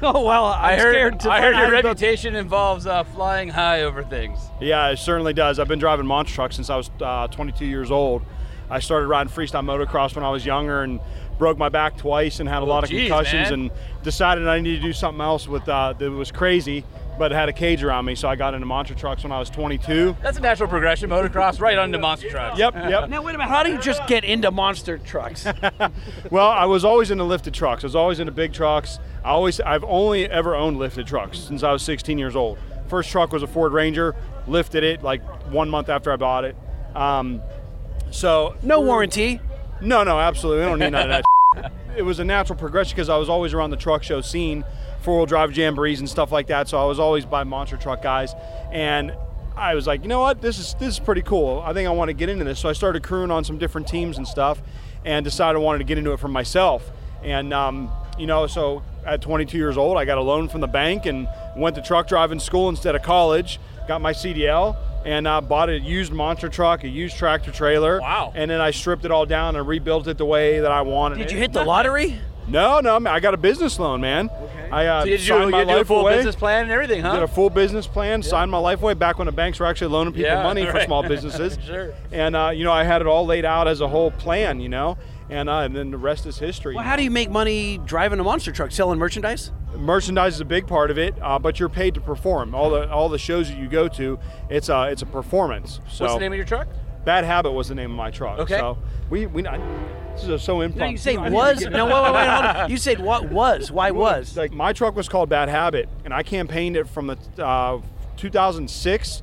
Oh well,
I'm
heard,
scared to
I heard your
find out about-
reputation involves uh, flying high over things.
Yeah, it certainly does. I've been driving monster trucks since I was uh, 22 years old. I started riding freestyle motocross when I was younger and broke my back twice and had a lot of
Oh, geez,
concussions
man.
and decided I needed to do something else with uh, that was crazy, but it had a cage around me. So I got into monster trucks when I was 22.
That's a natural progression. Motocross right onto monster trucks.
Yep, yep.
Now wait a minute. How do you just get into monster trucks?
well, I was always into lifted trucks. I was always into big trucks. I always, I've only ever owned lifted trucks since I was 16 years old. First truck was a Ford Ranger. Lifted it like one month after I bought it. Um, so
no warranty.
No, no, absolutely. We don't need none of that. it was a natural progression because I was always around the truck show scene, four wheel drive jamborees and stuff like that. So I was always by monster truck guys, and I was like, you know what, this is this is pretty cool. I think I want to get into this. So I started crewing on some different teams and stuff, and decided I wanted to get into it for myself. And um, you know, so at 22 years old, I got a loan from the bank and went to truck driving school instead of college. Got my CDL and uh, bought a used monster truck, a used tractor trailer. Wow! And then I stripped it all down and rebuilt it the way that I wanted.
Did
it.
you hit the lottery?
No, no, man, I got a business loan, man. Okay. I uh,
So you did
signed
you,
my
you did
life
a full
away.
business plan and everything, huh?
Did a full business plan, signed my life away back when the banks were actually loaning people
Yeah,
money for
right.
small businesses.
Sure.
And uh, you know, I had it all laid out as a whole plan, you know, and uh, and then the rest is history.
Well, how do you make money driving a monster truck? Selling merchandise?
Merchandise is a big part of it, uh, but you're paid to perform. All the all the shows that you go to, it's a it's a performance. So
What's the name of your truck?
Bad Habit was the name of my
uh,
truck.
Okay.
So we we I, this is so impromptu.
No, you say
I need to
was.
get-
No, wait, wait, wait, hold on. You said what was? Why was?
Like my truck was called Bad Habit, and I campaigned it from the uh, 2006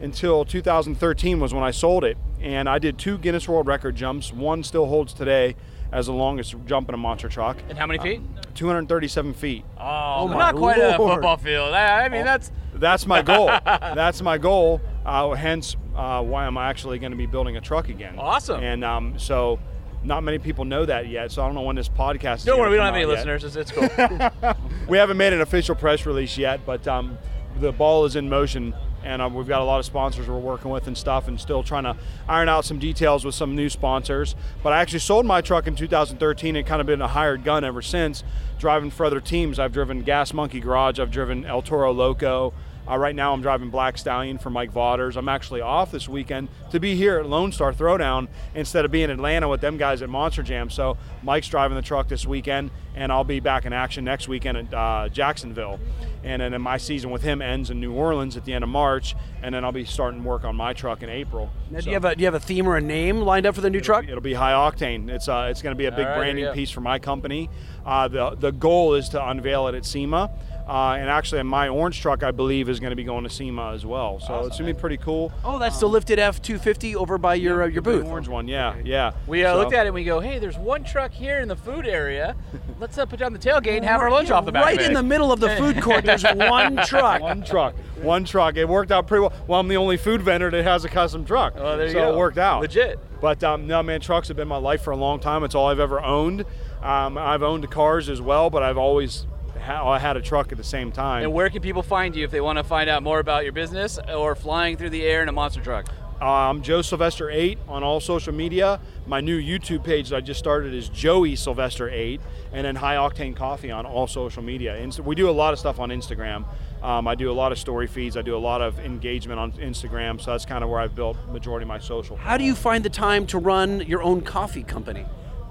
until 2013 was when I sold it, and I did two Guinness World Record jumps. One still holds today as the longest jump in a monster truck.
And how many feet?
237 feet.
Oh,
my
not quite a
Lord. Oh.
football field. I, I mean, that's
That's my goal. That's my goal. Uh, hence, uh, why I'm actually going to be building a truck again.
Awesome.
And um, so, not many people know that yet. So I don't know when this podcast. is
Don't worry,
gonna
we don't have
come
any
out yet.
listeners. It's, it's cool.
We haven't made an official press release yet, but um, the ball is in motion, and uh, we've got a lot of sponsors we're working with and stuff, and still trying to iron out some details with some new sponsors. But I actually sold my truck in 2013 and kind of been a hired gun ever since, driving for other teams. I've driven Gas Monkey Garage, I've driven El Toro Loco. Uh, right now, I'm driving Black Stallion for Mike Vauders. I'm actually off this weekend to be here at Lone Star Throwdown instead of being in Atlanta with them guys at Monster Jam. So Mike's driving the truck this weekend, and I'll be back in action next weekend at uh, Jacksonville. And then my season with him ends in New Orleans at the end of March, and then I'll be starting work on my truck in April.
Now, do you have a do you have a theme or a name lined up for the new truck?
It'll be high octane. It's uh, it's going to be a big
All right,
branding
yeah.
piece for my company. Uh, the the goal is to unveil it at SEMA, uh, and actually my orange truck I believe is going to be going to SEMA as well. So it's going to be pretty cool.
Oh, that's the lifted F two fifty over by your uh, your
The
booth.
orange one, yeah, yeah.
We uh,
So-
looked at it and we go, hey, there's one truck here in the food area. Let's uh, put down the tailgate and have our lunch off the back.
Right in the middle of the food court, there's one truck. One truck. One truck. It worked out pretty well. Well, I'm the only food vendor that has a custom truck.
Well, there you
so
go.
it worked out.
Legit.
But um, no, man, trucks have been my life for a long time. It's all I've ever owned. Um, I've owned cars as well, but I've always ha- I had a truck at the same time.
And where can people find you if they want to find out more about your business or flying through the air in a monster truck?
I'm Joe Sylvester 8 on all social media. My new YouTube page that I just started is Joey Sylvester 8, and then High Octane Coffee on all social media. Inst- we do a lot of stuff on Instagram. Um, I do a lot of story feeds. I do a lot of engagement on Instagram, so that's kind of where I've built majority of my social.
How do you find the time to run your own coffee company?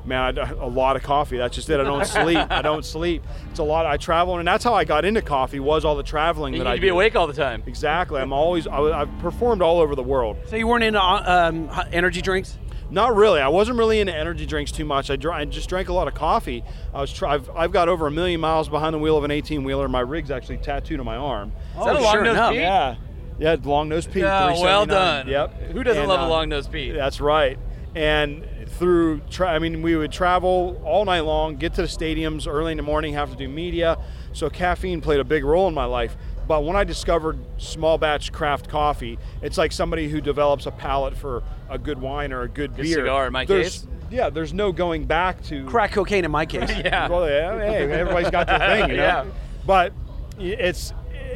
Man, I d- a lot of coffee. That's just it. I don't sleep. I don't sleep. It's a lot. I travel, and that's how I got into coffee. Was all the traveling
You
that
need
I
to be
did.
awake all the time.
Exactly. I'm always. I, I've performed all over the world.
So you weren't into uh, um, h- energy drinks?
Not really. I wasn't really into energy drinks too much. I, dr- I just drank a lot of coffee. I was. Tr- I've, I've got over a million miles behind the wheel of an 18 wheeler. My rig's actually tattooed on my arm.
Is that a Oh, long sure nose enough. Pete?
Yeah. Yeah, long nose Pete.
Ah, well
379.
done.
Yep.
Who doesn't
And,
love
uh,
a long nose Pete?
That's right. And through, tra- I mean, we would travel all night long, get to the stadiums early in the morning, have to do media. So caffeine played a big role in my life. But when I discovered small batch craft coffee, it's like somebody who develops a palate for a good wine or a good,
Good
beer.
cigar in my
There's-
case.
Yeah, there's no going back to
crack cocaine in my case.
Yeah.
Well, yeah, hey, everybody's got their thing, you know.
Yeah.
But it's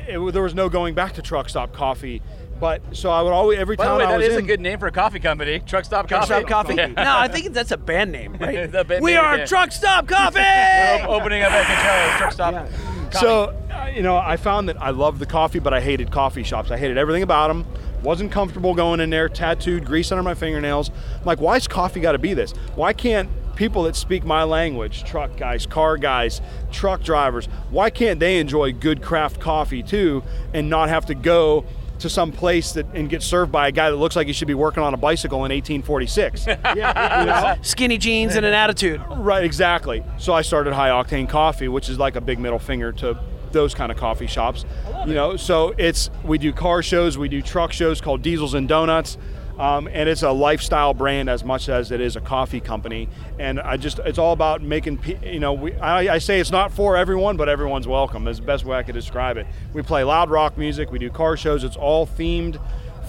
it, there was no going back to truck stop coffee. But so I would always every
By the
time
way,
I
that
was
is
in,
a good name for a coffee company. Truck Stop
Truck
Coffee.
Stop Coffee. No, I think that's a band name, right?
The band
we
name,
are
yeah.
Truck Stop Coffee.
We're op- opening up at Coachella. Truck Stop.
So, uh, you know, I found that I loved the coffee, but I hated coffee shops. I hated everything about them. Wasn't comfortable going in there, tattooed, grease under my fingernails. I'm like, why's coffee got to be this? Why can't people that speak my language, truck guys, car guys, truck drivers, why can't they enjoy good craft coffee too and not have to go to some place that and get served by a guy that looks like he should be working on a bicycle in 1846?
Skinny jeans and an attitude.
Right, exactly. So I started High Octane Coffee, which is like a big middle finger to those kind of coffee shops. You know, so it's we do car shows, we do truck shows called Diesels and Donuts. Um, and it's a lifestyle brand as much as it is a coffee company, and I just—it's all about making. pe- You know, we, I, I say it's not for everyone, but everyone's welcome. Is the best way I could describe it. We play loud rock music, we do car shows. It's all themed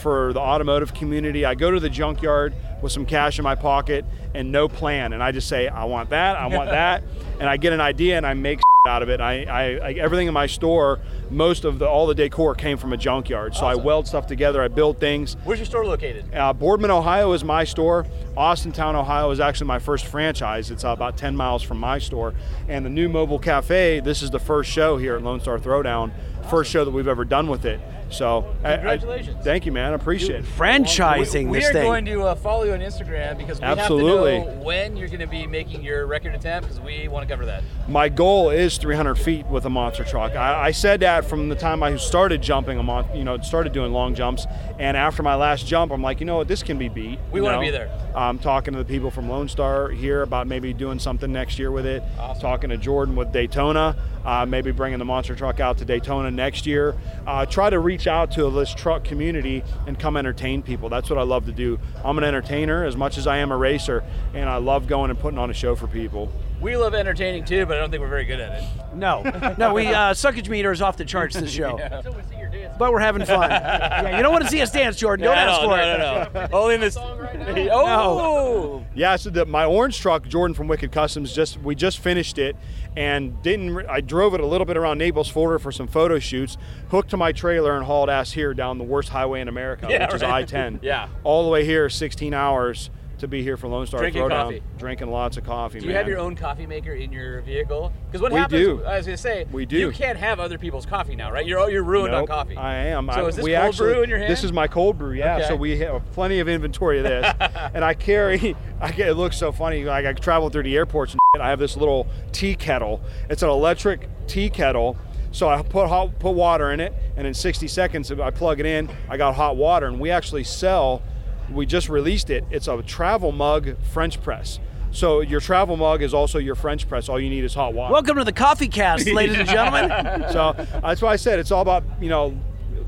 for the automotive community. I go to the junkyard with some cash in my pocket and no plan, and I just say, I want that, I want that, and I get an idea and I make out of it. I, I, I everything in my store, most of the all the decor came from a junkyard. So I weld stuff together, I build things.
Where's your store located?
Uh, Boardman, Ohio is my store. Austintown, Ohio is actually my first franchise. It's uh, about 10 miles from my store. And the new mobile cafe, this is the first show here at Lone Star Throwdown, first show that we've ever done with it. So, I- I-
Congratulations.
thank you, man. I appreciate it.
Franchising
we are going to uh, follow you on Instagram because we
Absolutely.
have to know when you're going to be making your record attempt because we want to cover that.
my goal is 300 feet with a monster truck. I, I said that from the time I started jumping a mon- you know, started doing long jumps. And after my last jump, I'm like, you know what, this can be beat.
We
you
wanna
know?
be there.
I'm Um, talking to the people from Lone Star here about maybe doing something next year with it. Talking to Jordan with Daytona, uh, maybe bringing the monster truck out to Daytona next year. Uh, try to reach out to this truck community and come entertain people. That's what I love to do. I'm an entertainer as much as I am a racer, and I love going and putting on a show for people.
We love entertaining too, but I don't think we're very good at it.
No, no, we uh, suckage meter is off the charts this show. But we're having fun. yeah, you don't want to see us dance, Jordan. Don't
Yeah,
ask
no,
for
no,
it.
no, no. Only in this. Oh,
Yeah, so the, my orange truck, Jordan from Wicked Customs, just we just finished it, and didn't. re- I drove it a little bit around Naples, Florida, for some photo shoots. Hooked to my trailer and hauled ass here down the worst highway in America,
Yeah,
which is
right.
I-10.
Yeah.
all the way here, 16 hours to be here for Lone Star
Drinking
Throwdown.
coffee.
Drinking lots of coffee.
Do you
man.
have your own coffee maker in your vehicle? Because what
We
happens?
do.
I was gonna say
We do.
You can't have other people's coffee now, right? You're oh, you're ruined on
Nope,
coffee.
I am.
So
I,
is this
we
cold
actually,
brew in your hand?
This is my cold brew. Yeah.
Okay.
So we have plenty of inventory of this, and I carry. I get, it looks so funny. Like I travel through the airports and shit, I have this little tea kettle. It's an electric tea kettle. So I put hot, put water in it, and in 60 seconds I plug it in. I got hot water, and we actually sell. We just released it. It's a travel mug French press. So your travel mug is also your French press. All you need is hot water.
e- Welcome to the Coffee Cast, ladies and gentlemen.
So that's why I said it's all about you know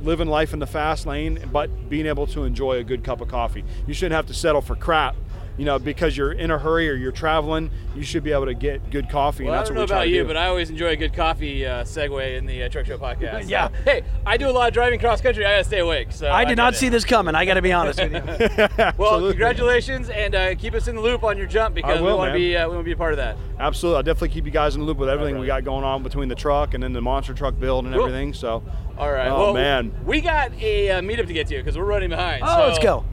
living life in the fast lane, but being able to enjoy a good cup of coffee. You shouldn't have to settle for crap, you know, because you're in a hurry or you're traveling. You should be able to get good coffee,
Well,
and
I
that's
don't
what
know
we try
about
to
you,
do.
but I always enjoy a good coffee uh, segue in the uh, Truck Show podcast.
Yeah.
Hey, I do a lot of driving cross country. I gotta stay awake. So
I did
get
not
it.
see this coming. I got to be honest with you.
Well, congratulations, and uh, keep us in the loop on your jump because we
will,
want to
man.
be uh, we want to be a part of that.
Absolutely, I'll definitely keep you guys in the loop with everything we got going on between the truck and then the monster truck build and
Cool.
everything. So,
All right.
oh
well,
man,
we got a uh, meetup to get to because we're running behind.
Oh, let's
go.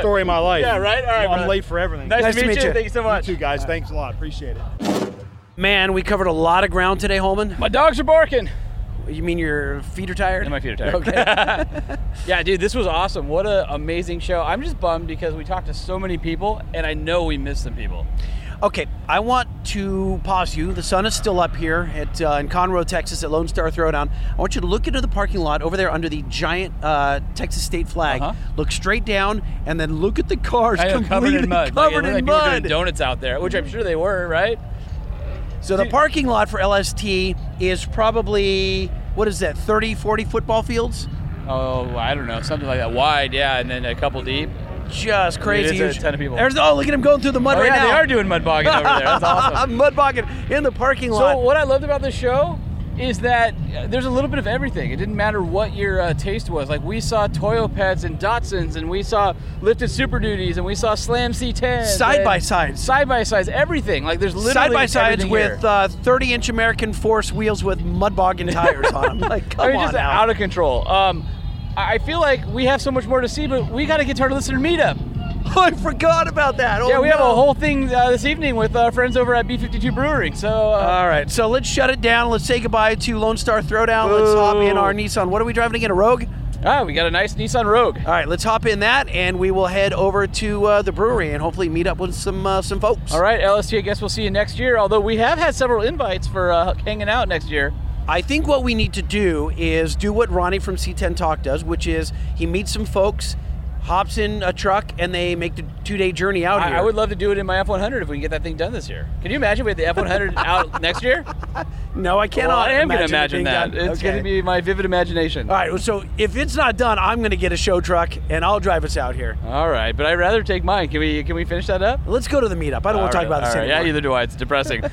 story of my life.
Yeah, right? All right,
I'm
brother.
late for everything.
Nice to Nice to meet meet you. you. Thank you so
much. too, guys. Thanks a lot. Appreciate it.
Man, we covered a lot of ground today, Holman.
My dogs are barking.
You mean your feet are tired?
my feet are tired.
Okay.
Yeah, dude, this was awesome. What an amazing show. I'm just bummed because we talked to so many people, and I know we missed some people.
Okay, I want to pause you. The sun is still up here at uh, in Conroe, Texas, at Lone Star Throwdown. I want you to look into the parking lot over there under the giant uh, Texas state flag.
Uh-huh.
Look straight down, and then look at the cars
I know,
completely
covered in mud. Like,
covered
it looked like
in
people were doing
mud.
donuts out there, which I'm sure they were, right?
So the parking lot for LST is probably what is that 30 40 football fields?
Oh, I don't know, something like that. Wide, yeah, and then a couple deep.
Just crazy.
Dude, it's a ton of people.
There's, oh, look at him going through the mud
Oh,
right
yeah,
now.
they are doing mud bogging over there. That's awesome.
mud bogging in the parking lot.
So what I loved about this show is that uh, there's a little bit of everything. It didn't matter what your uh, taste was. Like we saw Toyopets and Datsuns, and we saw lifted Super Duties, and we saw Slam C10s,
Side by
sides, side by sides, everything. Like there's literally
side by sides
everything
with
here.
uh, 30 inch American Force wheels with mud bogging tires on them. Like, come
I mean,
on
just
now.
out of control. Um, I I feel like we have so much more to see, but we got to get to our listener meetup.
I forgot about that.
yeah,
Oh,
we have a
no.
whole thing uh, this evening with our friends over at B52 Brewing. So uh,
All right, so let's shut it down. Let's say goodbye to Lone Star Throwdown. Let's hop in our Nissan. What are we driving again? A Rogue?
Ah, we got a nice Nissan Rogue.
All right, let's hop in that, and we will head over to uh, the brewery and hopefully meet up with some uh, some folks.
All right, LST, I guess we'll see you next year. Although we have had several invites for uh, hanging out next year.
I think what we need to do is do what Ronnie from C10 Talk does, which is he meets some folks, hops in a truck, and they make the two day journey out
I,
here.
I would love to do it in my F one hundred if we can get that thing done this year. Can you imagine we had the F one hundred out next year?
No, I
Well,
cannot.
I am
going
gonna
to
imagine that. It's gonna be my vivid imagination.
All right, well, so if it's not done, I'm going to get a show truck and I'll drive us out here.
All right, but I'd rather take mine. Can we can we finish that up?
Let's go to the meetup. I don't want to talk about this anymore.
Yeah, either do I. It's depressing.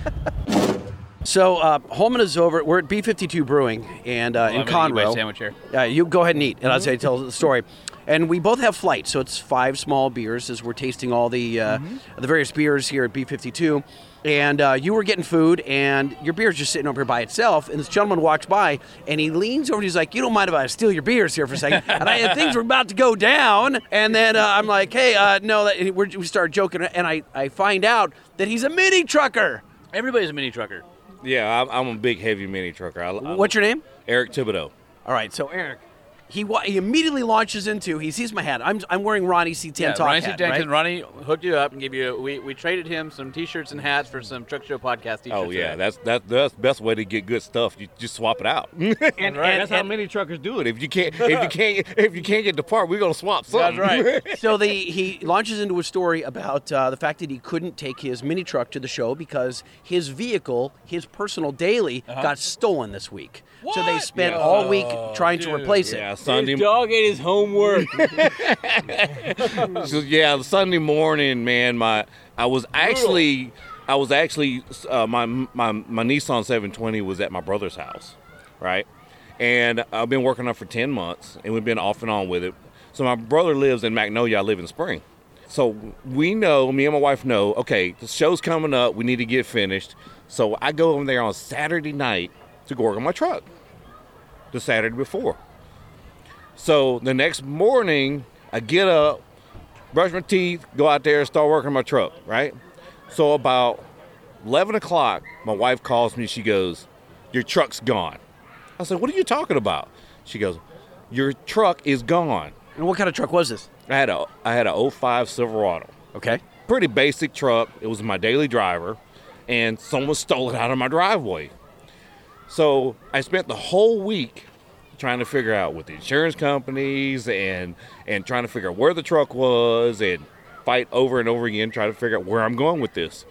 So uh, Holman is over. We're at B52 Brewing and uh,
I'm
in
gonna eat my
Conroe.
sandwich here. Mm-hmm.
Yeah, you go ahead and eat, and I'll say tell the story. And we both have flights, so it's five small beers as we're tasting all the uh,
Mm-hmm.
the various beers here at B52. And uh, you were getting food, and your beer's just sitting over here by itself. And this gentleman walks by, and he leans over and he's like, "You don't mind if I steal your beers here for a second? and I, and things were about to go down, and then uh, I'm like, "Hey, uh, no," that, and we're, we start joking, and I I find out that he's a mini trucker.
Everybody's a mini trucker.
Yeah, I'm, I'm a big heavy mini trucker. I, I-
What's your name?
Eric Thibodeau.
All right, so Eric, he wa- he immediately launches into. He sees my hat. I'm I'm wearing Ronnie C10
Yeah,
talk
Ronnie
hat,
Sutton-
right?
Ronnie hooked you up and gave you. We, we traded him some T-shirts and hats for some Truck Show podcast T-shirts.
Oh yeah, that's that, that's the best way to get good stuff. You just swap it out. and,
That's how
many truckers do it. If you can't, if you can't, if you can't get the part, we're gonna swap something.
so the he launches into a story about uh, the fact that he couldn't take his mini truck to the show because his vehicle, his personal daily,
Uh-huh.
got stolen this week. So they spent all week trying to replace it.
Yeah, Sunday.
dog
ate his homework. so, yeah, Sunday morning, man. My I was actually, I was actually, uh, my my my Nissan 720 was at my brother's house, right? And I've been working on it for 10 months, and we've been off and on with it. So my brother lives in Magnolia. I live in Spring. So we know, me and my wife know. Okay, the show's coming up. We need to get finished. So I go over there on Saturday night to go work on my truck. The Saturday before. So the next morning, I get up, brush my teeth, go out there, start working my truck, right? So about 11 o'clock, my wife calls me. She goes, Your truck's gone. I said, What are you talking about? She goes, Your truck is gone.
And what kind of truck was this?
I had a I had a 05 Silverado.
Okay.
Pretty basic truck. It was my daily driver, and someone stole it out of my driveway. So I spent the whole week trying to figure out with the insurance companies and and trying to figure out where the truck was and fight over and over again trying to figure out where I'm going with this.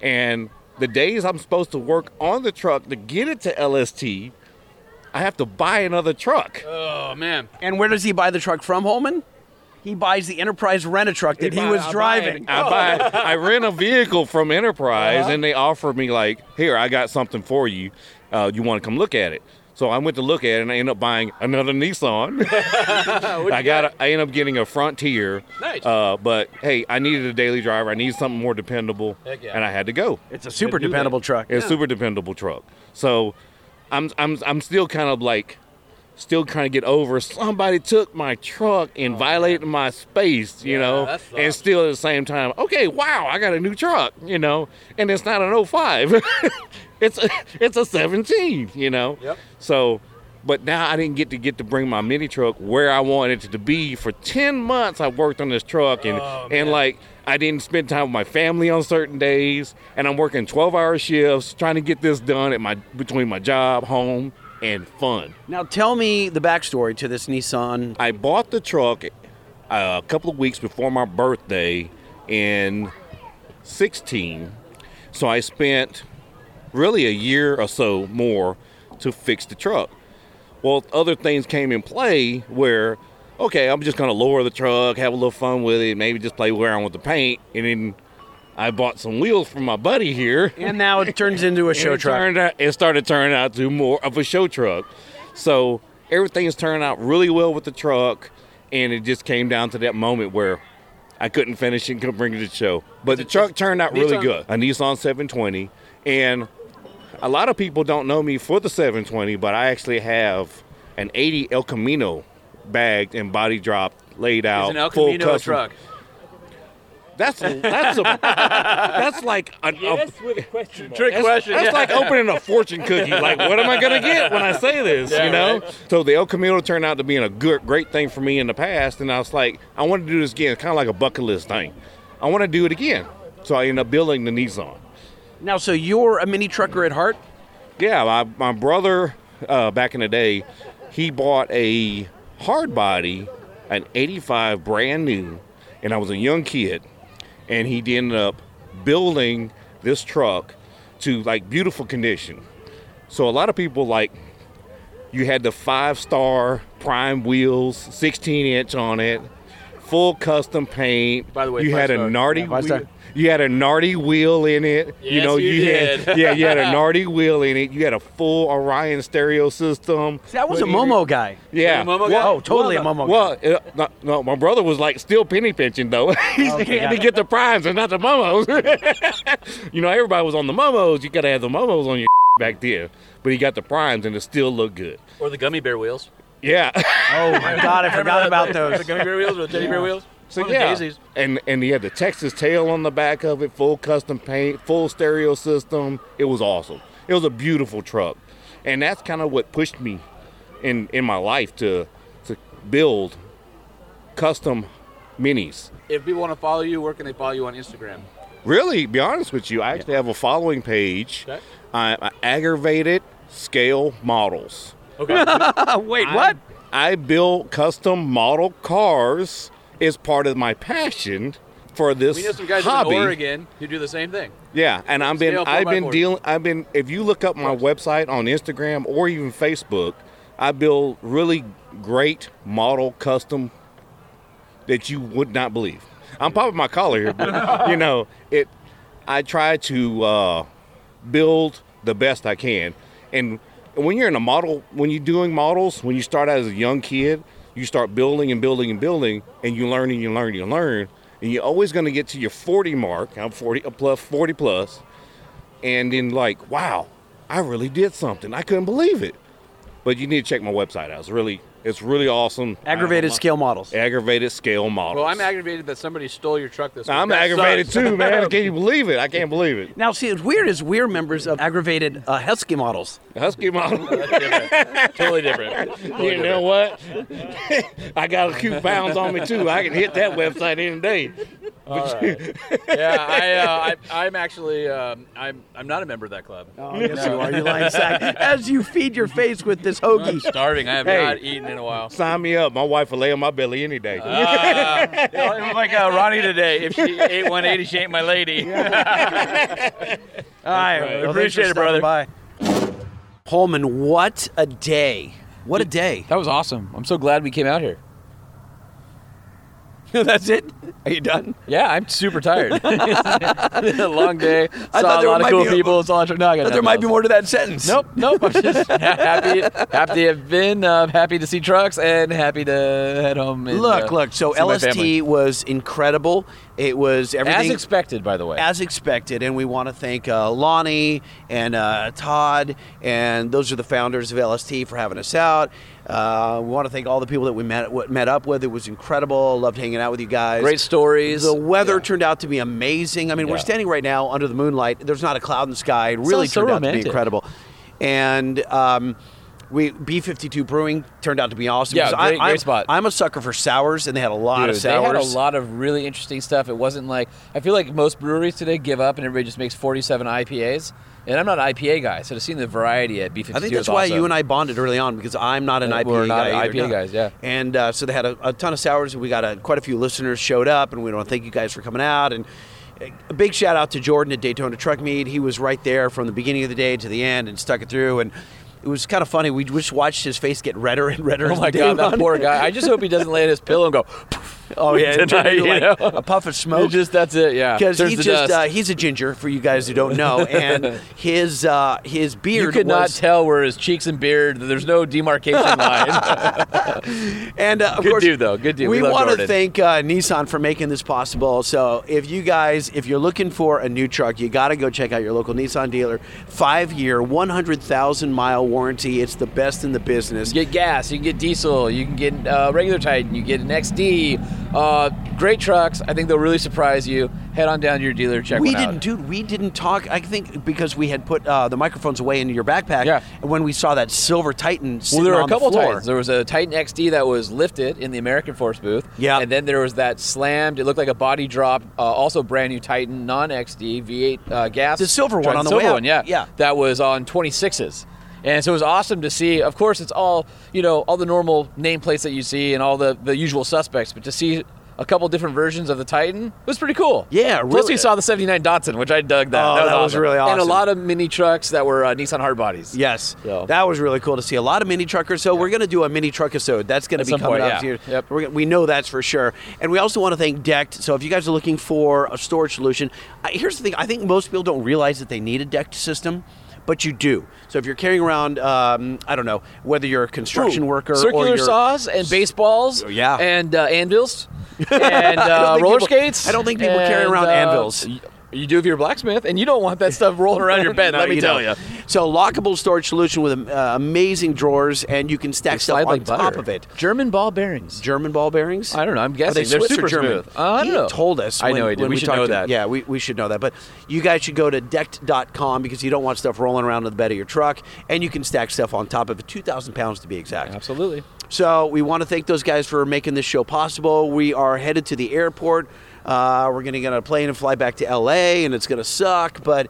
And the days I'm supposed to work on the truck to get it to LST, I have to buy another truck.
Oh man! And where does he buy the truck from, Holman? He buys the Enterprise rent a truck that he,
buy-
was
I buy
driving. Oh. Uh-huh.
it. I buy. I rent a vehicle from Enterprise, and they offer me like, "Here, I got something for you. Uh, you want to come look at it?" So I went to look at it, and I ended up buying another Nissan. I got. A, I ended up getting a Frontier.
Nice.
Uh, but hey, I needed a daily driver. I needed something more dependable,
Heck yeah.
and I had to go.
It's a super Gotta do that. dependable truck.
It's a
Yeah.
super dependable truck. So, I'm I'm I'm still kind of like. Still trying to get over. Somebody took my truck and violated my space, you know,
that
and still at the same time, okay, wow, I got a new truck, you know, and it's not an 05. it's a, it's a 17, you know.
Yep.
So, but now I didn't get to get to bring my mini truck where I wanted it to be for 10 months. I worked on this truck and
Oh,
and like I didn't spend time with my family on certain days, and I'm working 12-hour shifts trying to get this done at my between my job, home, and fun.
Now tell me the backstory to this Nissan.
I bought the truck uh, a couple of weeks before my birthday in 16. So I spent really a year or so more to fix the truck. Well, other things came in play where, okay, I'm just going to lower the truck, have a little fun with it, maybe just play around with the paint. And then I bought some wheels from my buddy here.
And now it turns into a
And
show
it
truck.
Turned out, it started turning out to more of a show truck. So everything is turning out really well with the truck, and it just came down to that moment where I couldn't finish and couldn't bring it to the show. But the truck turned out really
Nissan-
good. A Nissan 720, and a lot of people don't know me for the 720, but I actually have an 80 El Camino bagged and body dropped, laid out,
It's an El
full
Camino
custom.
truck.
That's that's a, that's like a, a-
with a question.
mark.
Trick
That's-
question.
that's
yeah.
like opening a fortune cookie. Like, what am I gonna get when I say this?
Yeah,
you know.
right.
So the El Camino turned out to be a good, great thing for me in the past, and I was like, I want to do this again. It's kind of like a bucket list thing. I want to do it again. So I ended up building the Nissan.
Now, so you're a mini trucker at heart?
Yeah, my, my brother uh, back in the day, he bought a hard body, an 85 brand new, and I was a young kid, and he ended up building this truck to like beautiful condition. So a lot of people like you had the five star prime wheels, 16 inch on it, full custom paint. By the
way,
you had
five star.
a nardy
Yeah, five
wheel.
star.
You had a nardy wheel in it. you
Yes,
know,
you
had
did.
yeah, you had a nardy wheel in it. You had a full Orion stereo system.
That was a Momo guy.
Yeah.
Momo guy? Oh, totally a
well,
Momo guy.
Well, uh, no, no, my brother was like still penny pinching though. he
Oh, Okay,
had
got
to
it.
get the primes and not the momos. you know, everybody was on the momos. You gotta have the momos on your back there. But he got the primes and it still looked good.
Or the gummy bear wheels.
Yeah.
Oh my God, I forgot about those.
the gummy bear wheels or the teddy bear wheels.
So
Or the
yeah,
daisies.
and and he had the Texas tail on the back of it, full custom paint, full stereo system. It was awesome. It was a beautiful truck, and that's kind of what pushed me in in my life to to build custom minis.
If people want to follow you, where can they follow you on Instagram?
Really, be honest with you, I actually have a following page.
Okay.
I, I aggravated scale models.
Okay.
Wait, what?
I build custom model cars is part of my passion for this
we know some guys
hobby.
in Oregon who do the same thing.
Yeah, and I've been
Scale
I've been
4x4s.
dealing I've been if you look up my website on Instagram or even Facebook, I build really great model custom that you would not believe. I'm popping my collar here, but you know, it I try to uh, build the best I can. And when you're in a model when you're doing models, when you start out as a young kid, you start building and building and building and you learn and you learn and you learn. And you're always going to get to your 40 mark. I'm 40 uh, plus 40 plus and then like, wow, I really did something. I couldn't believe it. But you need to check my website out. It's really It's really awesome. Uh,
Aggravated scale models.
Aggravated scale models.
Well, I'm aggravated that somebody stole your truck this week.
I'm
That
aggravated
sucks.
too, man. Can you believe it? I can't believe it.
Now, see, it's weird is we're members of aggravated uh, Husky models.
Husky model.
totally different.
you know what? I got a few pounds on me too. I can hit that website any day.
All right. yeah, I, uh, I, I'm actually, um, I'm, I'm not a member of that club.
Oh, yes, you are. You lying sack. As you feed your face with this hoagie.
I'm starving. I have
Hey.
not eaten in a while.
Sign me up. My wife will lay on my belly any day.
Uh, it was like uh, Ronnie today. If she ate 180, she ain't my lady. All right,
Well, thanks
appreciate
for
it, brother.
stopping by. Holman, what a day. What a day.
That was awesome. I'm so glad we came out here.
That's it? Are you done?
Yeah, I'm super tired. Long day. Saw
I thought
a
there
lot of
might
cool
be a-
people. Saw a no, I got
But there
nothing
might be
else.
more to that sentence.
Nope, nope. I'm just happy, happy to have been, uh, happy to see trucks, and happy to head home. And,
look,
uh,
look. So
see my family.
LST was incredible. It was everything
As expected, by the way.
As expected, and we want to thank uh, Lonnie and uh, Todd, and those are the founders of LST for having us out. Uh, we want to thank all the people that we met what- met up with. It was incredible. Loved hanging out with you guys.
Great stories.
The weather turned out to be amazing. I mean, we're
Yeah.
standing right now under the moonlight. There's not a cloud in the sky. It
Sounds
really
so
turned out to
romantic.
be incredible. And um, we B fifty two Brewing turned out to be awesome.
Yeah,
So I,
great- great
I'm-
spot.
I'm a sucker for sours, and they had a lot of
Dude, They had a
sours.
lot of really interesting stuff. It wasn't like I feel like most breweries today give up and everybody just makes 47 IPAs. And I'm not an IPA guy, so to see the variety at B52
I think that's
is
why
awesome.
you and I bonded early on because I'm not an
Uh,
IPA
we're not
guy.
IPA guys,
yeah. And uh, so they had a, a ton of sours, and we got a, quite a few listeners showed up, and we want to thank you guys for coming out. And a big shout out to Jordan at Daytona Truck Meet. He was right there from the beginning of the day to the end and stuck it through. And it was kind of funny. We just watched his face get redder and redder.
Oh
as
my
the day
god, that
went on.
poor guy! I just hope he doesn't lay in his pillow and go.
Oh yeah, it turned
tonight,
into,
you
like,
know?
a puff of smoke.
It just that's it. Yeah,
because
Turns
he
to
just
dust.
uh, he's a ginger for you guys who don't know, and his uh, his beard
you could not
was,
tell where his cheeks and beard. There's no demarcation line.
and uh, of
Good
course,
dude, though. Good dude.
We,
We love
want to
Jordan.
thank uh, Nissan for making this possible. So if you guys, if you're looking for a new truck, you got to go check out your local Nissan dealer. Five year, one hundred thousand mile warranty. It's the best in the business.
You get gas, you can get diesel, you can get uh, regular Titan, you get an XD. Uh, great trucks. I think they'll really surprise you. Head on down to your dealer, check
we
one out.
didn't, dude. We didn't talk. I think because we had put uh, the microphones away into your backpack. Yeah. When we saw that silver Titan,
Well,
sitting
there were a
on the
couple
floor.
Titans. There was a Titan XD that was lifted in the American Force booth.
Yeah.
And then there was that slammed. It looked like a body drop. Uh, also brand new Titan non XD V8 uh, gas.
The silver one
Triton
on the
silver
way out.
one, yeah.
Yeah.
That was on 26s. And so it was awesome to see. Of course, it's all you know, all the normal nameplates that you see and all the the usual suspects. But to see a couple different versions of the Titan was pretty cool. Yeah, Plus,
really.
we saw the 79 Datsun, which I dug that.
Oh,
that was,
that was really
And a
awesome.
lot of mini trucks that were uh, Nissan hardbodies.
Yes, that was really cool to see a lot of mini truckers. So we're going to do a mini truck episode. That's going to
At
be
some
coming
point,
up
yeah.
here. We're gonna- we know that's for sure. And we also want to thank Decked. So if you guys are looking for a storage solution, I- here's the thing: I think most people don't realize that they need a Decked system. But you do. So if you're carrying around, um, I don't know whether you're a construction
Ooh,
worker, or
circular
you're,
saws and baseballs,
yeah.
and uh, anvils,
I
and
don't
uh,
think
roller
people-
skates.
I don't think people carry
and,
around
uh,
anvils.
y- You do if you're a blacksmith, and you don't want that stuff rolling around your bed.
No,
let me tell
don't.
you.
So lockable storage solution with uh, amazing drawers, and you can stack stuff
slide
on
like
top
butter.
of it.
German ball bearings.
German ball bearings.
I don't know. I'm
Are they
guessing they are
Swiss
super
or German?
smooth. Uh, I
he
don't know.
told us.
I
when-
know he did.
when
We, should
talked
know
to him.
that.
Yeah, we, we should know that. But you guys should go to decked.com because you don't want stuff rolling around in the bed of your truck, and you can stack stuff on top of it, 2,000 pounds to be exact.
Absolutely.
So we want to thank those guys for making this show possible. We are headed to the airport. Uh, we're going to get on a plane and fly back to LA, and it's going to suck, but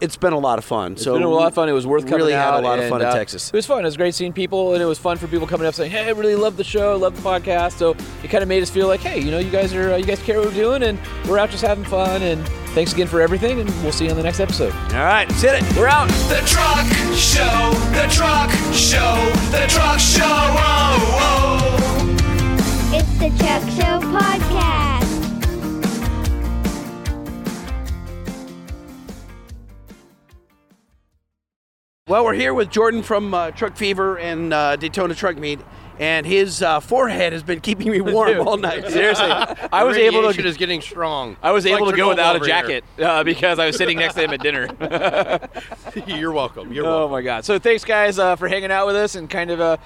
it's been a lot of fun.
It's
so
been a lot of fun. It was worth coming
really
out.
had a lot of
and,
fun in
uh,
Texas.
It was fun. It was great seeing people, and it was fun for people coming up saying, "Hey, I really love the show, love the podcast." So it kind of made us feel like, "Hey, you know, you guys are uh, you guys care what we're doing, and we're out just having fun." And thanks again for everything, and we'll see you on the next episode. All
right, that's it.
We're out.
The truck show, the truck show, the truck show. Oh, oh. It's the truck show podcast.
Well, we're here with Jordan from uh, Truck Fever and uh, Daytona Truck Meet, and his uh, forehead has been keeping me warm all night.
Seriously, I was able to.
is getting strong.
I was
It's
able
like
to go
Chernobyl
without a
over here.
jacket uh, because I was sitting next to him at dinner.
You're welcome. You're
oh
welcome.
my god! So thanks guys uh, for hanging out with us and kind of uh,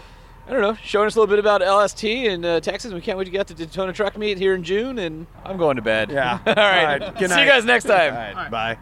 I don't know, showing us a little bit about LST in uh, Texas. We can't wait to get to Daytona Truck Meet here in June, and I'm going to bed.
Yeah.
All right.
All right. Good
See
night.
you guys next time.
All right.
Bye.